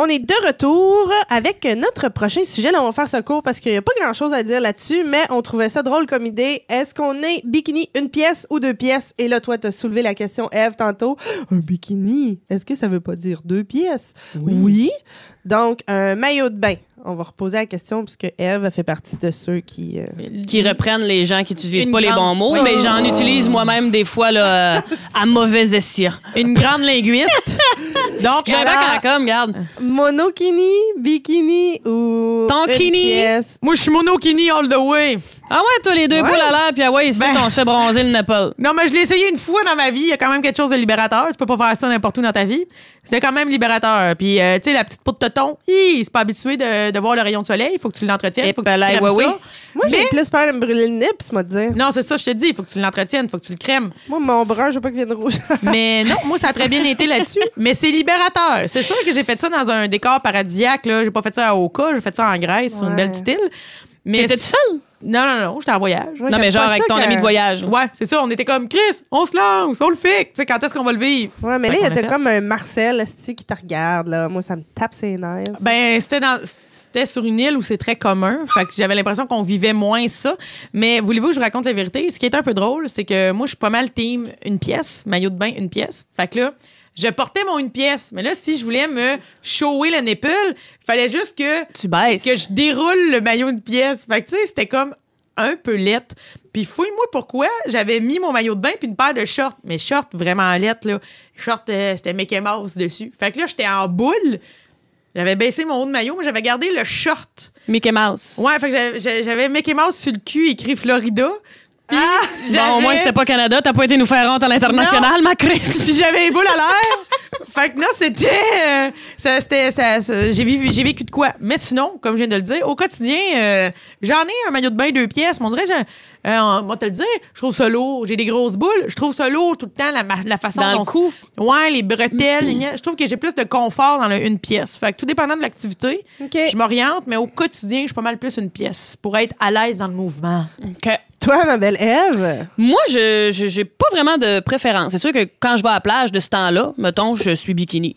[SPEAKER 3] On est de retour avec notre prochain sujet. Là, on va faire ce cours parce qu'il n'y a pas grand-chose à dire là-dessus, mais on trouvait ça drôle comme idée. Est-ce qu'on est bikini une pièce ou deux pièces? Et là, toi, t'as soulevé la question, Eve, tantôt. Un bikini, est-ce que ça veut pas dire deux pièces? Oui. Donc, un maillot de bain. on va reposer la question puisque Eve a fait partie de ceux qui. euh,
[SPEAKER 5] qui reprennent les gens qui n'utilisent
[SPEAKER 4] Une
[SPEAKER 5] pas les bons
[SPEAKER 4] grande-
[SPEAKER 5] mots,
[SPEAKER 4] Oui.
[SPEAKER 5] mais j'en utilise moi-même des
[SPEAKER 3] [laughs]
[SPEAKER 5] fois là, euh, à mauvais escient.
[SPEAKER 4] Une grande
[SPEAKER 5] [laughs]
[SPEAKER 4] linguiste. Donc, euh,
[SPEAKER 5] J'ai un bac à la com, regarde.
[SPEAKER 3] Monokini, bikini ou.
[SPEAKER 5] Tankini.
[SPEAKER 3] une pièce?
[SPEAKER 4] Moi, je suis monokini all the way.
[SPEAKER 5] Ah ouais, toi, les deux
[SPEAKER 3] Ouais.
[SPEAKER 5] boules à l'air, puis ah ouais, ici,
[SPEAKER 4] Ben.
[SPEAKER 5] on se fait bronzer le Népal.
[SPEAKER 4] Non, mais je l'ai essayé une fois dans ma vie. Il y a quand même quelque chose de libérateur. Tu peux pas faire ça n'importe où dans ta vie. C'est quand même libérateur. Puis, euh, tu sais, la petite peau de tonton, hi, c'est pas habitué de, de voir le rayon de soleil. Il faut que tu l'entretiennes.
[SPEAKER 5] Et
[SPEAKER 4] faut que tu
[SPEAKER 5] palais,
[SPEAKER 4] crèmes
[SPEAKER 5] ouais,
[SPEAKER 4] ça.
[SPEAKER 5] oui.
[SPEAKER 3] Moi, j'ai
[SPEAKER 4] Mais-
[SPEAKER 3] plus peur de me brûler le nez, puis se me dire.
[SPEAKER 4] Non, c'est ça, je te dis. Il faut que tu l'entretiennes. Il faut que tu le crèmes.
[SPEAKER 3] Moi, mon brun, je veux pas qu'il vienne rouge. [laughs]
[SPEAKER 4] Mais [laughs] non, moi, ça a très bien été là-dessus. Mais c'est libérateur. C'est sûr que j'ai fait ça dans un décor paradisiaque. Là. J'ai pas fait ça à Oka, j'ai fait ça en Grèce, sur une
[SPEAKER 3] Ouais.
[SPEAKER 4] belle petite île. Mais
[SPEAKER 5] T'étais-tu
[SPEAKER 4] c'est- Non, non, non, j'étais en voyage.
[SPEAKER 5] Non, mais genre avec ton ami de voyage.
[SPEAKER 4] Ouais, c'est ça, on était comme Chris, on se lance, on le fait. Tu sais, quand est-ce qu'on va le vivre?
[SPEAKER 3] Ouais, mais
[SPEAKER 4] Fait
[SPEAKER 3] là, il y
[SPEAKER 4] qu'on l'a
[SPEAKER 3] a
[SPEAKER 4] fait.
[SPEAKER 3] comme un Marcel esti, qui te regarde, là. Moi, ça me tape ses nerfs.
[SPEAKER 4] Ben, c'était dans- c'était sur une île où c'est très commun. Fait que j'avais l'impression qu'on vivait moins ça. Mais voulez-vous que je vous raconte la vérité? Ce qui est un peu drôle, c'est que moi, je suis pas mal team une pièce, maillot de bain, une pièce. Fait que là, je portais mon une pièce. Mais là, si je voulais me shower le nipple, fallait juste que
[SPEAKER 5] Tu baisses.
[SPEAKER 4] que je déroule le maillot de pièce. Fait que, tu sais, c'était comme un peu lettre. Puis fouille-moi pourquoi j'avais mis mon maillot de bain puis une paire de shorts. Mes shorts vraiment lettres, là. Shorts, euh, c'était Mickey Mouse dessus. Fait que là, j'étais en boule. J'avais baissé mon haut de maillot, mais j'avais gardé le short.
[SPEAKER 5] Mickey Mouse.
[SPEAKER 4] Ouais, fait que j'avais- j'avais j'avais Mickey Mouse sur le cul écrit Florida. Puis j'avais-
[SPEAKER 5] Ah! Bon, au moins, c'était pas Canada. T'as pas été nous faire honte à l'international, ma
[SPEAKER 4] Puis [laughs]
[SPEAKER 5] Chris.
[SPEAKER 4] j'avais les boules à l'air. fait que non, c'était. euh, ça, c'était ça, ça- j'ai, vécu, j'ai vécu de quoi. Mais sinon, comme je viens de le dire, au quotidien, euh, j'en ai un maillot de bain deux pièces. Mais on dirait, je- euh, on- moi, te le dire, je trouve ça lourd. J'ai des grosses boules. Je trouve ça lourd tout le temps, la, ma- la façon
[SPEAKER 5] Dans le
[SPEAKER 4] dont-
[SPEAKER 5] cou.
[SPEAKER 4] Ouais, les bretelles. les gna- je trouve que j'ai plus de confort dans le une pièce. Fait que tout dépendant de l'activité,
[SPEAKER 3] OK.
[SPEAKER 4] je m'oriente, mais au quotidien, je suis pas mal plus une pièce pour être à l'aise dans le mouvement.
[SPEAKER 5] OK.
[SPEAKER 3] Toi, ma belle Eve.
[SPEAKER 5] Moi, je je- j'ai pas vraiment de préférence. C'est sûr que quand je vais à la plage de ce temps-là, mettons, je suis bikini.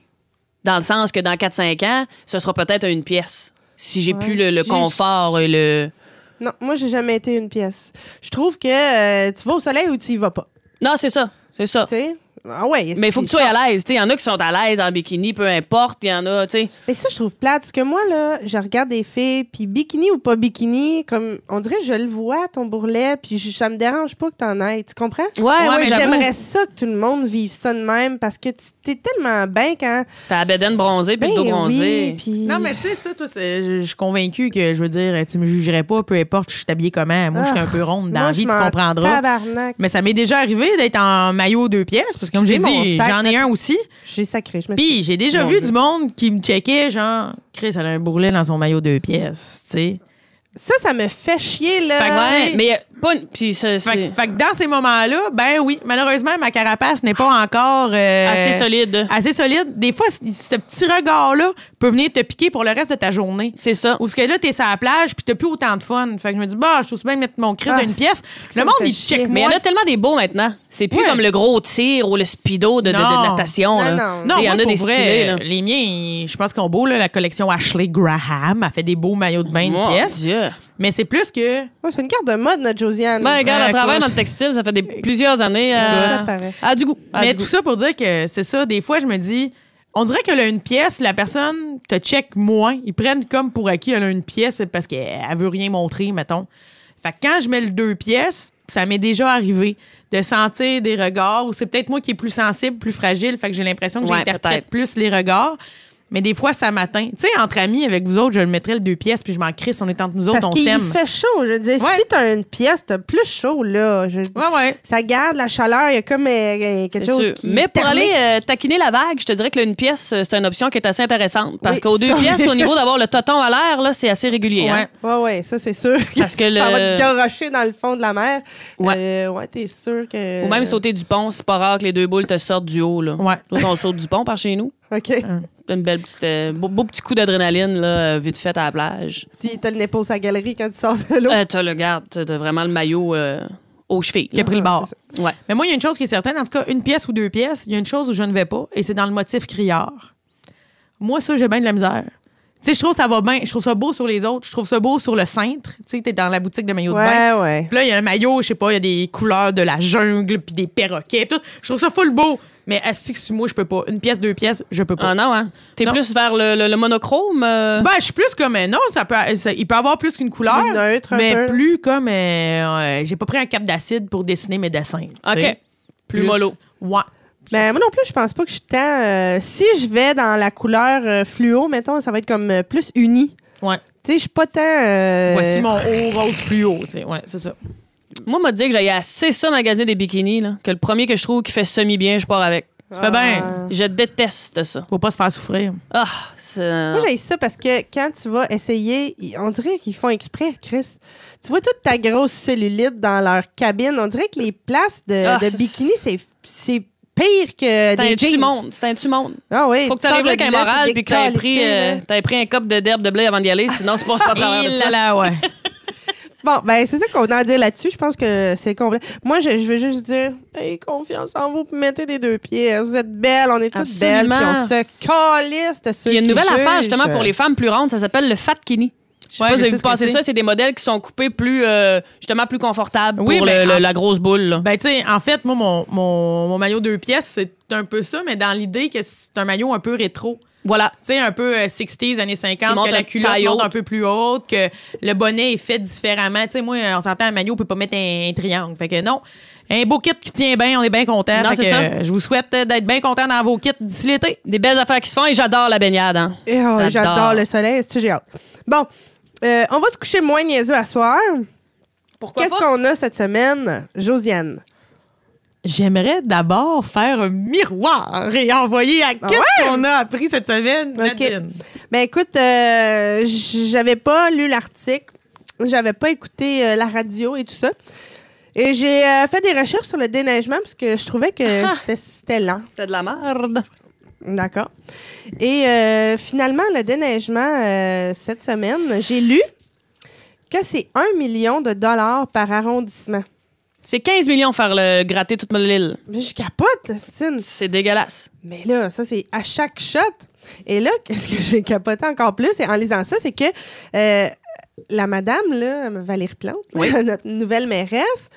[SPEAKER 5] Dans le sens que dans 4-5 ans, ce sera peut-être une pièce. Si j'ai plus le, le confort et le.
[SPEAKER 3] Non, moi, j'ai jamais été une pièce. Je trouve que euh, tu vas au soleil ou tu y vas pas.
[SPEAKER 5] Non, c'est ça. C'est ça.
[SPEAKER 3] Tu sais? Ah ouais.
[SPEAKER 5] Mais il faut que tu sois à l'aise. Il y en a qui sont à l'aise en bikini, peu importe. Il y en a, tu sais.
[SPEAKER 3] Mais ça, je trouve plate. Parce que moi, là, je regarde des filles, puis bikini ou pas bikini, comme on dirait, je le vois, ton bourrelet, puis je- ça me dérange pas que t'en ailles. Tu comprends?
[SPEAKER 5] Ouais, ouais,
[SPEAKER 3] mais
[SPEAKER 5] j'avoue.
[SPEAKER 3] J'aimerais ça que tout le monde vive ça de même parce que tu t'es tellement bien quand.
[SPEAKER 5] T'as la bedaine bronzée
[SPEAKER 3] Ben
[SPEAKER 5] puis le dos bronzé.
[SPEAKER 3] oui, puis.
[SPEAKER 4] Non, mais tu sais, ça, toi, c'est- je je suis convaincue que, je veux dire, tu me jugerais pas, peu importe, je suis habillée comment. Moi, je suis
[SPEAKER 3] Ah,
[SPEAKER 4] un peu ronde dans
[SPEAKER 3] moi,
[SPEAKER 4] la
[SPEAKER 3] je
[SPEAKER 4] vie, tu
[SPEAKER 3] m'en
[SPEAKER 4] comprendras.
[SPEAKER 3] Tabarnak.
[SPEAKER 4] Mais ça m'est déjà arrivé d'être en maillot deux pièces, parce que comme
[SPEAKER 3] C'est
[SPEAKER 4] j'ai
[SPEAKER 3] mon
[SPEAKER 4] dit,
[SPEAKER 3] sac,
[SPEAKER 4] j'en ai un aussi.
[SPEAKER 3] J'ai sacré. Je me
[SPEAKER 4] Puis j'ai déjà
[SPEAKER 3] Mon
[SPEAKER 4] vu
[SPEAKER 3] Dieu.
[SPEAKER 4] du monde qui me checkait, genre, Chris, elle a un bourrelet dans son maillot deux pièces, tu sais.
[SPEAKER 3] Ça, ça me fait chier, là.
[SPEAKER 5] Fait que,
[SPEAKER 4] Ouais.
[SPEAKER 5] tu sais, mais euh, pas une- puis ça, c'est
[SPEAKER 4] Fait, que- fait que dans ces moments-là, ben oui, malheureusement, ma carapace n'est pas encore. euh,
[SPEAKER 5] assez solide.
[SPEAKER 4] Assez solide. Des fois, c- ce petit regard-là peut venir te piquer pour le reste de ta journée.
[SPEAKER 5] C'est ça.
[SPEAKER 4] Ou ce que là, t'es sur la plage, puis t'as plus autant de fun. Fait que je me dis, bah, je trouve ça bien de mettre mon crise
[SPEAKER 3] Ah,
[SPEAKER 4] dans une pièce.
[SPEAKER 3] c'est que ça
[SPEAKER 4] Le
[SPEAKER 3] me
[SPEAKER 4] monde,
[SPEAKER 3] fait
[SPEAKER 4] il
[SPEAKER 3] chier.
[SPEAKER 4] check
[SPEAKER 5] Mais il y
[SPEAKER 4] moi.
[SPEAKER 5] en a tellement des beaux maintenant. C'est plus
[SPEAKER 4] Ouais.
[SPEAKER 5] comme le gros tir ou le speedo de, de, de
[SPEAKER 4] Non.
[SPEAKER 5] natation.
[SPEAKER 3] Non,
[SPEAKER 5] là.
[SPEAKER 3] non.
[SPEAKER 5] Tu sais, Il y en
[SPEAKER 4] moi,
[SPEAKER 5] a des
[SPEAKER 4] pour vrai, euh,
[SPEAKER 5] stylés. Là.
[SPEAKER 4] Les miens, ils- je pense qu'on beau, là, la collection Ashley Graham a fait des beaux maillots de bain de
[SPEAKER 5] Mon
[SPEAKER 4] pièce.
[SPEAKER 5] Dieu.
[SPEAKER 4] Mais c'est plus que.
[SPEAKER 3] Ouais, c'est une carte de mode, notre Josiane.
[SPEAKER 5] Ben, regarde,
[SPEAKER 4] Ouais,
[SPEAKER 5] elle travaille
[SPEAKER 4] écoute.
[SPEAKER 5] dans le textile, ça fait des, plusieurs années. euh,
[SPEAKER 3] Ça paraît.
[SPEAKER 5] Ah, du goût. Ah,
[SPEAKER 4] Mais
[SPEAKER 5] du
[SPEAKER 4] tout
[SPEAKER 5] goût.
[SPEAKER 4] ça pour dire que c'est ça, des fois, je me dis, on dirait qu'elle a une pièce, la personne te check moins. Ils prennent comme pour acquis, elle a une pièce parce qu'elle veut rien montrer, mettons. Fait que quand je mets le deux pièces, ça m'est déjà arrivé de sentir des regards, ou c'est peut-être moi qui est plus sensible, plus fragile, fait que j'ai l'impression que
[SPEAKER 5] Ouais,
[SPEAKER 4] j'interprète
[SPEAKER 5] peut-être.
[SPEAKER 4] plus les regards. Mais des fois, ça m'atteint. Tu sais, entre amis, avec vous autres, je le mettrais le deux pièces, puis je m'en crisse, on est entre nous autres,
[SPEAKER 3] Parce
[SPEAKER 4] on
[SPEAKER 3] qu'il
[SPEAKER 4] s'aime.
[SPEAKER 3] fait chaud. Je veux dire,
[SPEAKER 4] Ouais.
[SPEAKER 3] si t'as une pièce, t'as plus chaud, là. Je-
[SPEAKER 4] Ouais, ouais.
[SPEAKER 3] Ça garde la chaleur. Il y a comme euh, euh, quelque
[SPEAKER 5] C'est
[SPEAKER 3] chose
[SPEAKER 5] sûr.
[SPEAKER 3] qui.
[SPEAKER 5] Mais pour
[SPEAKER 3] permet-
[SPEAKER 5] aller euh, taquiner la vague, je te dirais que là, une pièce, euh, c'est une option qui est assez intéressante. Parce
[SPEAKER 3] Oui,
[SPEAKER 5] qu'aux deux
[SPEAKER 3] ça-
[SPEAKER 5] pièces,
[SPEAKER 3] [laughs]
[SPEAKER 5] au niveau d'avoir le toton à l'air, là, c'est assez régulier. hein.
[SPEAKER 4] Ouais.
[SPEAKER 3] Ouais, ouais, [laughs] ça, c'est sûr.
[SPEAKER 5] Parce que
[SPEAKER 3] si t'en
[SPEAKER 5] le-
[SPEAKER 3] vas te garrocher dans le fond de la mer.
[SPEAKER 5] Ouais.
[SPEAKER 3] euh, ouais, t'es sûr que.
[SPEAKER 5] Ou même sauter du pont, c'est pas rare que les deux boules te sortent du haut. Là.
[SPEAKER 4] Ouais.
[SPEAKER 5] Nous autres, on saute du pont par chez nous.
[SPEAKER 3] OK.
[SPEAKER 5] C'est une belle petite, euh, beau, beau petit coup d'adrénaline, là, euh, vite fait à la plage.
[SPEAKER 3] Tu- T'as le nez pour sa galerie quand tu sors de l'eau.
[SPEAKER 5] Euh, t'as le garde, t'as t'as vraiment le maillot euh, aux chevilles.
[SPEAKER 4] Qui a pris le
[SPEAKER 3] Ah,
[SPEAKER 4] bord.
[SPEAKER 5] Ouais.
[SPEAKER 4] Mais moi, il y a une chose qui est certaine, en tout cas, une pièce ou deux pièces, il y a une chose où je ne vais pas, et c'est dans le motif criard. Moi, ça, j'ai bien de la misère. Tu sais, je trouve ça va bien, je trouve ça beau sur les autres, je trouve ça beau sur le cintre. Tu sais, t'es dans la boutique de maillots de bain.
[SPEAKER 3] ouais, ouais.
[SPEAKER 4] Puis là, il y a un maillot, je sais pas, il y a des couleurs de la jungle, puis des perroquets, puis tout. Je trouve ça full beau. Mais asti que sur moi, je peux pas. Une pièce, deux pièces, je peux pas.
[SPEAKER 5] Ah non, hein? T'es
[SPEAKER 4] Non.
[SPEAKER 5] plus vers le, le- le monochrome? euh?
[SPEAKER 4] Ben, je suis plus comme. euh, non, ça peut, ça- il peut avoir plus qu'une couleur.
[SPEAKER 3] Plus neutre, un
[SPEAKER 4] mais
[SPEAKER 3] peu.
[SPEAKER 4] plus comme. euh, euh, j'ai pas pris un cap d'acide pour dessiner mes dessins. tu
[SPEAKER 5] OK.
[SPEAKER 4] sais.
[SPEAKER 5] Plus mollo.
[SPEAKER 4] Ouais.
[SPEAKER 3] Ben, moi non plus, je pense pas que je suis tant. euh, si je vais dans la couleur euh, fluo, mettons, ça va être comme euh, plus uni.
[SPEAKER 4] Ouais.
[SPEAKER 3] Tu sais, je suis pas tant. euh,
[SPEAKER 4] Voici mon haut rose fluo. tu sais. Ouais, c'est ça.
[SPEAKER 5] Moi, m'a dit que j'allais assez ça magasiner des bikinis, là, que le premier que je trouve qui fait semi-bien, je pars avec.
[SPEAKER 4] Ça fait bien.
[SPEAKER 5] Je déteste ça.
[SPEAKER 4] Faut pas se faire souffrir.
[SPEAKER 5] Ah, c'est...
[SPEAKER 3] Moi, j'ai ça parce que quand tu vas essayer, ils- on dirait qu'ils font exprès, Chris. Tu vois toute ta grosse cellulite dans leur cabine. On dirait que les places de,
[SPEAKER 5] Ah,
[SPEAKER 3] de
[SPEAKER 5] c'est-
[SPEAKER 3] bikini, c'est, c'est pire que
[SPEAKER 5] C'est un
[SPEAKER 3] des jeans.
[SPEAKER 5] tu monde, c'est un tu monde.
[SPEAKER 3] Ah oui.
[SPEAKER 5] Faut que t'arrives là avec un moral puis que t'aies pris, euh, t'aies pris un cop de d'herbe de blé avant d'y aller, sinon tu passes pas à travers de [laughs]
[SPEAKER 4] Il
[SPEAKER 5] ça.
[SPEAKER 4] là, ouais.
[SPEAKER 3] Bon, ben c'est ça qu'on a à dire là-dessus. Je pense que c'est complet. Moi, je, je veux juste dire, ayez confiance en vous, puis mettez des deux pieds. Hein, Vous êtes belles, on est toutes
[SPEAKER 5] Absolument.
[SPEAKER 3] belles, puis on se calisse de ceux
[SPEAKER 5] Puis il y a une
[SPEAKER 3] qui
[SPEAKER 5] nouvelle affaire
[SPEAKER 3] jugent.
[SPEAKER 5] justement pour les femmes plus rondes, ça s'appelle le fatkini. Je sais
[SPEAKER 4] Ouais,
[SPEAKER 5] pas
[SPEAKER 4] je
[SPEAKER 5] si
[SPEAKER 4] sais
[SPEAKER 5] vous
[SPEAKER 4] ce que
[SPEAKER 5] pensez
[SPEAKER 4] c'est.
[SPEAKER 5] ça, c'est des modèles qui sont coupés plus euh, justement plus confortables
[SPEAKER 4] Oui,
[SPEAKER 5] pour
[SPEAKER 4] mais
[SPEAKER 5] le- le-
[SPEAKER 4] en-
[SPEAKER 5] la grosse boule. là.
[SPEAKER 4] Ben, tu sais, en fait, moi, mon, mon, mon maillot deux pièces, c'est un peu ça, mais dans l'idée que c'est un maillot un peu rétro.
[SPEAKER 5] Voilà.
[SPEAKER 4] Tu sais, un peu euh, 60s, années 50,
[SPEAKER 5] monte
[SPEAKER 4] que la
[SPEAKER 5] un
[SPEAKER 4] culotte
[SPEAKER 5] taille
[SPEAKER 4] monte un
[SPEAKER 5] haute.
[SPEAKER 4] peu plus haute, que le bonnet est fait différemment. Tu sais, moi, on s'entend, un maillot, on peut pas mettre un, un triangle. Fait que non, un beau kit qui tient bien, on est bien content.
[SPEAKER 5] Non,
[SPEAKER 4] Fait
[SPEAKER 5] c'est
[SPEAKER 4] que,
[SPEAKER 5] ça.
[SPEAKER 4] euh, Je vous souhaite euh, d'être bien content dans vos kits d'ici l'été.
[SPEAKER 5] Des belles affaires qui se font et j'adore la baignade. hein.
[SPEAKER 3] Eh, oh,
[SPEAKER 5] J'adore.
[SPEAKER 3] J'adore le soleil, c'est j'ai hâte. Bon, euh, on va se coucher moins niaiseux à soir.
[SPEAKER 5] Pourquoi
[SPEAKER 3] Qu'est-ce
[SPEAKER 5] pas?
[SPEAKER 3] qu'on a cette semaine, Josiane?
[SPEAKER 4] J'aimerais d'abord faire un miroir et envoyer à qu'est-ce
[SPEAKER 3] Ah ouais?
[SPEAKER 4] qu'on a appris cette semaine,
[SPEAKER 3] Ok.
[SPEAKER 4] Nadine.
[SPEAKER 3] Ben écoute, euh, j- j'avais pas lu l'article, j'avais pas écouté euh, la radio et tout ça. Et j'ai euh, fait des recherches sur le déneigement parce que je trouvais que c'était- c'était lent.
[SPEAKER 5] T'as de la merde.
[SPEAKER 3] D'accord. Et euh, finalement, le déneigement euh, cette semaine, j'ai lu que c'est un million de dollars par arrondissement.
[SPEAKER 5] C'est 15 millions faire le gratter toute l'île.
[SPEAKER 3] Mais je capote, Stine.
[SPEAKER 5] C'est dégueulasse.
[SPEAKER 3] Mais là, ça, c'est à chaque shot. Et là, [laughs] qu'est-ce que j'ai capoté encore plus et en lisant ça, c'est que euh, la madame, là, Valérie Plante, [laughs] notre nouvelle mairesse,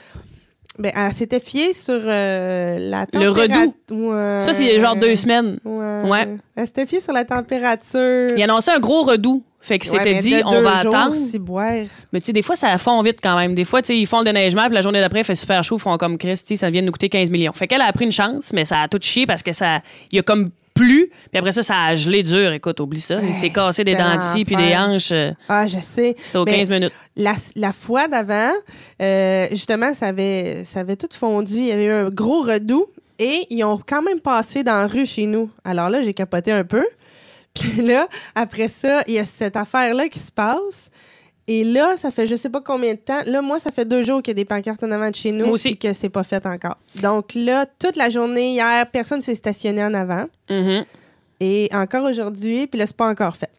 [SPEAKER 3] ben, elle s'était fiée sur euh, la
[SPEAKER 5] Le
[SPEAKER 3] température.
[SPEAKER 5] redout. Ça, c'est genre deux semaines.
[SPEAKER 3] Ouais.
[SPEAKER 5] Ouais.
[SPEAKER 3] Elle s'était fiée sur la température.
[SPEAKER 5] Il annonçait un gros redout. Fait que
[SPEAKER 3] Ouais,
[SPEAKER 5] c'était
[SPEAKER 3] mais
[SPEAKER 5] dit,
[SPEAKER 3] de
[SPEAKER 5] on
[SPEAKER 3] deux
[SPEAKER 5] va
[SPEAKER 3] jours,
[SPEAKER 5] attendre.
[SPEAKER 3] si boire.
[SPEAKER 5] Mais tu sais, des fois, ça fond vite quand même. Des fois, tu sais, ils font le déneigement, puis la journée d'après, il fait super chaud, ils font comme Christy, ça vient de nous coûter 15 millions. Fait qu'elle a pris une chance, mais ça a tout chié parce que ça. Il y a comme plu, puis après ça, ça a gelé dur. Écoute, oublie ça. Il s'est cassé des
[SPEAKER 3] c'était
[SPEAKER 5] dentilles, puis des
[SPEAKER 3] l'enfer.
[SPEAKER 5] hanches. euh,
[SPEAKER 3] Ah, je sais.
[SPEAKER 5] C'était aux
[SPEAKER 3] Mais
[SPEAKER 5] 15 minutes.
[SPEAKER 3] La, la fois d'avant, euh, justement, ça avait, ça avait tout fondu. Il y avait eu un gros redout et ils ont quand même passé dans la rue chez nous. Alors là, j'ai capoté un peu. [laughs] Puis là, après ça, il y a cette affaire-là qui se passe. Et là, ça fait je sais pas combien de temps. Là, moi, ça fait deux jours qu'il y a des pancartes en avant de chez nous
[SPEAKER 5] Moi aussi.
[SPEAKER 3] puis que c'est pas fait encore. Donc là, toute la journée hier, personne s'est stationné en avant.
[SPEAKER 5] mhm.
[SPEAKER 3] Et encore aujourd'hui, puis là, c'est pas encore fait.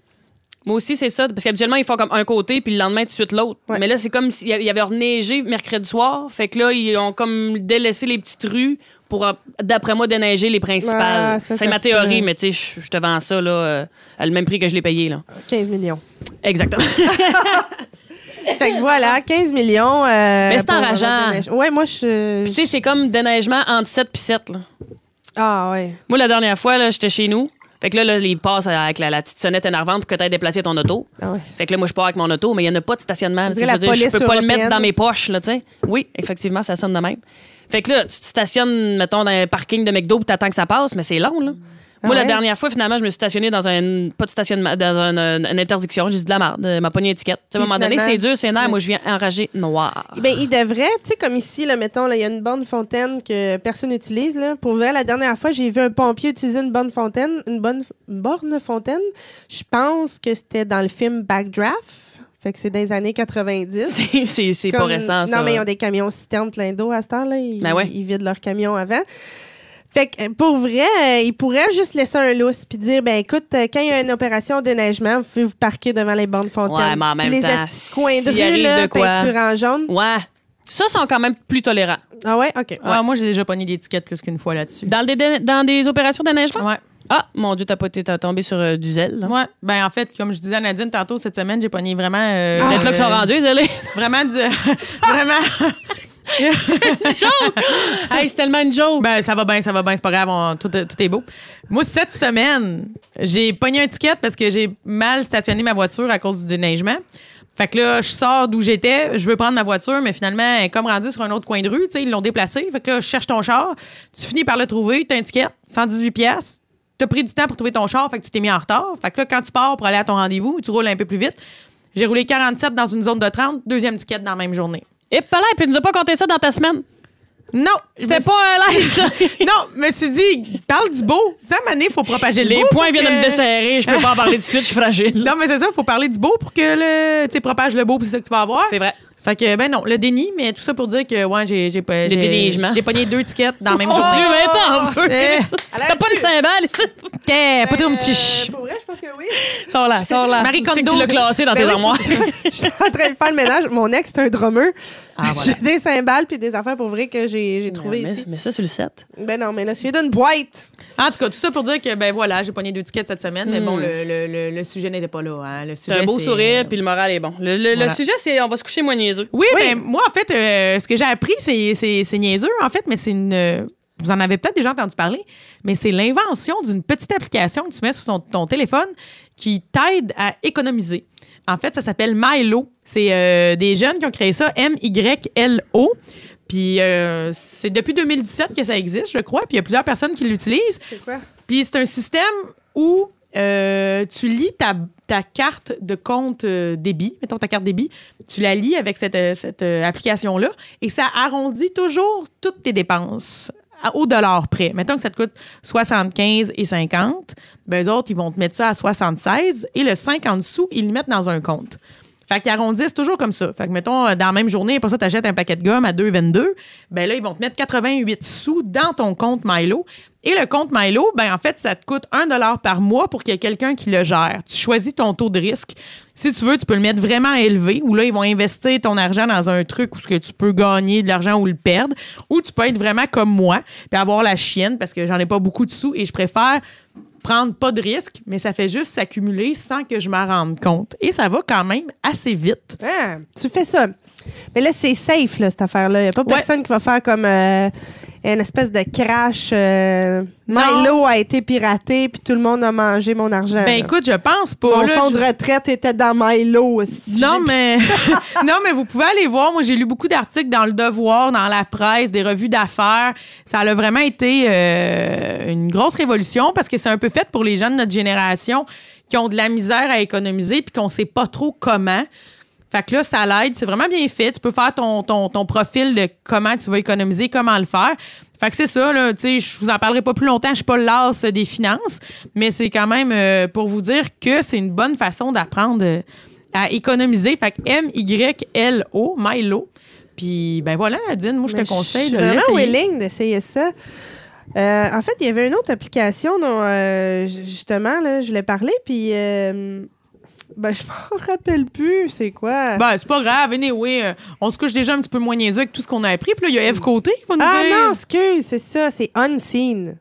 [SPEAKER 5] Moi aussi, c'est ça. Parce qu'habituellement, ils font comme un côté, puis le lendemain, tout de suite l'autre.
[SPEAKER 3] Ouais.
[SPEAKER 5] Mais là, c'est comme s'il y avait- il y avait reneigé mercredi soir. Fait que là, ils ont comme délaissé les petites rues pour, euh, d'après moi, déneiger les principales.
[SPEAKER 3] Ah, ça,
[SPEAKER 5] c'est
[SPEAKER 3] ça
[SPEAKER 5] ma
[SPEAKER 3] se
[SPEAKER 5] théorie,
[SPEAKER 3] peut.
[SPEAKER 5] mais tu sais, je- je te vends ça, là, euh, à le même prix que je l'ai payé, là.
[SPEAKER 3] 15 millions.
[SPEAKER 5] Exactement.
[SPEAKER 3] [laughs] Fait que voilà, 15 millions. euh,
[SPEAKER 5] Mais c'est
[SPEAKER 3] pour
[SPEAKER 5] enrageant.
[SPEAKER 3] avoir des neiges. Ouais, moi, je.
[SPEAKER 5] Puis tu sais, c'est comme déneigement entre 7 puis 7. Là.
[SPEAKER 3] Ah, ouais.
[SPEAKER 5] Moi, la dernière fois, là, j'étais chez nous. Fait que là, là ils passent avec la, la petite sonnette énervante pour que tu aies déplacé ton auto.
[SPEAKER 3] Ah ouais.
[SPEAKER 5] Fait que là, moi, je pars avec mon auto, mais il n'y en a pas de stationnement. là, tu sais,
[SPEAKER 3] dirait
[SPEAKER 5] Je veux
[SPEAKER 3] la
[SPEAKER 5] dire, je peux
[SPEAKER 3] police
[SPEAKER 5] pas le
[SPEAKER 3] européenne.
[SPEAKER 5] mettre dans mes poches, là, tu sais. Oui, effectivement, ça sonne de même. Fait que là, tu te stationnes, mettons, dans un parking de McDo tu attends que ça passe, mais c'est long, là. Moi, la
[SPEAKER 3] Ah ouais?
[SPEAKER 5] dernière fois, finalement, je me suis stationnée dans un. Pas de stationnement, dans un- un- une interdiction. J'ai dit de la merde. euh, Ma poignée étiquette. Tu sais, À un
[SPEAKER 3] Puis
[SPEAKER 5] moment donné,
[SPEAKER 3] finalement-
[SPEAKER 5] c'est dur, c'est nerf. Moi, je viens enragé noir. [laughs]
[SPEAKER 3] Ben, il devrait, tu sais, comme ici, là, mettons, là, il y a une bonne fontaine que personne n'utilise. là. Pour vrai, la dernière fois, j'ai vu un pompier utiliser une bonne fontaine, une bonne une borne fontaine. Je pense que c'était dans le film Backdraft. Fait que c'est des années 90.
[SPEAKER 5] C'est- C'est c'est pas
[SPEAKER 3] Comme-
[SPEAKER 5] récent, ça.
[SPEAKER 3] Non, mais ils ont des camions citernes plein d'eau à cette heure-là. Ils,
[SPEAKER 5] Ben ouais.
[SPEAKER 3] ils vident leurs camions avant. Fait que euh, pour vrai, euh, ils pourraient juste laisser un lousse puis dire ben écoute, euh, quand il y a une opération de déneigement, vous pouvez vous parquer devant les bandes fontaines.
[SPEAKER 5] Ouais, mais en même
[SPEAKER 3] Puis les
[SPEAKER 5] temps,
[SPEAKER 3] estis coins de
[SPEAKER 5] s'il
[SPEAKER 3] rue,
[SPEAKER 5] arrive
[SPEAKER 3] là,
[SPEAKER 5] de quoi? Mm.
[SPEAKER 3] peinture en jaune.
[SPEAKER 5] Ouais. Ça, sont quand même plus tolérants.
[SPEAKER 3] Ah ouais, OK. ouais.
[SPEAKER 4] Ah, moi, j'ai déjà pogné l'étiquette plus qu'une fois là-dessus.
[SPEAKER 5] Dans, le dé- dans des opérations d'enneigement?
[SPEAKER 4] Ouais.
[SPEAKER 5] Ah, mon Dieu, t'as pas été- t'as tombé sur euh, du zèle. là.
[SPEAKER 4] Ouais. Ben, en fait, comme je disais à Nadine tantôt,
[SPEAKER 3] Ah.
[SPEAKER 4] cette semaine, j'ai pogné vraiment. euh,
[SPEAKER 6] [laughs]
[SPEAKER 5] Peut-être là qu'ils sont
[SPEAKER 4] euh,
[SPEAKER 5] rendus, zélés.
[SPEAKER 4] [laughs] Vraiment du. vraiment. [laughs]
[SPEAKER 6] joke! Hey, c'est tellement une joke.
[SPEAKER 4] Ben, ça va bien, ça va bien, c'est pas grave, on- tout, tout est beau. Moi, cette semaine, j'ai pogné un ticket parce que j'ai mal stationné ma voiture à cause du déneigement. Fait que là, je sors d'où j'étais, je veux prendre ma voiture, mais finalement, elle est comme rendue sur un autre coin de rue, tu sais, ils l'ont déplacée. Fait que là, je cherche ton char, tu finis par le trouver, t'as un ticket, 118 pièces. T'as pris du temps pour trouver ton char, fait que tu t'es mis en retard. Fait que là, quand tu pars pour aller à ton rendez-vous, tu roules un peu plus vite. J'ai roulé 47 dans une zone de 30, deuxième ticket dans la même journée.
[SPEAKER 6] Et pas là, puis il nous a pas compté ça dans ta semaine.
[SPEAKER 4] Eh Non!
[SPEAKER 6] C'était
[SPEAKER 4] je me
[SPEAKER 6] pas un live, ça.
[SPEAKER 4] [laughs] non, je me suis dit, parle du beau. Tu sais, à un moment donné, il faut propager
[SPEAKER 6] [laughs]
[SPEAKER 4] le
[SPEAKER 6] Les
[SPEAKER 4] beau. pour
[SPEAKER 6] points viennent de me
[SPEAKER 4] que-
[SPEAKER 6] desserrer, je peux pas en parler tout de suite, je suis fragile.
[SPEAKER 4] Non, mais c'est ça, il faut parler du beau pour que le, tu sais, propage le beau, puis c'est ça que tu vas avoir.
[SPEAKER 6] C'est vrai.
[SPEAKER 4] Fait que, ben non, le déni, mais tout ça pour dire que, ouais, j'ai j'ai pas. j'ai-
[SPEAKER 6] déneigements.
[SPEAKER 4] J'ai pogné deux tickets dans la même journée.
[SPEAKER 6] Dieu, mais t'es en feu.
[SPEAKER 4] [laughs]
[SPEAKER 6] [laughs]
[SPEAKER 4] Eh.
[SPEAKER 6] T'as pas une cymbale ici?
[SPEAKER 4] Eh, pas de
[SPEAKER 3] Euh,
[SPEAKER 4] petit.
[SPEAKER 3] pour vrai, je pense que oui.
[SPEAKER 6] Sors là, sors là.
[SPEAKER 4] Marie
[SPEAKER 6] Je sais que
[SPEAKER 4] Kondo.
[SPEAKER 6] tu l'as classé dans
[SPEAKER 3] Ben
[SPEAKER 6] tes
[SPEAKER 3] oui,
[SPEAKER 6] armoires.
[SPEAKER 3] c'est ça. J'étais en train de faire le ménage. Mon ex, c'est un drummer.
[SPEAKER 5] Ah,
[SPEAKER 3] [laughs] J'ai des cymbales puis des affaires pour vrai que j'ai j'ai
[SPEAKER 6] [laughs]
[SPEAKER 3] trouvé
[SPEAKER 6] mais,
[SPEAKER 3] ici.
[SPEAKER 6] mais ça, sur le set.
[SPEAKER 3] Ben non, mais là, c'est d'une boîte.
[SPEAKER 4] En tout cas, tout ça pour dire que, ben voilà, j'ai pogné deux tickets cette semaine, mais bon, le, le, le, le sujet n'était pas là. Hein. Le
[SPEAKER 6] Hmm. T'as
[SPEAKER 4] sujet,
[SPEAKER 6] un beau
[SPEAKER 4] c'est-
[SPEAKER 6] sourire, puis le moral est bon. Le, le- le
[SPEAKER 4] Voilà.
[SPEAKER 6] sujet, c'est on va se coucher moins niaiseux.
[SPEAKER 4] Oui, ben, moi, en fait, euh, ce que j'ai appris, c'est- c'est c'est niaiseux, en fait, mais c'est une. euh, Vous en avez peut-être déjà entendu parler, mais c'est l'invention d'une petite application que tu mets sur son- ton téléphone qui t'aide à économiser. En fait, ça s'appelle Milo. C'est euh, des jeunes qui ont créé ça, M-Y-L-O. Puis euh, c'est depuis 2017 que ça existe, je crois. Puis il y a plusieurs personnes qui l'utilisent.
[SPEAKER 3] C'est quoi?
[SPEAKER 4] Puis c'est un système où euh, tu lis ta, ta carte de compte euh, débit, mettons ta carte débit, tu la lis avec cette, euh, cette, euh, application-là et ça arrondit toujours toutes tes dépenses à- au dollar près. Mettons que ça te coûte 75 et 50, ben les autres, ils vont te mettre ça à 76 et le 50 sous, ils le mettent dans un compte. Fait qu'ils arrondissent toujours comme ça. Fait que, mettons, euh, dans la même journée, après ça, tu achètes un paquet de gomme à 2,22. Ben là, ils vont te mettre 88 sous dans ton compte Milo. Et le compte Milo, ben en fait, ça te coûte 1 par mois pour qu'il y ait quelqu'un qui le gère. Tu choisis ton taux de risque. Si tu veux, tu peux le mettre vraiment élevé, où là, ils vont investir ton argent dans un truc où ce que tu peux gagner de l'argent ou le perdre. Ou tu peux être vraiment comme moi, puis avoir la chienne, parce que j'en ai pas beaucoup de sous et je préfère prendre pas de risque, mais ça fait juste s'accumuler sans que je m'en rende compte. Et ça va quand même assez vite.
[SPEAKER 3] Ah, tu fais ça. Mais là, c'est safe, là, cette affaire-là. Il n'y a pas
[SPEAKER 4] Ouais.
[SPEAKER 3] personne qui va faire comme euh, une espèce de crash. euh,
[SPEAKER 4] Non.
[SPEAKER 3] Milo a été piraté, puis tout le monde a mangé mon argent. là.
[SPEAKER 4] Ben écoute, je pense pas.
[SPEAKER 3] Mon
[SPEAKER 4] là,
[SPEAKER 3] fonds
[SPEAKER 4] je-
[SPEAKER 3] de retraite était dans Milo aussi.
[SPEAKER 4] Non, mais... [laughs] non, mais vous pouvez aller voir. Moi, j'ai lu beaucoup d'articles dans Le Devoir, dans la presse, des revues d'affaires. Ça a vraiment été euh, une grosse révolution parce que c'est un peu fait pour les gens de notre génération qui ont de la misère à économiser puis qu'on sait pas trop comment. Fait que là, ça l'aide. C'est vraiment bien fait. Tu peux faire ton, ton, ton profil de comment tu vas économiser, comment le faire. Fait que c'est ça, là. Tu sais, je vous en parlerai pas plus longtemps. Je suis pas l'as des finances, mais c'est quand même euh, pour vous dire que c'est une bonne façon d'apprendre euh, à économiser. Fait que M-Y-L-O, Milo. Puis, ben voilà, Adine, moi, je
[SPEAKER 3] Mais
[SPEAKER 4] te conseille
[SPEAKER 3] suis
[SPEAKER 4] de
[SPEAKER 3] vraiment
[SPEAKER 4] l'essayer.
[SPEAKER 3] willing d'essayer ça. Euh, en fait, il y avait une autre application dont, euh, j- justement, là, je voulais parler, puis euh, ben, je m'en [laughs] rappelle plus. C'est quoi?
[SPEAKER 4] Ben, c'est pas grave. Anyway, euh, on se couche déjà un petit peu moins niaiseux avec tout ce qu'on a appris. Puis là, il y a Eve Côté qui va nous
[SPEAKER 3] ah
[SPEAKER 4] dire.
[SPEAKER 3] non, excuse, c'est ça, c'est Unseen.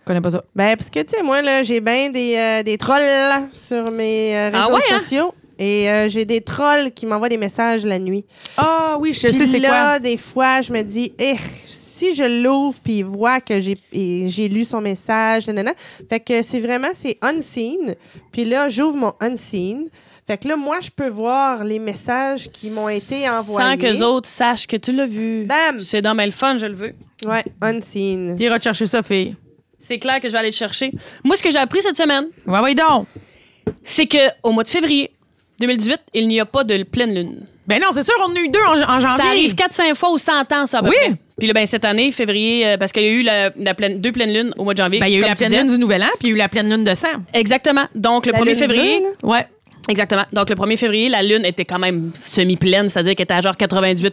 [SPEAKER 4] Je connais pas ça.
[SPEAKER 3] Ben, parce que, tu sais, moi, là, j'ai bien des, euh, des trolls là, sur mes euh,
[SPEAKER 6] Ah
[SPEAKER 3] réseaux
[SPEAKER 6] ouais, hein?
[SPEAKER 3] sociaux. Et euh, j'ai des trolls qui m'envoient des messages la nuit.
[SPEAKER 4] Ah oui, je
[SPEAKER 3] Puis
[SPEAKER 4] sais c'est
[SPEAKER 3] là,
[SPEAKER 4] quoi.
[SPEAKER 3] des fois, je me dis, Eh, si je l'ouvre puis il voit que j'ai et j'ai lu son message, nanana. Fait que c'est vraiment, c'est unseen. Puis là, j'ouvre mon unseen. Fait que là, moi, je peux voir les messages qui m'ont été envoyés.
[SPEAKER 6] Sans que les autres sachent que tu l'as vu.
[SPEAKER 3] Bam!
[SPEAKER 6] C'est dans mais le fun, je le veux.
[SPEAKER 3] Ouais, unseen.
[SPEAKER 4] T'es recherché ça, fille.
[SPEAKER 6] C'est clair que je vais aller te chercher. Moi, ce que j'ai appris cette semaine,
[SPEAKER 4] Ouais, ouais, donc.
[SPEAKER 6] c'est que au mois de février 2018, il n'y a pas de pleine lune.
[SPEAKER 4] Ben non, c'est sûr, on en a eu deux en, en janvier.
[SPEAKER 6] Ça arrive 4-5 fois ou 100 ans, ça, à peu
[SPEAKER 4] Oui.
[SPEAKER 6] près. Puis là, ben, cette année, février, euh, parce qu'il y a eu la, la pleine, deux pleines lunes au mois de janvier.
[SPEAKER 4] Ben, il y a eu
[SPEAKER 6] comme
[SPEAKER 4] la
[SPEAKER 6] tu
[SPEAKER 4] pleine
[SPEAKER 6] disais.
[SPEAKER 4] lune du Nouvel An, puis il y a eu la pleine lune de Sam.
[SPEAKER 6] Exactement. Donc, le
[SPEAKER 3] La
[SPEAKER 6] 1er
[SPEAKER 3] lune
[SPEAKER 6] février.
[SPEAKER 3] bleue, là?
[SPEAKER 4] Ouais.
[SPEAKER 6] Exactement. Donc, le 1er février, la Lune était quand même semi-pleine, c'est-à-dire qu'elle était à genre 98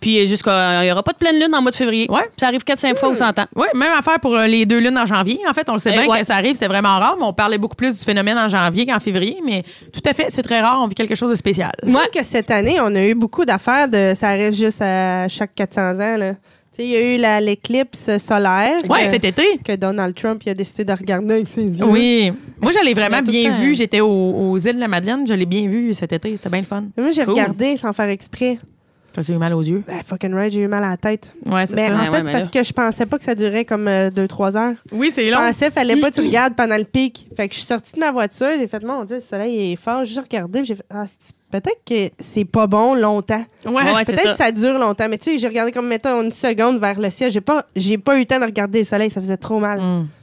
[SPEAKER 6] Puis, euh, jusqu'à. Il n'y aura pas de pleine Lune en mois de février.
[SPEAKER 4] Ouais.
[SPEAKER 6] Ça arrive 4-5 fois ou 100 ans.
[SPEAKER 4] Oui, même affaire pour euh, les deux lunes en janvier. En fait, on le sait
[SPEAKER 6] Eh,
[SPEAKER 4] bien
[SPEAKER 6] ouais.
[SPEAKER 4] que ça arrive, c'est vraiment rare, mais on parlait beaucoup plus du phénomène en janvier qu'en février, mais tout à fait, c'est très rare, on vit quelque chose de spécial.
[SPEAKER 3] Je trouve que cette année, on a eu beaucoup d'affaires de. Ça arrive juste à chaque 400 ans, là. Tu sais, il y a eu la- l'éclipse solaire.
[SPEAKER 4] Ouais,
[SPEAKER 3] que-
[SPEAKER 4] cet été.
[SPEAKER 3] Que Donald Trump il a décidé de regarder avec ses yeux.
[SPEAKER 4] Oui. Moi, je l'ai vraiment
[SPEAKER 6] tout le
[SPEAKER 4] bien
[SPEAKER 6] temps.
[SPEAKER 4] vu. J'étais au- aux, îles de la Madeleine, je l'ai bien vu cet été, c'était bien le fun.
[SPEAKER 3] Mais Moi, j'ai regardé sans faire exprès.
[SPEAKER 4] T'as eu mal aux yeux?
[SPEAKER 3] Ben, fucking right, j'ai eu mal à la tête.
[SPEAKER 4] Ouais, c'est
[SPEAKER 3] Mais
[SPEAKER 4] ça.
[SPEAKER 3] en
[SPEAKER 5] Ouais,
[SPEAKER 3] fait,
[SPEAKER 5] ouais,
[SPEAKER 3] c'est
[SPEAKER 5] mais
[SPEAKER 3] parce
[SPEAKER 5] là-
[SPEAKER 3] que je pensais pas que ça durait comme 2-3 heures.
[SPEAKER 4] Oui, c'est
[SPEAKER 3] Je
[SPEAKER 4] long.
[SPEAKER 3] pensais, fallait pas que tu regardes pendant le pic. Fait que je suis sortie de ma voiture, j'ai fait, mon Dieu, le soleil est fort. J'ai regardé, puis j'ai fait, ah, c'est- peut-être que c'est pas bon longtemps.
[SPEAKER 4] Ouais.
[SPEAKER 5] Ouais, c'est
[SPEAKER 3] peut-être
[SPEAKER 5] ça.
[SPEAKER 3] que ça dure longtemps. Mais tu sais, j'ai regardé comme, mettons, une seconde vers le ciel. J'ai pas, j'ai pas eu le temps de regarder le soleil, ça faisait trop mal.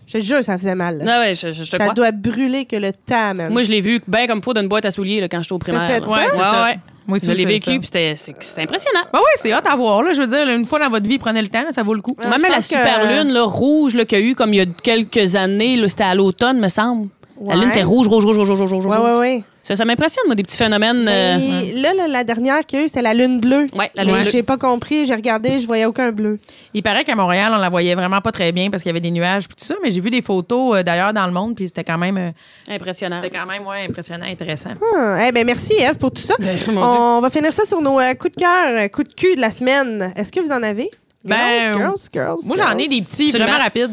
[SPEAKER 3] Je te jure, ça faisait mal. là.
[SPEAKER 5] Ah ouais, je, Mm. je- je te
[SPEAKER 3] ça
[SPEAKER 5] crois.
[SPEAKER 3] doit brûler que le temps, man.
[SPEAKER 5] Moi, je l'ai vu bien comme faut d'une boîte à souliers là, quand j'étais au primaire.
[SPEAKER 3] fait
[SPEAKER 5] là.
[SPEAKER 3] ça?
[SPEAKER 5] Ouais,
[SPEAKER 4] c'est
[SPEAKER 5] ouais,
[SPEAKER 4] ça.
[SPEAKER 5] ouais.
[SPEAKER 4] Moi,
[SPEAKER 5] je
[SPEAKER 4] tout,
[SPEAKER 5] l'ai
[SPEAKER 4] je fais
[SPEAKER 5] vécu,
[SPEAKER 4] ça.
[SPEAKER 5] puis c'était- c'était c'était impressionnant.
[SPEAKER 4] Ben ouais, c'est hot à voir. Là. Je veux dire, une fois dans votre vie, prenez le temps, là, ça vaut le coup.
[SPEAKER 5] Même
[SPEAKER 3] je
[SPEAKER 5] la
[SPEAKER 3] pense que-
[SPEAKER 5] super lune là, rouge là, qu'il y a eu comme il y a quelques années, là, c'était à l'automne, me semble.
[SPEAKER 3] Ouais.
[SPEAKER 5] La lune était rouge, rouge, rouge, rouge, rouge, rouge.
[SPEAKER 3] ouais,
[SPEAKER 5] rouge.
[SPEAKER 3] ouais, ouais.
[SPEAKER 5] Ça, ça m'impressionne, moi, des petits phénomènes. euh,
[SPEAKER 3] Et là, là, la dernière qu'il y a eu, c'était la lune bleue.
[SPEAKER 5] Ouais, la lune
[SPEAKER 3] Mais
[SPEAKER 5] bleue.
[SPEAKER 3] J'ai pas compris, j'ai regardé, je voyais aucun bleu.
[SPEAKER 4] Il paraît qu'à Montréal, on la voyait vraiment pas très bien parce qu'il y avait des nuages puis tout ça, mais j'ai vu des photos euh, d'ailleurs dans le monde, puis c'était quand même, euh,
[SPEAKER 3] Ben,
[SPEAKER 5] impressionnant.
[SPEAKER 4] c'était quand même ouais, impressionnant, intéressant.
[SPEAKER 3] Ah, eh ben merci, Eve, pour tout ça.
[SPEAKER 5] mon
[SPEAKER 3] On va finir ça sur nos euh, coups de cœur, euh, coups de cul de la semaine. Est-ce que vous en avez?
[SPEAKER 4] Ben,
[SPEAKER 3] girls, girls, girls,
[SPEAKER 4] Moi, j'en ai
[SPEAKER 3] girls.
[SPEAKER 4] des petits,
[SPEAKER 5] Absolument.
[SPEAKER 4] vraiment rapides,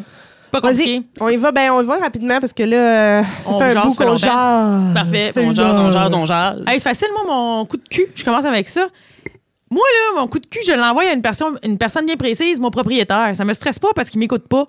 [SPEAKER 4] pas
[SPEAKER 3] Vas-y,
[SPEAKER 4] compliqués.
[SPEAKER 3] on y va, ben, on y va rapidement parce que là, euh, ça
[SPEAKER 4] On
[SPEAKER 3] fait un
[SPEAKER 4] jase,
[SPEAKER 3] bout
[SPEAKER 4] fait
[SPEAKER 3] qu'on
[SPEAKER 4] longtemps.
[SPEAKER 3] jase.
[SPEAKER 4] Parfait,
[SPEAKER 3] C'est
[SPEAKER 5] On jase,
[SPEAKER 3] bon.
[SPEAKER 5] on jase, on jase.
[SPEAKER 4] Hey, c'est facile, moi, mon coup de cul, je commence avec ça. Moi, là, mon coup de cul, je l'envoie à une personne, une personne bien précise, mon propriétaire. Ça me stresse pas parce qu'il m'écoute pas.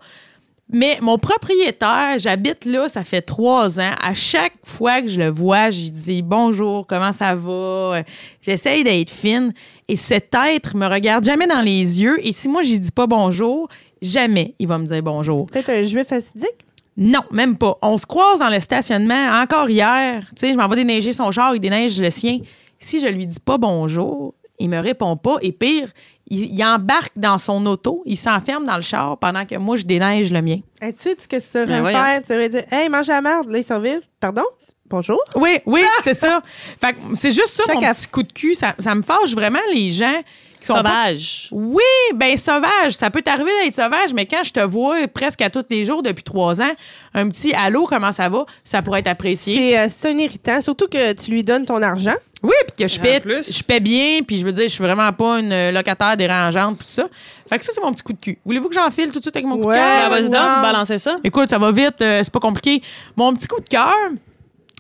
[SPEAKER 4] Mais mon propriétaire, j'habite là, ça fait trois ans. À chaque fois que je le vois, je lui dis bonjour, comment ça va? J'essaye d'être fine. Et cet être me regarde jamais dans les yeux. Et si moi, je lui dis pas bonjour, jamais il va me dire bonjour.
[SPEAKER 3] Peut-être un juif acidique?
[SPEAKER 4] Non, même pas. On se croise dans le stationnement. Encore hier, tu sais, je m'en vais déneiger son char, il déneige le sien. Si je lui dis pas bonjour, il me répond pas. Et pire, il, il embarque dans son auto, il s'enferme dans le char pendant que moi, je déneige le mien.
[SPEAKER 3] Eh, tu sais, tu sais ce que ça va
[SPEAKER 5] Ben, voyons.
[SPEAKER 3] faire? Tu vas dire, hey, mange la merde. Là, ils sont vides. Pardon? Bonjour?
[SPEAKER 4] Oui, oui, c'est ça. Fait que c'est juste ça,
[SPEAKER 3] Chaque
[SPEAKER 4] mon
[SPEAKER 3] aff-
[SPEAKER 4] petit coup de cul. Ça, ça me fâche vraiment les gens qui sont pas
[SPEAKER 5] Sauvage.
[SPEAKER 4] Oui, ben sauvage, ça peut t'arriver d'être sauvage, mais quand je te vois presque à tous les jours depuis trois ans, un petit allô, comment ça va, ça pourrait être apprécié.
[SPEAKER 3] C'est euh, c'est un irritant, surtout que tu lui donnes ton argent.
[SPEAKER 4] Oui, puis que je paie,
[SPEAKER 5] plus.
[SPEAKER 4] je paie bien, puis je veux dire, je suis vraiment pas une euh, locataire dérangeante, puis ça. Fait que ça, c'est mon petit coup de cul. Voulez-vous que j'enfile tout de suite avec mon coup de
[SPEAKER 3] Ouais.
[SPEAKER 4] cœur?
[SPEAKER 5] Ah, vas-y donc,
[SPEAKER 3] Wow.
[SPEAKER 5] balancez ça.
[SPEAKER 4] Écoute, ça va vite, euh, c'est pas compliqué. Mon petit coup de cœur.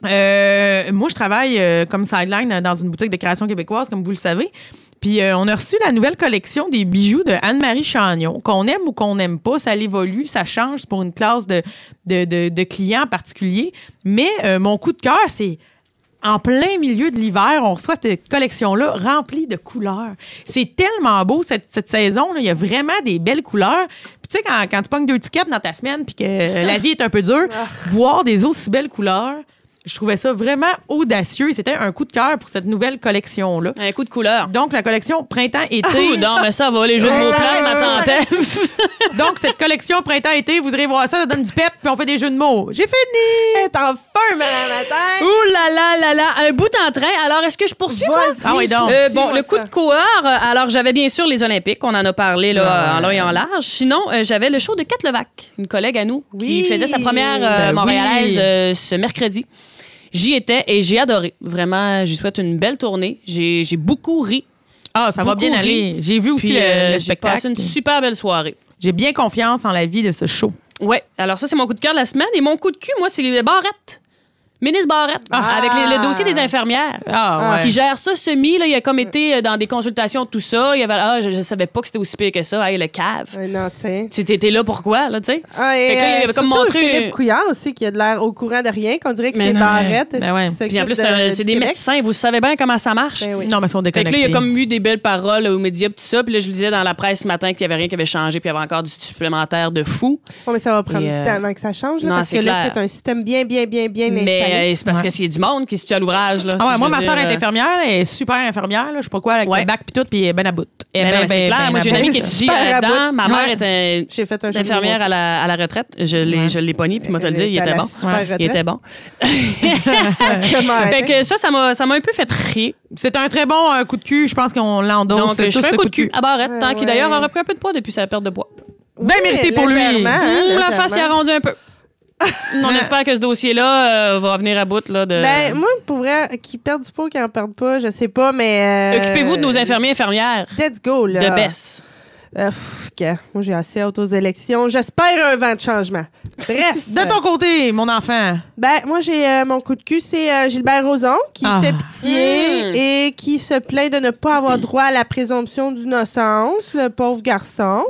[SPEAKER 4] euh, moi, je travaille euh, comme sideline euh, dans une boutique de création québécoise, comme vous le savez. Puis euh, on a reçu la nouvelle collection des bijoux de Anne-Marie Chagnon. Qu'on aime ou qu'on n'aime pas, ça évolue, ça change c'est pour une classe de, de, de- de clients particuliers. Mais euh, mon coup de cœur, c'est en plein milieu de l'hiver, on reçoit cette collection-là remplie de couleurs. C'est tellement beau cette, cette saison. là. Il y a vraiment des belles couleurs. Puis tu sais, quand, quand tu pognes deux tickets dans ta semaine puis
[SPEAKER 5] [laughs]
[SPEAKER 4] que euh, la vie est un peu dure,
[SPEAKER 5] Ah.
[SPEAKER 4] voir des aussi belles couleurs, je trouvais ça vraiment audacieux. Et C'était un coup de cœur pour cette nouvelle collection-là.
[SPEAKER 5] Un coup de [laughs] couleur.
[SPEAKER 4] Donc, la collection
[SPEAKER 5] Ouh, [laughs]
[SPEAKER 4] printemps-été.
[SPEAKER 5] non, mais ben ça va, les jeux de mots plats, je m'attendais.
[SPEAKER 4] Donc, cette collection printemps-été, vous irez voir ça, ça donne du pep, puis on fait des jeux de mots. J'ai fini!
[SPEAKER 3] T'es en feu, madame la tête!
[SPEAKER 5] [laughs] Ouh là là là là, un bout en train. Alors, est-ce que je poursuis, moi?
[SPEAKER 3] Vas-y.
[SPEAKER 4] Ah oui, donc.
[SPEAKER 5] Euh,
[SPEAKER 3] Dis-moi
[SPEAKER 5] bon, le coup
[SPEAKER 3] ça.
[SPEAKER 5] de cohort, euh, alors j'avais bien sûr les Olympiques, on en a parlé là, en long et en large. Sinon, euh, j'avais le show de Kat Levac, une collègue à nous,
[SPEAKER 3] Oui.
[SPEAKER 5] qui faisait sa première
[SPEAKER 4] Ben
[SPEAKER 5] euh,
[SPEAKER 4] oui.
[SPEAKER 5] montréalaise euh, ce mercredi. J'y étais et j'ai adoré. Vraiment, j'y souhaite une belle tournée. J'ai j'ai beaucoup ri.
[SPEAKER 4] Ah, ça va
[SPEAKER 5] Beaucoup
[SPEAKER 4] bien aller.
[SPEAKER 5] ri.
[SPEAKER 4] J'ai vu aussi
[SPEAKER 5] Puis,
[SPEAKER 4] le,
[SPEAKER 5] euh,
[SPEAKER 4] le
[SPEAKER 5] j'ai
[SPEAKER 4] spectacle.
[SPEAKER 5] passé une super belle soirée.
[SPEAKER 4] J'ai bien confiance en la vie de ce show.
[SPEAKER 5] Ouais. Alors ça, c'est mon coup de cœur de la semaine. Et mon coup de cul, moi, c'est Barrette. Ministre Barrette,
[SPEAKER 3] Ah!
[SPEAKER 5] avec les- le dossier des infirmières.
[SPEAKER 4] Ah, ouais.
[SPEAKER 5] Qui gère ça semi, là, il a comme été euh, dans des consultations, tout ça. Il y avait, ah, je, je savais pas que c'était aussi pire que ça. Hey, le cave.
[SPEAKER 3] Euh, non, tiens.
[SPEAKER 5] Tu t'étais là pourquoi, là, tu sais?
[SPEAKER 3] Ah, et,
[SPEAKER 5] Fait que là, il avait
[SPEAKER 3] euh,
[SPEAKER 5] comme
[SPEAKER 3] surtout
[SPEAKER 5] montré-
[SPEAKER 3] Philippe Couillard aussi, qui a de l'air au courant de rien, qu'on dirait que
[SPEAKER 5] Mais
[SPEAKER 3] c'est
[SPEAKER 5] non,
[SPEAKER 3] Barrette.
[SPEAKER 4] ben
[SPEAKER 3] est-ce
[SPEAKER 4] ouais.
[SPEAKER 3] qu'il s'occupe
[SPEAKER 5] Puis en plus, c'est
[SPEAKER 3] de-
[SPEAKER 5] un-
[SPEAKER 3] euh, du
[SPEAKER 5] c'est des
[SPEAKER 3] Québec?
[SPEAKER 5] médecins, vous savez bien comment ça marche.
[SPEAKER 3] Ben oui.
[SPEAKER 4] Non, mais ils sont
[SPEAKER 5] Eh Fait que là,
[SPEAKER 4] déconnectés.
[SPEAKER 5] il y a comme eu des belles paroles au média, puis tout ça. Puis là, je lisais dans la presse ce matin qu'il y avait rien qui avait changé, puis il y avait encore du supplémentaire de fou.
[SPEAKER 3] Bon, mais ça va prendre
[SPEAKER 5] Et,
[SPEAKER 3] du
[SPEAKER 5] euh,
[SPEAKER 3] temps avant que ça change, là,
[SPEAKER 5] non,
[SPEAKER 3] parce que
[SPEAKER 5] c'est
[SPEAKER 3] là,
[SPEAKER 5] clair.
[SPEAKER 3] c'est un système bien, bien, bien, bien installé.
[SPEAKER 5] Mais euh, c'est parce
[SPEAKER 4] Ouais.
[SPEAKER 5] que c'est du monde qui se tue à l'ouvrage, là.
[SPEAKER 4] Ah ouais,
[SPEAKER 5] Je
[SPEAKER 4] moi,
[SPEAKER 5] veux
[SPEAKER 4] ma
[SPEAKER 5] dire,
[SPEAKER 4] soeur est
[SPEAKER 5] euh,
[SPEAKER 4] infirmière, elle est super infirmière, là, je sais pas quoi, avec
[SPEAKER 5] Ouais.
[SPEAKER 4] le bac puis tout, puis elle est ben à bout. Elle
[SPEAKER 3] Eh
[SPEAKER 5] Ben, non,
[SPEAKER 4] est ben,
[SPEAKER 5] mais
[SPEAKER 4] ben,
[SPEAKER 5] c'est clair.
[SPEAKER 4] ben
[SPEAKER 5] Moi, j'ai
[SPEAKER 4] à
[SPEAKER 5] une amie
[SPEAKER 4] bout.
[SPEAKER 5] qui étudie
[SPEAKER 3] Super à
[SPEAKER 5] là-dedans.
[SPEAKER 3] bout.
[SPEAKER 5] Ma
[SPEAKER 4] Ouais.
[SPEAKER 5] mère était
[SPEAKER 3] J'ai fait un jeu de
[SPEAKER 5] infirmière
[SPEAKER 3] mots,
[SPEAKER 5] à la, à la retraite. Je l'ai je l'ai pognée, puis m'a te le
[SPEAKER 3] Elle
[SPEAKER 5] dire, il
[SPEAKER 3] était à
[SPEAKER 5] était
[SPEAKER 3] la
[SPEAKER 5] bon.
[SPEAKER 3] super retraite. Ah,
[SPEAKER 5] Il était bon.
[SPEAKER 3] [laughs] Comment
[SPEAKER 5] Fait
[SPEAKER 3] arrêter?
[SPEAKER 5] que ça, ça m'a ça m'a un peu fait rire.
[SPEAKER 4] C'est un très bon euh, coup de cul, je pense qu'on l'endosse
[SPEAKER 5] Donc,
[SPEAKER 4] tous
[SPEAKER 5] je fais
[SPEAKER 4] ce
[SPEAKER 5] un coup de cul à Barrette,
[SPEAKER 3] Ouais,
[SPEAKER 5] tant
[SPEAKER 3] Ah, ouais.
[SPEAKER 5] qu'il d'ailleurs a repris un peu de poids depuis sa perte de poids. ben
[SPEAKER 4] Bien
[SPEAKER 3] Oui,
[SPEAKER 4] mérité pour lui.
[SPEAKER 3] légèrement, hein,
[SPEAKER 5] Hum, la
[SPEAKER 3] légèrement.
[SPEAKER 5] face y a rendu
[SPEAKER 3] [laughs]
[SPEAKER 5] un peu. On espère que ce dossier-là euh, va venir à bout là, de.
[SPEAKER 3] Ben, moi, pour vrai, qui perdent du pot, qui en perdent pas, je sais pas, mais. euh,
[SPEAKER 5] Occupez-vous de nos infirmiers et infirmières
[SPEAKER 3] Let's go, là.
[SPEAKER 5] de baisse.
[SPEAKER 3] Euh, pff, que- moi, j'ai assez hâte aux élections. J'espère un vent de changement.
[SPEAKER 5] [laughs]
[SPEAKER 3] Bref.
[SPEAKER 4] De ton côté, mon enfant.
[SPEAKER 3] Ben, moi, j'ai euh, mon coup de cul, c'est euh, Gilbert Rozon qui
[SPEAKER 4] Ah.
[SPEAKER 3] fait pitié
[SPEAKER 6] Hmm.
[SPEAKER 3] et qui se plaint de ne pas avoir droit à la présomption d'innocence, le pauvre garçon.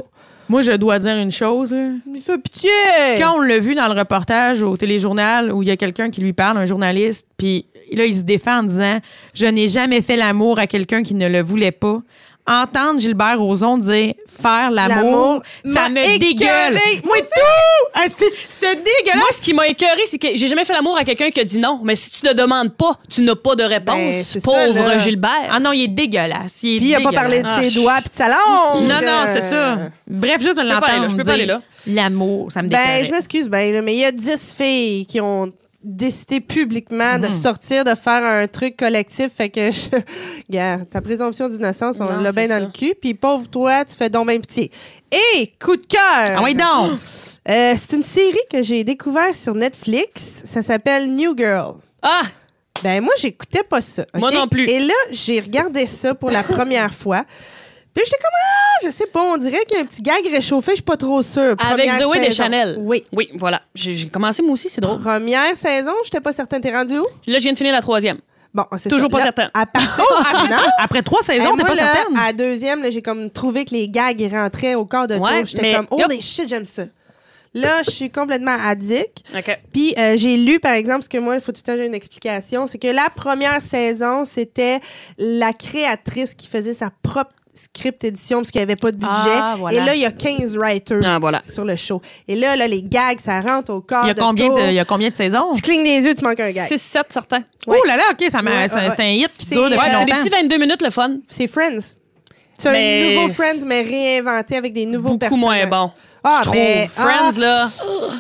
[SPEAKER 4] Moi, je dois dire une chose. là.
[SPEAKER 3] Il fait pitié!
[SPEAKER 4] Quand on l'a vu dans le reportage au téléjournal où il y a quelqu'un qui lui parle, un journaliste, puis là, il se défend en disant Je n'ai jamais fait l'amour à quelqu'un qui ne le voulait pas. Entendre Gilbert Rozon dire faire l'amour,
[SPEAKER 3] L'amour
[SPEAKER 4] ça
[SPEAKER 3] m'a
[SPEAKER 4] me dégueule.
[SPEAKER 3] écoeurée.
[SPEAKER 4] Moi, tout! Ah, c'est- C'était dégueulasse.
[SPEAKER 6] Moi, ce qui m'a écœuré, c'est que j'ai jamais fait l'amour à quelqu'un qui a dit non. Mais si tu ne demandes pas, tu n'as pas de
[SPEAKER 3] Ben,
[SPEAKER 6] réponse,
[SPEAKER 3] c'est
[SPEAKER 6] pauvre
[SPEAKER 3] ça, là.
[SPEAKER 6] Gilbert.
[SPEAKER 4] Ah non, il est dégueulasse. Il est
[SPEAKER 3] Puis il a pas parlé
[SPEAKER 4] dégueulasse.
[SPEAKER 3] de ses
[SPEAKER 6] Ah,
[SPEAKER 3] doigts puis de sa langue.
[SPEAKER 4] Non, non, c'est
[SPEAKER 3] Euh,
[SPEAKER 4] ça. Bref, juste de
[SPEAKER 6] peux pas aller là,
[SPEAKER 4] l'entendre
[SPEAKER 6] je peux pas aller
[SPEAKER 4] dire
[SPEAKER 6] là.
[SPEAKER 4] l'amour, ça me
[SPEAKER 3] Ben,
[SPEAKER 4] décoeure.
[SPEAKER 3] je m'excuse, ben, là, mais il y a 10 filles qui ont décidé publiquement
[SPEAKER 4] Hmm.
[SPEAKER 3] de sortir, de faire un truc collectif. Fait que, je... [laughs] regarde, ta présomption d'innocence, on
[SPEAKER 6] Non,
[SPEAKER 3] l'a bien
[SPEAKER 6] c'est
[SPEAKER 3] dans
[SPEAKER 6] ça.
[SPEAKER 3] le cul. Puis pauvre toi, tu fais donc bien pitié. Et coup de cœur!
[SPEAKER 4] Ah
[SPEAKER 3] [laughs]
[SPEAKER 4] oui donc!
[SPEAKER 3] Euh, c'est une série que j'ai découverte sur Netflix. Ça s'appelle New Girl.
[SPEAKER 6] Ah!
[SPEAKER 3] Ben moi, j'écoutais pas ça.
[SPEAKER 6] Moi
[SPEAKER 3] ok?
[SPEAKER 6] non plus.
[SPEAKER 3] Et là, j'ai regardé ça pour la première fois. Puis j'étais comme, ah, je sais pas, on dirait qu'il y a un petit gag réchauffé, je suis pas trop sûre.
[SPEAKER 6] Avec
[SPEAKER 3] Première
[SPEAKER 6] Zoé
[SPEAKER 3] saison.
[SPEAKER 6] Deschanel.
[SPEAKER 3] Oui. Ah.
[SPEAKER 6] Oui, voilà. J'ai j'ai commencé moi aussi, c'est drôle.
[SPEAKER 3] Première saison, j'étais pas certaine. T'es rendu où?
[SPEAKER 6] Là, je viens de finir la troisième.
[SPEAKER 3] Bon, c'est
[SPEAKER 6] Toujours pas Oh,
[SPEAKER 3] ça. Là,
[SPEAKER 6] certaine.
[SPEAKER 3] À partir... Ah, non?
[SPEAKER 4] Après trois
[SPEAKER 3] Hey,
[SPEAKER 4] saisons, t'es
[SPEAKER 3] moi,
[SPEAKER 4] pas
[SPEAKER 3] là,
[SPEAKER 4] certaine?
[SPEAKER 3] à deuxième, là, j'ai comme trouvé que les gags ils rentraient au corps de
[SPEAKER 6] Ouais,
[SPEAKER 3] tour. J'étais
[SPEAKER 6] mais-
[SPEAKER 3] comme, oh
[SPEAKER 6] Yup.
[SPEAKER 3] les shit, j'aime ça. Là, je suis complètement addict.
[SPEAKER 6] OK.
[SPEAKER 3] Puis euh, j'ai lu, par exemple, ce que moi, il faut tout le temps j'ai une explication, c'est que la première saison, c'était la créatrice qui faisait sa propre script édition parce qu'il n'y avait pas de budget.
[SPEAKER 4] Ah, voilà.
[SPEAKER 3] Et là, il y a 15 writers
[SPEAKER 6] Ah, voilà.
[SPEAKER 3] sur le show. Et là, là, les gags, ça rentre au corps
[SPEAKER 4] Il y, a
[SPEAKER 3] de
[SPEAKER 4] combien
[SPEAKER 3] tour.
[SPEAKER 4] de, il y a combien de saisons?
[SPEAKER 3] Tu clignes des yeux, tu manques un gag.
[SPEAKER 6] 6, 7, certains.
[SPEAKER 3] Ouais.
[SPEAKER 4] Oh là là, OK, ça m'a-
[SPEAKER 3] Ouais,
[SPEAKER 4] c'est
[SPEAKER 3] ouais,
[SPEAKER 4] c'est un hit qui
[SPEAKER 3] c'est-
[SPEAKER 4] dure depuis
[SPEAKER 3] Ouais,
[SPEAKER 6] Ouais, c'est des
[SPEAKER 4] longtemps.
[SPEAKER 6] petits 22 minutes, le fun.
[SPEAKER 3] C'est Friends. C'est un
[SPEAKER 6] Mais
[SPEAKER 3] nouveau
[SPEAKER 6] c'est-
[SPEAKER 3] Friends, mais réinventé avec des nouveaux
[SPEAKER 6] Beaucoup
[SPEAKER 3] personnages.
[SPEAKER 6] moins bon.
[SPEAKER 3] Ah,
[SPEAKER 6] je trouve.
[SPEAKER 3] ben,
[SPEAKER 6] Friends,
[SPEAKER 3] ah,
[SPEAKER 6] là.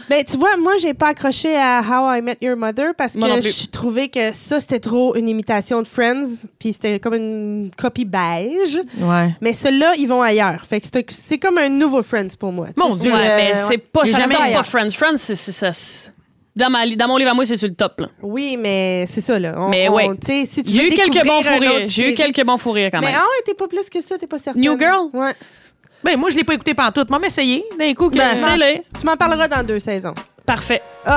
[SPEAKER 3] Ben, tu vois, moi, j'ai pas accroché à How I Met Your Mother parce
[SPEAKER 6] Moi non
[SPEAKER 3] que
[SPEAKER 6] plus.
[SPEAKER 3] je trouvais que ça, c'était trop une imitation de Friends, puis c'était comme une copie beige.
[SPEAKER 4] Ouais.
[SPEAKER 3] Mais ceux-là, ils vont ailleurs. Fait que c'est- c'est comme un nouveau Friends pour moi.
[SPEAKER 4] Mon
[SPEAKER 3] Ça,
[SPEAKER 4] Dieu.
[SPEAKER 6] Ouais,
[SPEAKER 3] euh,
[SPEAKER 6] mais c'est pas,
[SPEAKER 4] Il est
[SPEAKER 6] ça
[SPEAKER 4] jamais
[SPEAKER 6] me tente
[SPEAKER 3] ailleurs.
[SPEAKER 6] pas Friends. Friends, c'est, c'est- ça, c'est- dans, ma, li- dans mon livre à moi, c'est sur le top. Là.
[SPEAKER 3] Oui, mais c'est ça, là. On-
[SPEAKER 6] Mais
[SPEAKER 3] on-
[SPEAKER 6] ouais.
[SPEAKER 3] tu sais, Si tu
[SPEAKER 6] J'ai
[SPEAKER 3] veux
[SPEAKER 6] eu quelques
[SPEAKER 3] découvrir
[SPEAKER 6] bons
[SPEAKER 3] un
[SPEAKER 6] fous rires.
[SPEAKER 3] autre
[SPEAKER 6] J'ai eu
[SPEAKER 3] série-
[SPEAKER 6] quelques bons fous rires quand
[SPEAKER 3] Mais
[SPEAKER 6] même.
[SPEAKER 3] ah ouais, t'es pas plus que ça, t'es pas certaine.
[SPEAKER 6] New Girl?
[SPEAKER 3] Ouais.
[SPEAKER 4] Ben, moi, je l'ai pas écouté pantoute. Moi, m'essayer d'un coup. Que...
[SPEAKER 6] Ben, c'est là.
[SPEAKER 3] Tu m'en parleras dans deux saisons.
[SPEAKER 6] Parfait.
[SPEAKER 3] Oh.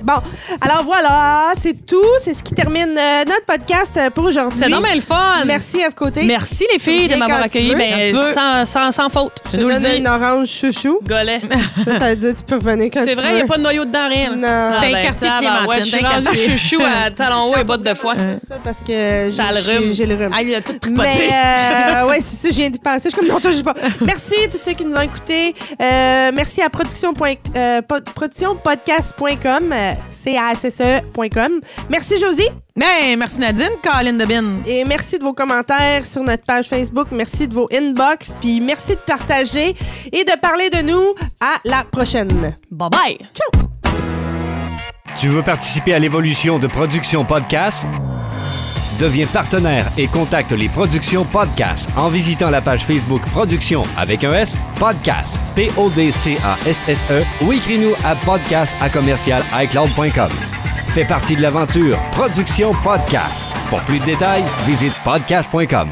[SPEAKER 3] Bon, alors voilà, c'est tout. C'est ce qui termine euh, notre podcast euh, pour aujourd'hui.
[SPEAKER 6] C'est non, mais le fun.
[SPEAKER 3] Merci, Eve Côté.
[SPEAKER 6] Merci, les filles,
[SPEAKER 3] Viens
[SPEAKER 6] de m'avoir
[SPEAKER 3] quand tu
[SPEAKER 6] accueilli.
[SPEAKER 3] veux.
[SPEAKER 6] Ben,
[SPEAKER 4] Quand tu veux.
[SPEAKER 6] sans, sans, sans faute.
[SPEAKER 3] Je te
[SPEAKER 4] nous le
[SPEAKER 3] donne
[SPEAKER 4] dis.
[SPEAKER 3] une orange chouchou.
[SPEAKER 6] Golet.
[SPEAKER 3] Ça, ça veut dire que tu peux revenir quand
[SPEAKER 6] C'est
[SPEAKER 3] tu
[SPEAKER 6] vrai, il
[SPEAKER 3] veux.
[SPEAKER 6] n'y a pas de noyau dedans, rien.
[SPEAKER 3] Non.
[SPEAKER 4] C'était un quartier Clémentine, Euh,
[SPEAKER 6] Ouais, je suis
[SPEAKER 4] c'était un
[SPEAKER 6] rendue
[SPEAKER 4] quartier.
[SPEAKER 6] chouchou à talons hauts et bottes de foin.
[SPEAKER 3] C'est Euh, ça parce que
[SPEAKER 6] T'as le
[SPEAKER 3] j'ai- j'ai
[SPEAKER 6] rhume.
[SPEAKER 3] j'ai le rhume.
[SPEAKER 4] Ah, il a tout tripoté.
[SPEAKER 3] Mais euh, ouais, c'est ça, je viens d'y penser. Je suis comme non,
[SPEAKER 6] [laughs]
[SPEAKER 3] toi, j'ai pas. Merci à tous ceux qui nous ont écoutés. Euh, merci à production point- euh, pod- productionpodcast.com, euh, C-A-S-S-E.com. E Merci Josie
[SPEAKER 4] Ben, merci Nadine, Colin Debin.
[SPEAKER 3] et merci de vos commentaires sur notre page Facebook. Merci de vos inbox, puis merci de partager et de parler de nous. À la prochaine.
[SPEAKER 6] Bye bye.
[SPEAKER 12] Tu veux participer à l'évolution de Production Podcast? Deviens partenaire et contacte les Productions Podcast en visitant la page Facebook Production avec un S, Podcast, P-O-D-C-A-S-S-E E, ou écris-nous à podcast à commercial iCloud.com. Fais partie de l'aventure Production Podcast. Pour plus de détails, visite podcast.com.